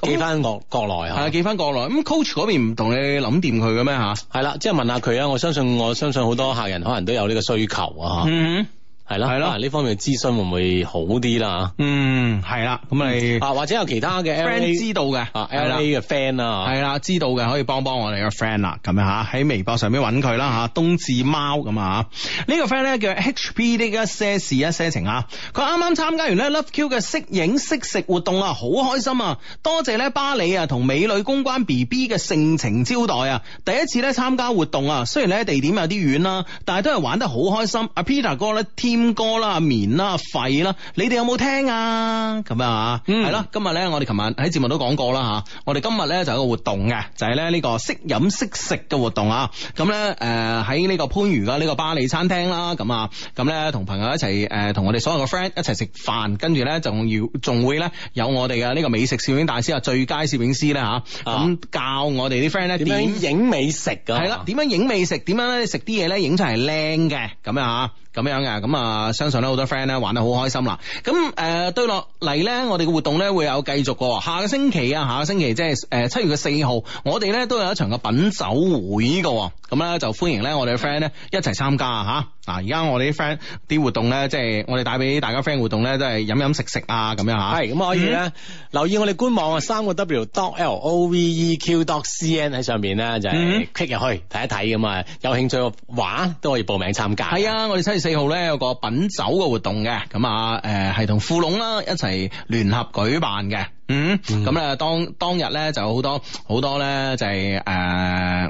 [SPEAKER 3] 嚇，寄翻國國內
[SPEAKER 1] 係啊
[SPEAKER 3] 嚇。
[SPEAKER 1] 寄翻國內。咁 coach 嗰邊唔同你諗掂佢嘅咩吓？
[SPEAKER 3] 係啦，即係問下佢啊！我相信我相信好多客人可能都有呢個需求啊，
[SPEAKER 1] 嗯
[SPEAKER 3] 係啦，
[SPEAKER 1] 係咯
[SPEAKER 3] 可能呢方面嘅諮詢會唔會好啲啦？啊
[SPEAKER 1] 嗯係啦，咁你
[SPEAKER 3] 啊，或者有其他嘅
[SPEAKER 1] friend
[SPEAKER 3] LA
[SPEAKER 1] 知道嘅
[SPEAKER 3] 啊
[SPEAKER 1] 係啦
[SPEAKER 3] LA 嘅 friend 啊，
[SPEAKER 1] 係啦，知道嘅可以幫幫我哋嘅 friend 啦，咁樣吓喺微博上面揾佢啦吓，冬至貓咁啊，呢個 friend 咧叫 HP 的一些事一些情啊，佢啱啱參加完咧 Love Q 嘅識影識食活動啊，好開心啊！多謝咧巴里啊同美女公關 B B 嘅盛情招待啊，第一次咧參加活動啊，雖然咧地點有啲遠啦，但係都係玩得好開心。阿 Peter 哥咧、Tim 哥啦、阿棉啦、阿費啦，你哋有冇聽啊？咁啊，
[SPEAKER 3] 嗯
[SPEAKER 1] 係啦。今日咧，我哋琴晚喺節目都講過啦嚇，我哋今日咧就有一個活動嘅，就係咧呢個識飲識食嘅活動啊。咁咧誒喺呢個番禺嘅呢個巴黎餐廳啦，咁啊咁咧同朋友一齊誒同我哋所有嘅 friend 一齊食飯，跟住咧仲要仲會咧有我哋嘅呢個美食攝影大師啊，最佳攝影師咧嚇，咁教我哋啲 friend 咧
[SPEAKER 3] 啊點
[SPEAKER 1] 點
[SPEAKER 3] 樣影美食啊？
[SPEAKER 1] 係啦，點樣影美食？點樣咧食啲嘢咧影出嚟靚嘅咁樣啊？咁樣嘅咁啊，相信咧好多 friend 咧玩得好開心啦。咁誒、呃、對落嚟咧，我哋嘅活動咧會有繼續嘅。下個星期啊，下個星期即係誒七月嘅四號，我哋咧都有一場嘅品酒會嘅喎。咁咧就歡迎咧我哋嘅 friend 咧一齊參加啊嚇。嗱，而家我哋啲 friend 啲活動咧，即係我哋帶俾大家 friend 活動咧，都係飲飲食食啊嗯咁樣嚇。
[SPEAKER 3] 係咁可以咧，留意我哋官網啊，三個 W dot L O V E Q dot C N 喺上面咧，就
[SPEAKER 1] 嗯
[SPEAKER 3] 係 click 入去睇一睇咁啊，有興趣嘅話都可以報名參加。
[SPEAKER 1] 係，啊，我哋七月四號咧有個品酒嘅活動嘅，咁啊，誒係同富隆啦一齊聯合舉辦嘅。嗯，咁咧、當當日咧就有好多好多咧就係、誒、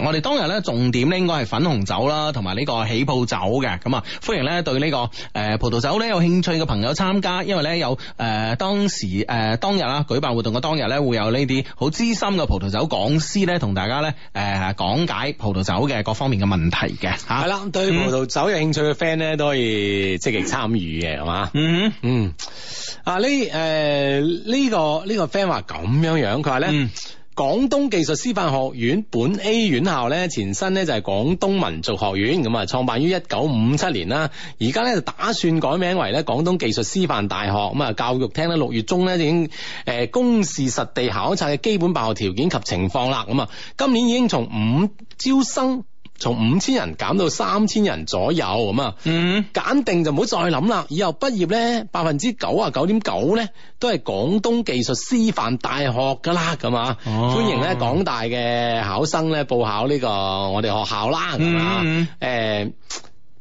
[SPEAKER 1] 我哋當日咧重點咧應該係粉紅酒啦，同埋呢個起泡酒嘅，咁啊歡迎咧對呢、個誒、葡萄酒咧有興趣嘅朋友參加，因為咧有誒、當時誒、當日啦舉辦活動嘅當日咧會有呢啲好資深嘅葡萄酒講師咧同大家咧誒、講解葡萄酒嘅各方面嘅問題嘅嚇。
[SPEAKER 3] 係啦，對葡萄酒有興趣嘅 friend 咧都可以積極參與嘅，係嘛？
[SPEAKER 1] 嗯哼。
[SPEAKER 3] 嗯，啊呢誒呢個呢、個 friend 話咁樣樣，佢話咧。
[SPEAKER 1] 嗯
[SPEAKER 3] 廣東技術師範學院本 A 院校咧，前身咧就係廣東民族學院，咁啊創辦於一九五七年啦。而家咧就打算改名為咧廣東技術師範大學。咁啊，教育廳咧六月中咧已經誒公示實地考察嘅基本辦學條件及情況啦。咁啊，今年已經從五招生。從五千人減到三千人左右咁啊。
[SPEAKER 1] 嗯，
[SPEAKER 3] 揀定就唔好再諗啦，以後畢業咧，百分之九啊九點九咧都係廣東技術師範大學噶啦，咁啊，
[SPEAKER 1] 哦
[SPEAKER 3] 歡迎咧廣大嘅考生咧報考呢個我哋學校啦，咁啊，誒、
[SPEAKER 1] 嗯嗯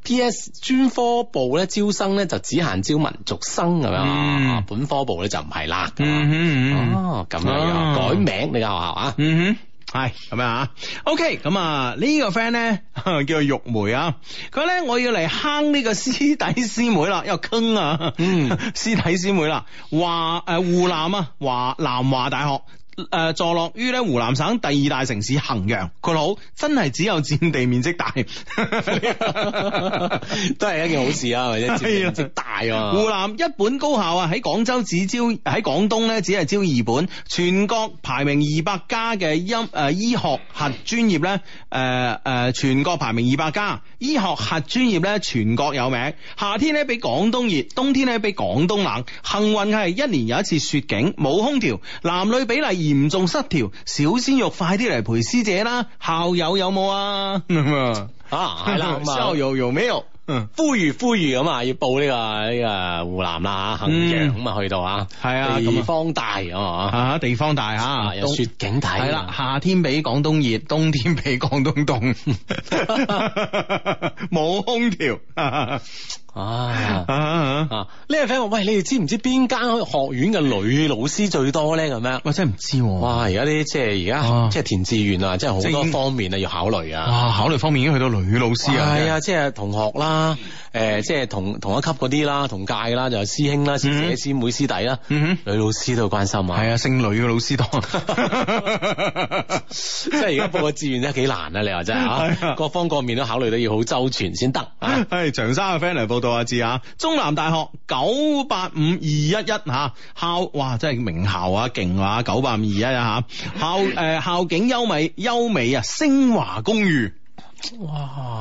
[SPEAKER 3] P.S. 專科部咧招生咧就只限招民族生咁樣啊，
[SPEAKER 1] 嗯
[SPEAKER 3] 本科部咧就唔係啦，咁啊
[SPEAKER 1] 嗯哼，
[SPEAKER 3] 哦，咁樣樣、
[SPEAKER 1] 哦
[SPEAKER 3] 改名你間學 校啊？
[SPEAKER 1] 嗯哼。系咁樣啊，OK，咁啊呢個 friend 咧叫做玉梅啊，佢咧我要嚟坑呢個師弟師妹啦，又坑啊，
[SPEAKER 3] 嗯
[SPEAKER 1] 師弟師妹啦，華誒湖南啊，華南華大學。誒、坐落於咧湖南省第二大城市衡陽，佢好真係只有佔地面積大。
[SPEAKER 3] 都係一件好事啊，或者
[SPEAKER 1] 係啊
[SPEAKER 3] 面積大啊，
[SPEAKER 1] 湖南一本高校啊，喺廣州只招喺廣東咧只係招二本，全國排名二百家嘅音誒、呃醫學核專業咧誒誒全國排名二百家，醫學核專業咧全國有名。夏天咧比廣東熱，冬天咧比廣東冷。幸運係一年有一次雪景，冇空調，男女比例嚴重失調。小鮮肉快啲嚟陪師姐啦！校友有冇 啊？
[SPEAKER 3] 啊，係啦， 咁啊
[SPEAKER 1] 校友有沒有？嗯。
[SPEAKER 3] 呼籲呼籲咁啊，要報呢、個呢、個湖南啦，衡陽咁啊去到啊，
[SPEAKER 1] 嗯係啊咁
[SPEAKER 3] 地
[SPEAKER 1] 啊
[SPEAKER 3] 方大咁啊，
[SPEAKER 1] 啊，地方大啊，
[SPEAKER 3] 啊有雪景睇啊，
[SPEAKER 1] 系啦，夏天比廣東熱，冬天比廣東 凍，冇空調。啊
[SPEAKER 3] 啊。
[SPEAKER 1] 啊
[SPEAKER 3] 啊！呢個 friend 話：喂，你哋知唔知邊間學院嘅女老師最多咧？咁樣，
[SPEAKER 1] 我真係唔知喎。
[SPEAKER 3] 哇！而家啲即係而家
[SPEAKER 1] 啊
[SPEAKER 3] 即係填志願啊，即係好多
[SPEAKER 1] 正
[SPEAKER 3] 方面啊要考慮啊。
[SPEAKER 1] 哇，考慮方面已經去到女老師啊，
[SPEAKER 3] 係啊，即係同學啦，誒，即係同同一級嗰啲啦，同屆啦，就有師兄啦、師姐、
[SPEAKER 1] 嗯
[SPEAKER 3] 師妹、師弟啦，
[SPEAKER 1] 嗯
[SPEAKER 3] 女老師都要關心
[SPEAKER 1] 哼，
[SPEAKER 3] 啊。
[SPEAKER 1] 係啊，姓女嘅老師 多。
[SPEAKER 3] 即係而家報個志願真係幾難啊！你話真係
[SPEAKER 1] 係
[SPEAKER 3] 嚇，
[SPEAKER 1] 啊
[SPEAKER 3] 各方各面都考慮得要好周全先得 啊！
[SPEAKER 1] 系哎長沙嘅 friend 嚟報道啊，知啊，中南大學九八五二一一吓校，哇，真係名校啊，勁啊，九八五二一一吓 校诶、呃校景優美優美啊，星華公寓，
[SPEAKER 3] 哇！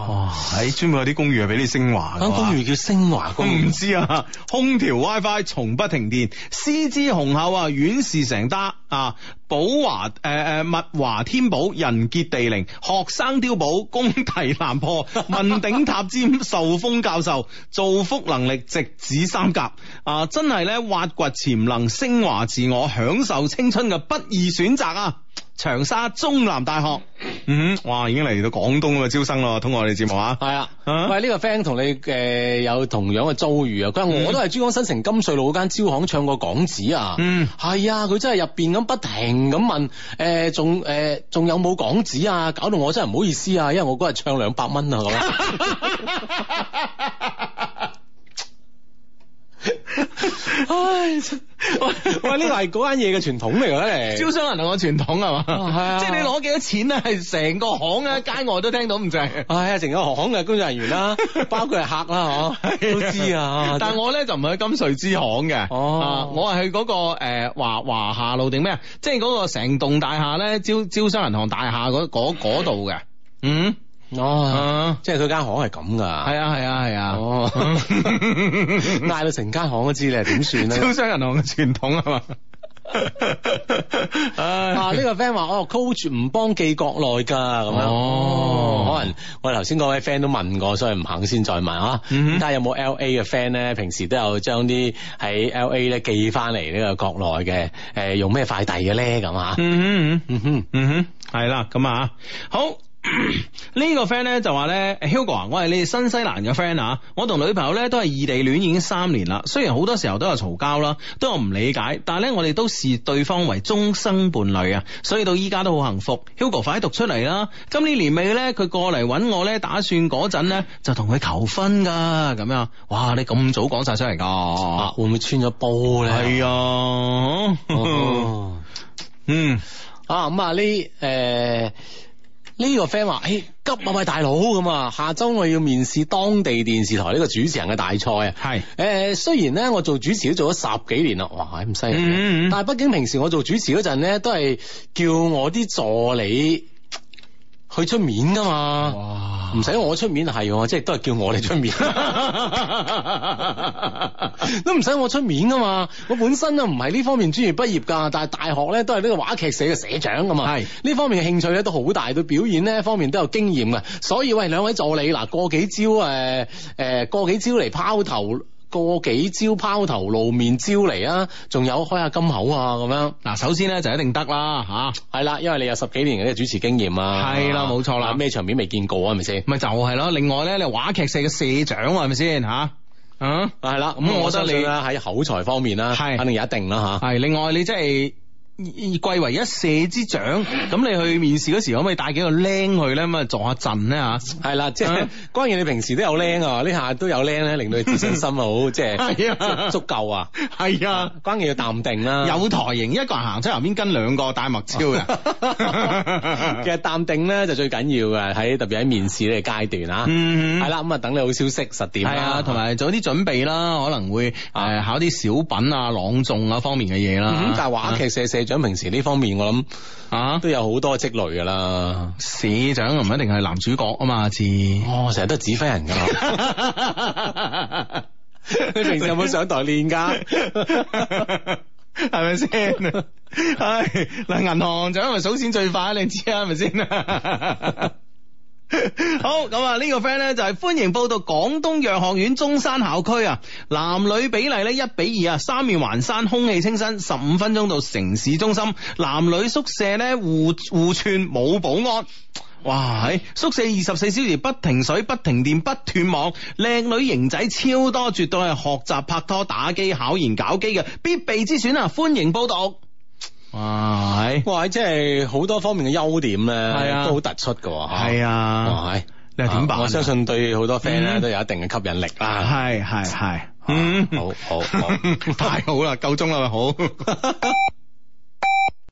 [SPEAKER 1] 哇，喺專門有啲公寓係啊俾你升華㗎
[SPEAKER 3] 間公
[SPEAKER 1] 哇
[SPEAKER 3] 寓叫星華 公
[SPEAKER 1] 唔
[SPEAKER 3] 寓，
[SPEAKER 1] 知啊，空調 WiFi 從不停電，師資雄厚啊，院士成打啊，寶華誒誒物華天寶，人傑地靈，學生碉堡，工堤難破，問鼎塔尖，受封教授，造福能力直指三甲啊！真係咧挖掘潛能，升華自我，享受青春嘅不二選擇啊！長沙中南大學，嗯，哇，已經嚟到廣東嘅招生咯，通過我哋節目啊，
[SPEAKER 3] 係啊。
[SPEAKER 1] 啊
[SPEAKER 3] 喂，呢個 friend 同你誒有同樣嘅遭遇啊！佢話我都係珠江新城金穗路嗰間招行唱過港紙啊，
[SPEAKER 1] 嗯
[SPEAKER 3] 係啊，佢真係入邊咁不停咁問誒，仲誒仲有冇港紙啊？搞到我真係唔好意思啊，因為我嗰日唱兩百蚊啊 咁樣。唉，真 喂，呢個係嗰間嘢嘅傳統嚟 㗎咧，
[SPEAKER 1] 招商銀行嘅傳統係嘛？
[SPEAKER 3] 係啊
[SPEAKER 1] 即係你攞幾多錢咧，係成個行啊，街外都聽到唔滯。
[SPEAKER 3] 唉啊，成個行嘅工作人 員啦，包括係客啦，嗬，哦都知啊。
[SPEAKER 1] 但我咧就唔係去金穗支行嘅，
[SPEAKER 3] 哦
[SPEAKER 1] 啊我係去嗰個誒華華夏路定咩啊？即係嗰個成棟大廈咧，招招商銀行大廈嗰嗰嗰度嘅，嗯
[SPEAKER 3] 哦，
[SPEAKER 1] 啊，
[SPEAKER 3] 即係佢間行係咁噶。
[SPEAKER 1] 係啊係啊係啊，
[SPEAKER 3] 哦，嗌到成間行都知你係點算啊咧？
[SPEAKER 1] 招商銀行嘅傳統 係嘛？
[SPEAKER 3] 啊！呢、個 friend 話哦，coach 唔幫記國內㗎咁樣。
[SPEAKER 1] 哦
[SPEAKER 3] 可能我哋頭先嗰位 friend 都問過，所以唔肯先再問啊。
[SPEAKER 1] 嗯
[SPEAKER 3] 咁睇下有冇 L A 嘅 friend 咧，平時都有將啲喺 L A 咧寄翻嚟呢個國內嘅，誒、用咩快遞嘅咧咁啊？
[SPEAKER 1] 嗯嗯。
[SPEAKER 3] 嗯哼，
[SPEAKER 1] 嗯哼，係啦，咁啊，好。 呢個 friend 咧就話咧，Hugo 啊，我係你哋新西蘭嘅 friend 啊，我同女朋友咧都係異地戀已經三年啦，雖然好多時候都有嘈交啦，都有唔理解，但係咧我哋都視對方為終生伴侶啊，所以到依家都好幸福。Hugo 快啲讀出嚟啦！今年年尾咧，佢過嚟揾我咧，打算嗰陣咧就同佢求婚噶，咁樣，哇！你咁早講晒出嚟
[SPEAKER 3] 啊，
[SPEAKER 1] 噶，
[SPEAKER 3] 會唔會穿咗煲咧？
[SPEAKER 1] 係啊，
[SPEAKER 3] 哦
[SPEAKER 1] 嗯。
[SPEAKER 3] 啊咁啊呢誒呢個 friend 話，誒急啊喂大佬咁啊，下週我要面試當地電視台呢個主持人嘅大賽啊。
[SPEAKER 1] 係
[SPEAKER 3] 誒、雖然咧我做主持都做咗十幾年啦，哇咁犀利嘅，
[SPEAKER 1] 嗯
[SPEAKER 3] 啊
[SPEAKER 1] 嗯嗯
[SPEAKER 3] 但係畢竟平時我做主持嗰陣咧都係叫我啲助理。佢出面噶嘛，
[SPEAKER 1] 哇
[SPEAKER 3] 唔使我出面係喎，即係都係叫我哋出面。 都唔使我出面噶嘛，我本身啊唔係呢方面專業畢業㗎，但係大學咧都係呢個話劇社嘅社長㗎嘛，
[SPEAKER 1] 係
[SPEAKER 3] 呢方面嘅興趣咧都好大，對表演呢方面都有經驗嘅，所以喂兩位助理嗱過幾招誒誒過幾招嚟拋頭。過幾招拋頭露面招嚟啊，仲有開下金口啊咁樣，
[SPEAKER 1] 嗱，首先咧就一定得啦吓，
[SPEAKER 3] 係啦，因為你有十幾年嘅主持經驗啊，
[SPEAKER 1] 係啦冇錯啦
[SPEAKER 3] 啊咩場面未見過啊，係咪先？
[SPEAKER 1] 咪就係咯。另外咧，你話劇社嘅社長係咪先吓？嗯，
[SPEAKER 3] 係啦，
[SPEAKER 1] 咁
[SPEAKER 3] 咁
[SPEAKER 1] 我
[SPEAKER 3] 我
[SPEAKER 1] 覺得
[SPEAKER 3] 相
[SPEAKER 1] 你
[SPEAKER 3] 信啦喺口才方面啦，
[SPEAKER 1] 係啊
[SPEAKER 3] 肯定有一定啦嚇。
[SPEAKER 1] 係。另外你即係。貴為一社之長，咁你去面試嗰時可唔可以帶幾個僆去咧？咁啊助下陣咧嚇。
[SPEAKER 3] 系啦，即係
[SPEAKER 1] 啊
[SPEAKER 3] 關鍵你平時都有靚啊，呢下都有靚咧，令到你自信 心好，即
[SPEAKER 1] 係
[SPEAKER 3] 係
[SPEAKER 1] 啊
[SPEAKER 3] 足足夠啊。
[SPEAKER 1] 係啊，
[SPEAKER 3] 關鍵要淡定啦。
[SPEAKER 1] 有台型，一個人行出後邊跟兩個戴墨超
[SPEAKER 3] 其
[SPEAKER 1] 嘅。
[SPEAKER 3] 實淡定咧就最緊要嘅，喺特別喺面試呢個階段啊。
[SPEAKER 1] 嗯
[SPEAKER 3] 係啦，咁啊等你好消息實點
[SPEAKER 1] 係啊，
[SPEAKER 3] 啦，
[SPEAKER 1] 同埋做啲準備啦，可能會誒、呃考啲小品啊、朗誦啊方面嘅嘢啦
[SPEAKER 3] 嗯。但係話劇社社長平時呢方面我諗
[SPEAKER 1] 啊，
[SPEAKER 3] 都有好多積累㗎啦。
[SPEAKER 1] 社長唔一定係男主角啊嘛，字。
[SPEAKER 3] 哦，成日都係指揮人㗎。 你平時有冇上台練㗎？
[SPEAKER 1] 系咪先？唉，嗱，銀行就因為數錢最快，你知啊，係咪先？好咁啊！呢個 friend 咧就係歡迎報讀廣東藥學院中山校區啊，男女比例咧一比二啊，三面環山，空氣清新，十五分鐘到城市中心，男女宿舍咧互互串冇保安。哇！喺宿舍二十四小時不停水、不停電、不斷網，靚女型仔超多，絕對係學習、拍拖、打機、考研、搞基嘅必備之選啊！歡迎報讀。哇！係
[SPEAKER 3] 哇，即係好多方面嘅優點
[SPEAKER 1] 係
[SPEAKER 3] 咧
[SPEAKER 1] 啊，
[SPEAKER 3] 都好突出㗎喎。
[SPEAKER 1] 係啊，
[SPEAKER 3] 哇，係。
[SPEAKER 1] 你話點辦啊？
[SPEAKER 3] 我相信對好多 friend 咧
[SPEAKER 1] 嗯
[SPEAKER 3] 都有一定嘅吸引力啦。
[SPEAKER 1] 係係係，
[SPEAKER 3] 嗯好好好
[SPEAKER 1] 太好啦，夠鐘啦，好。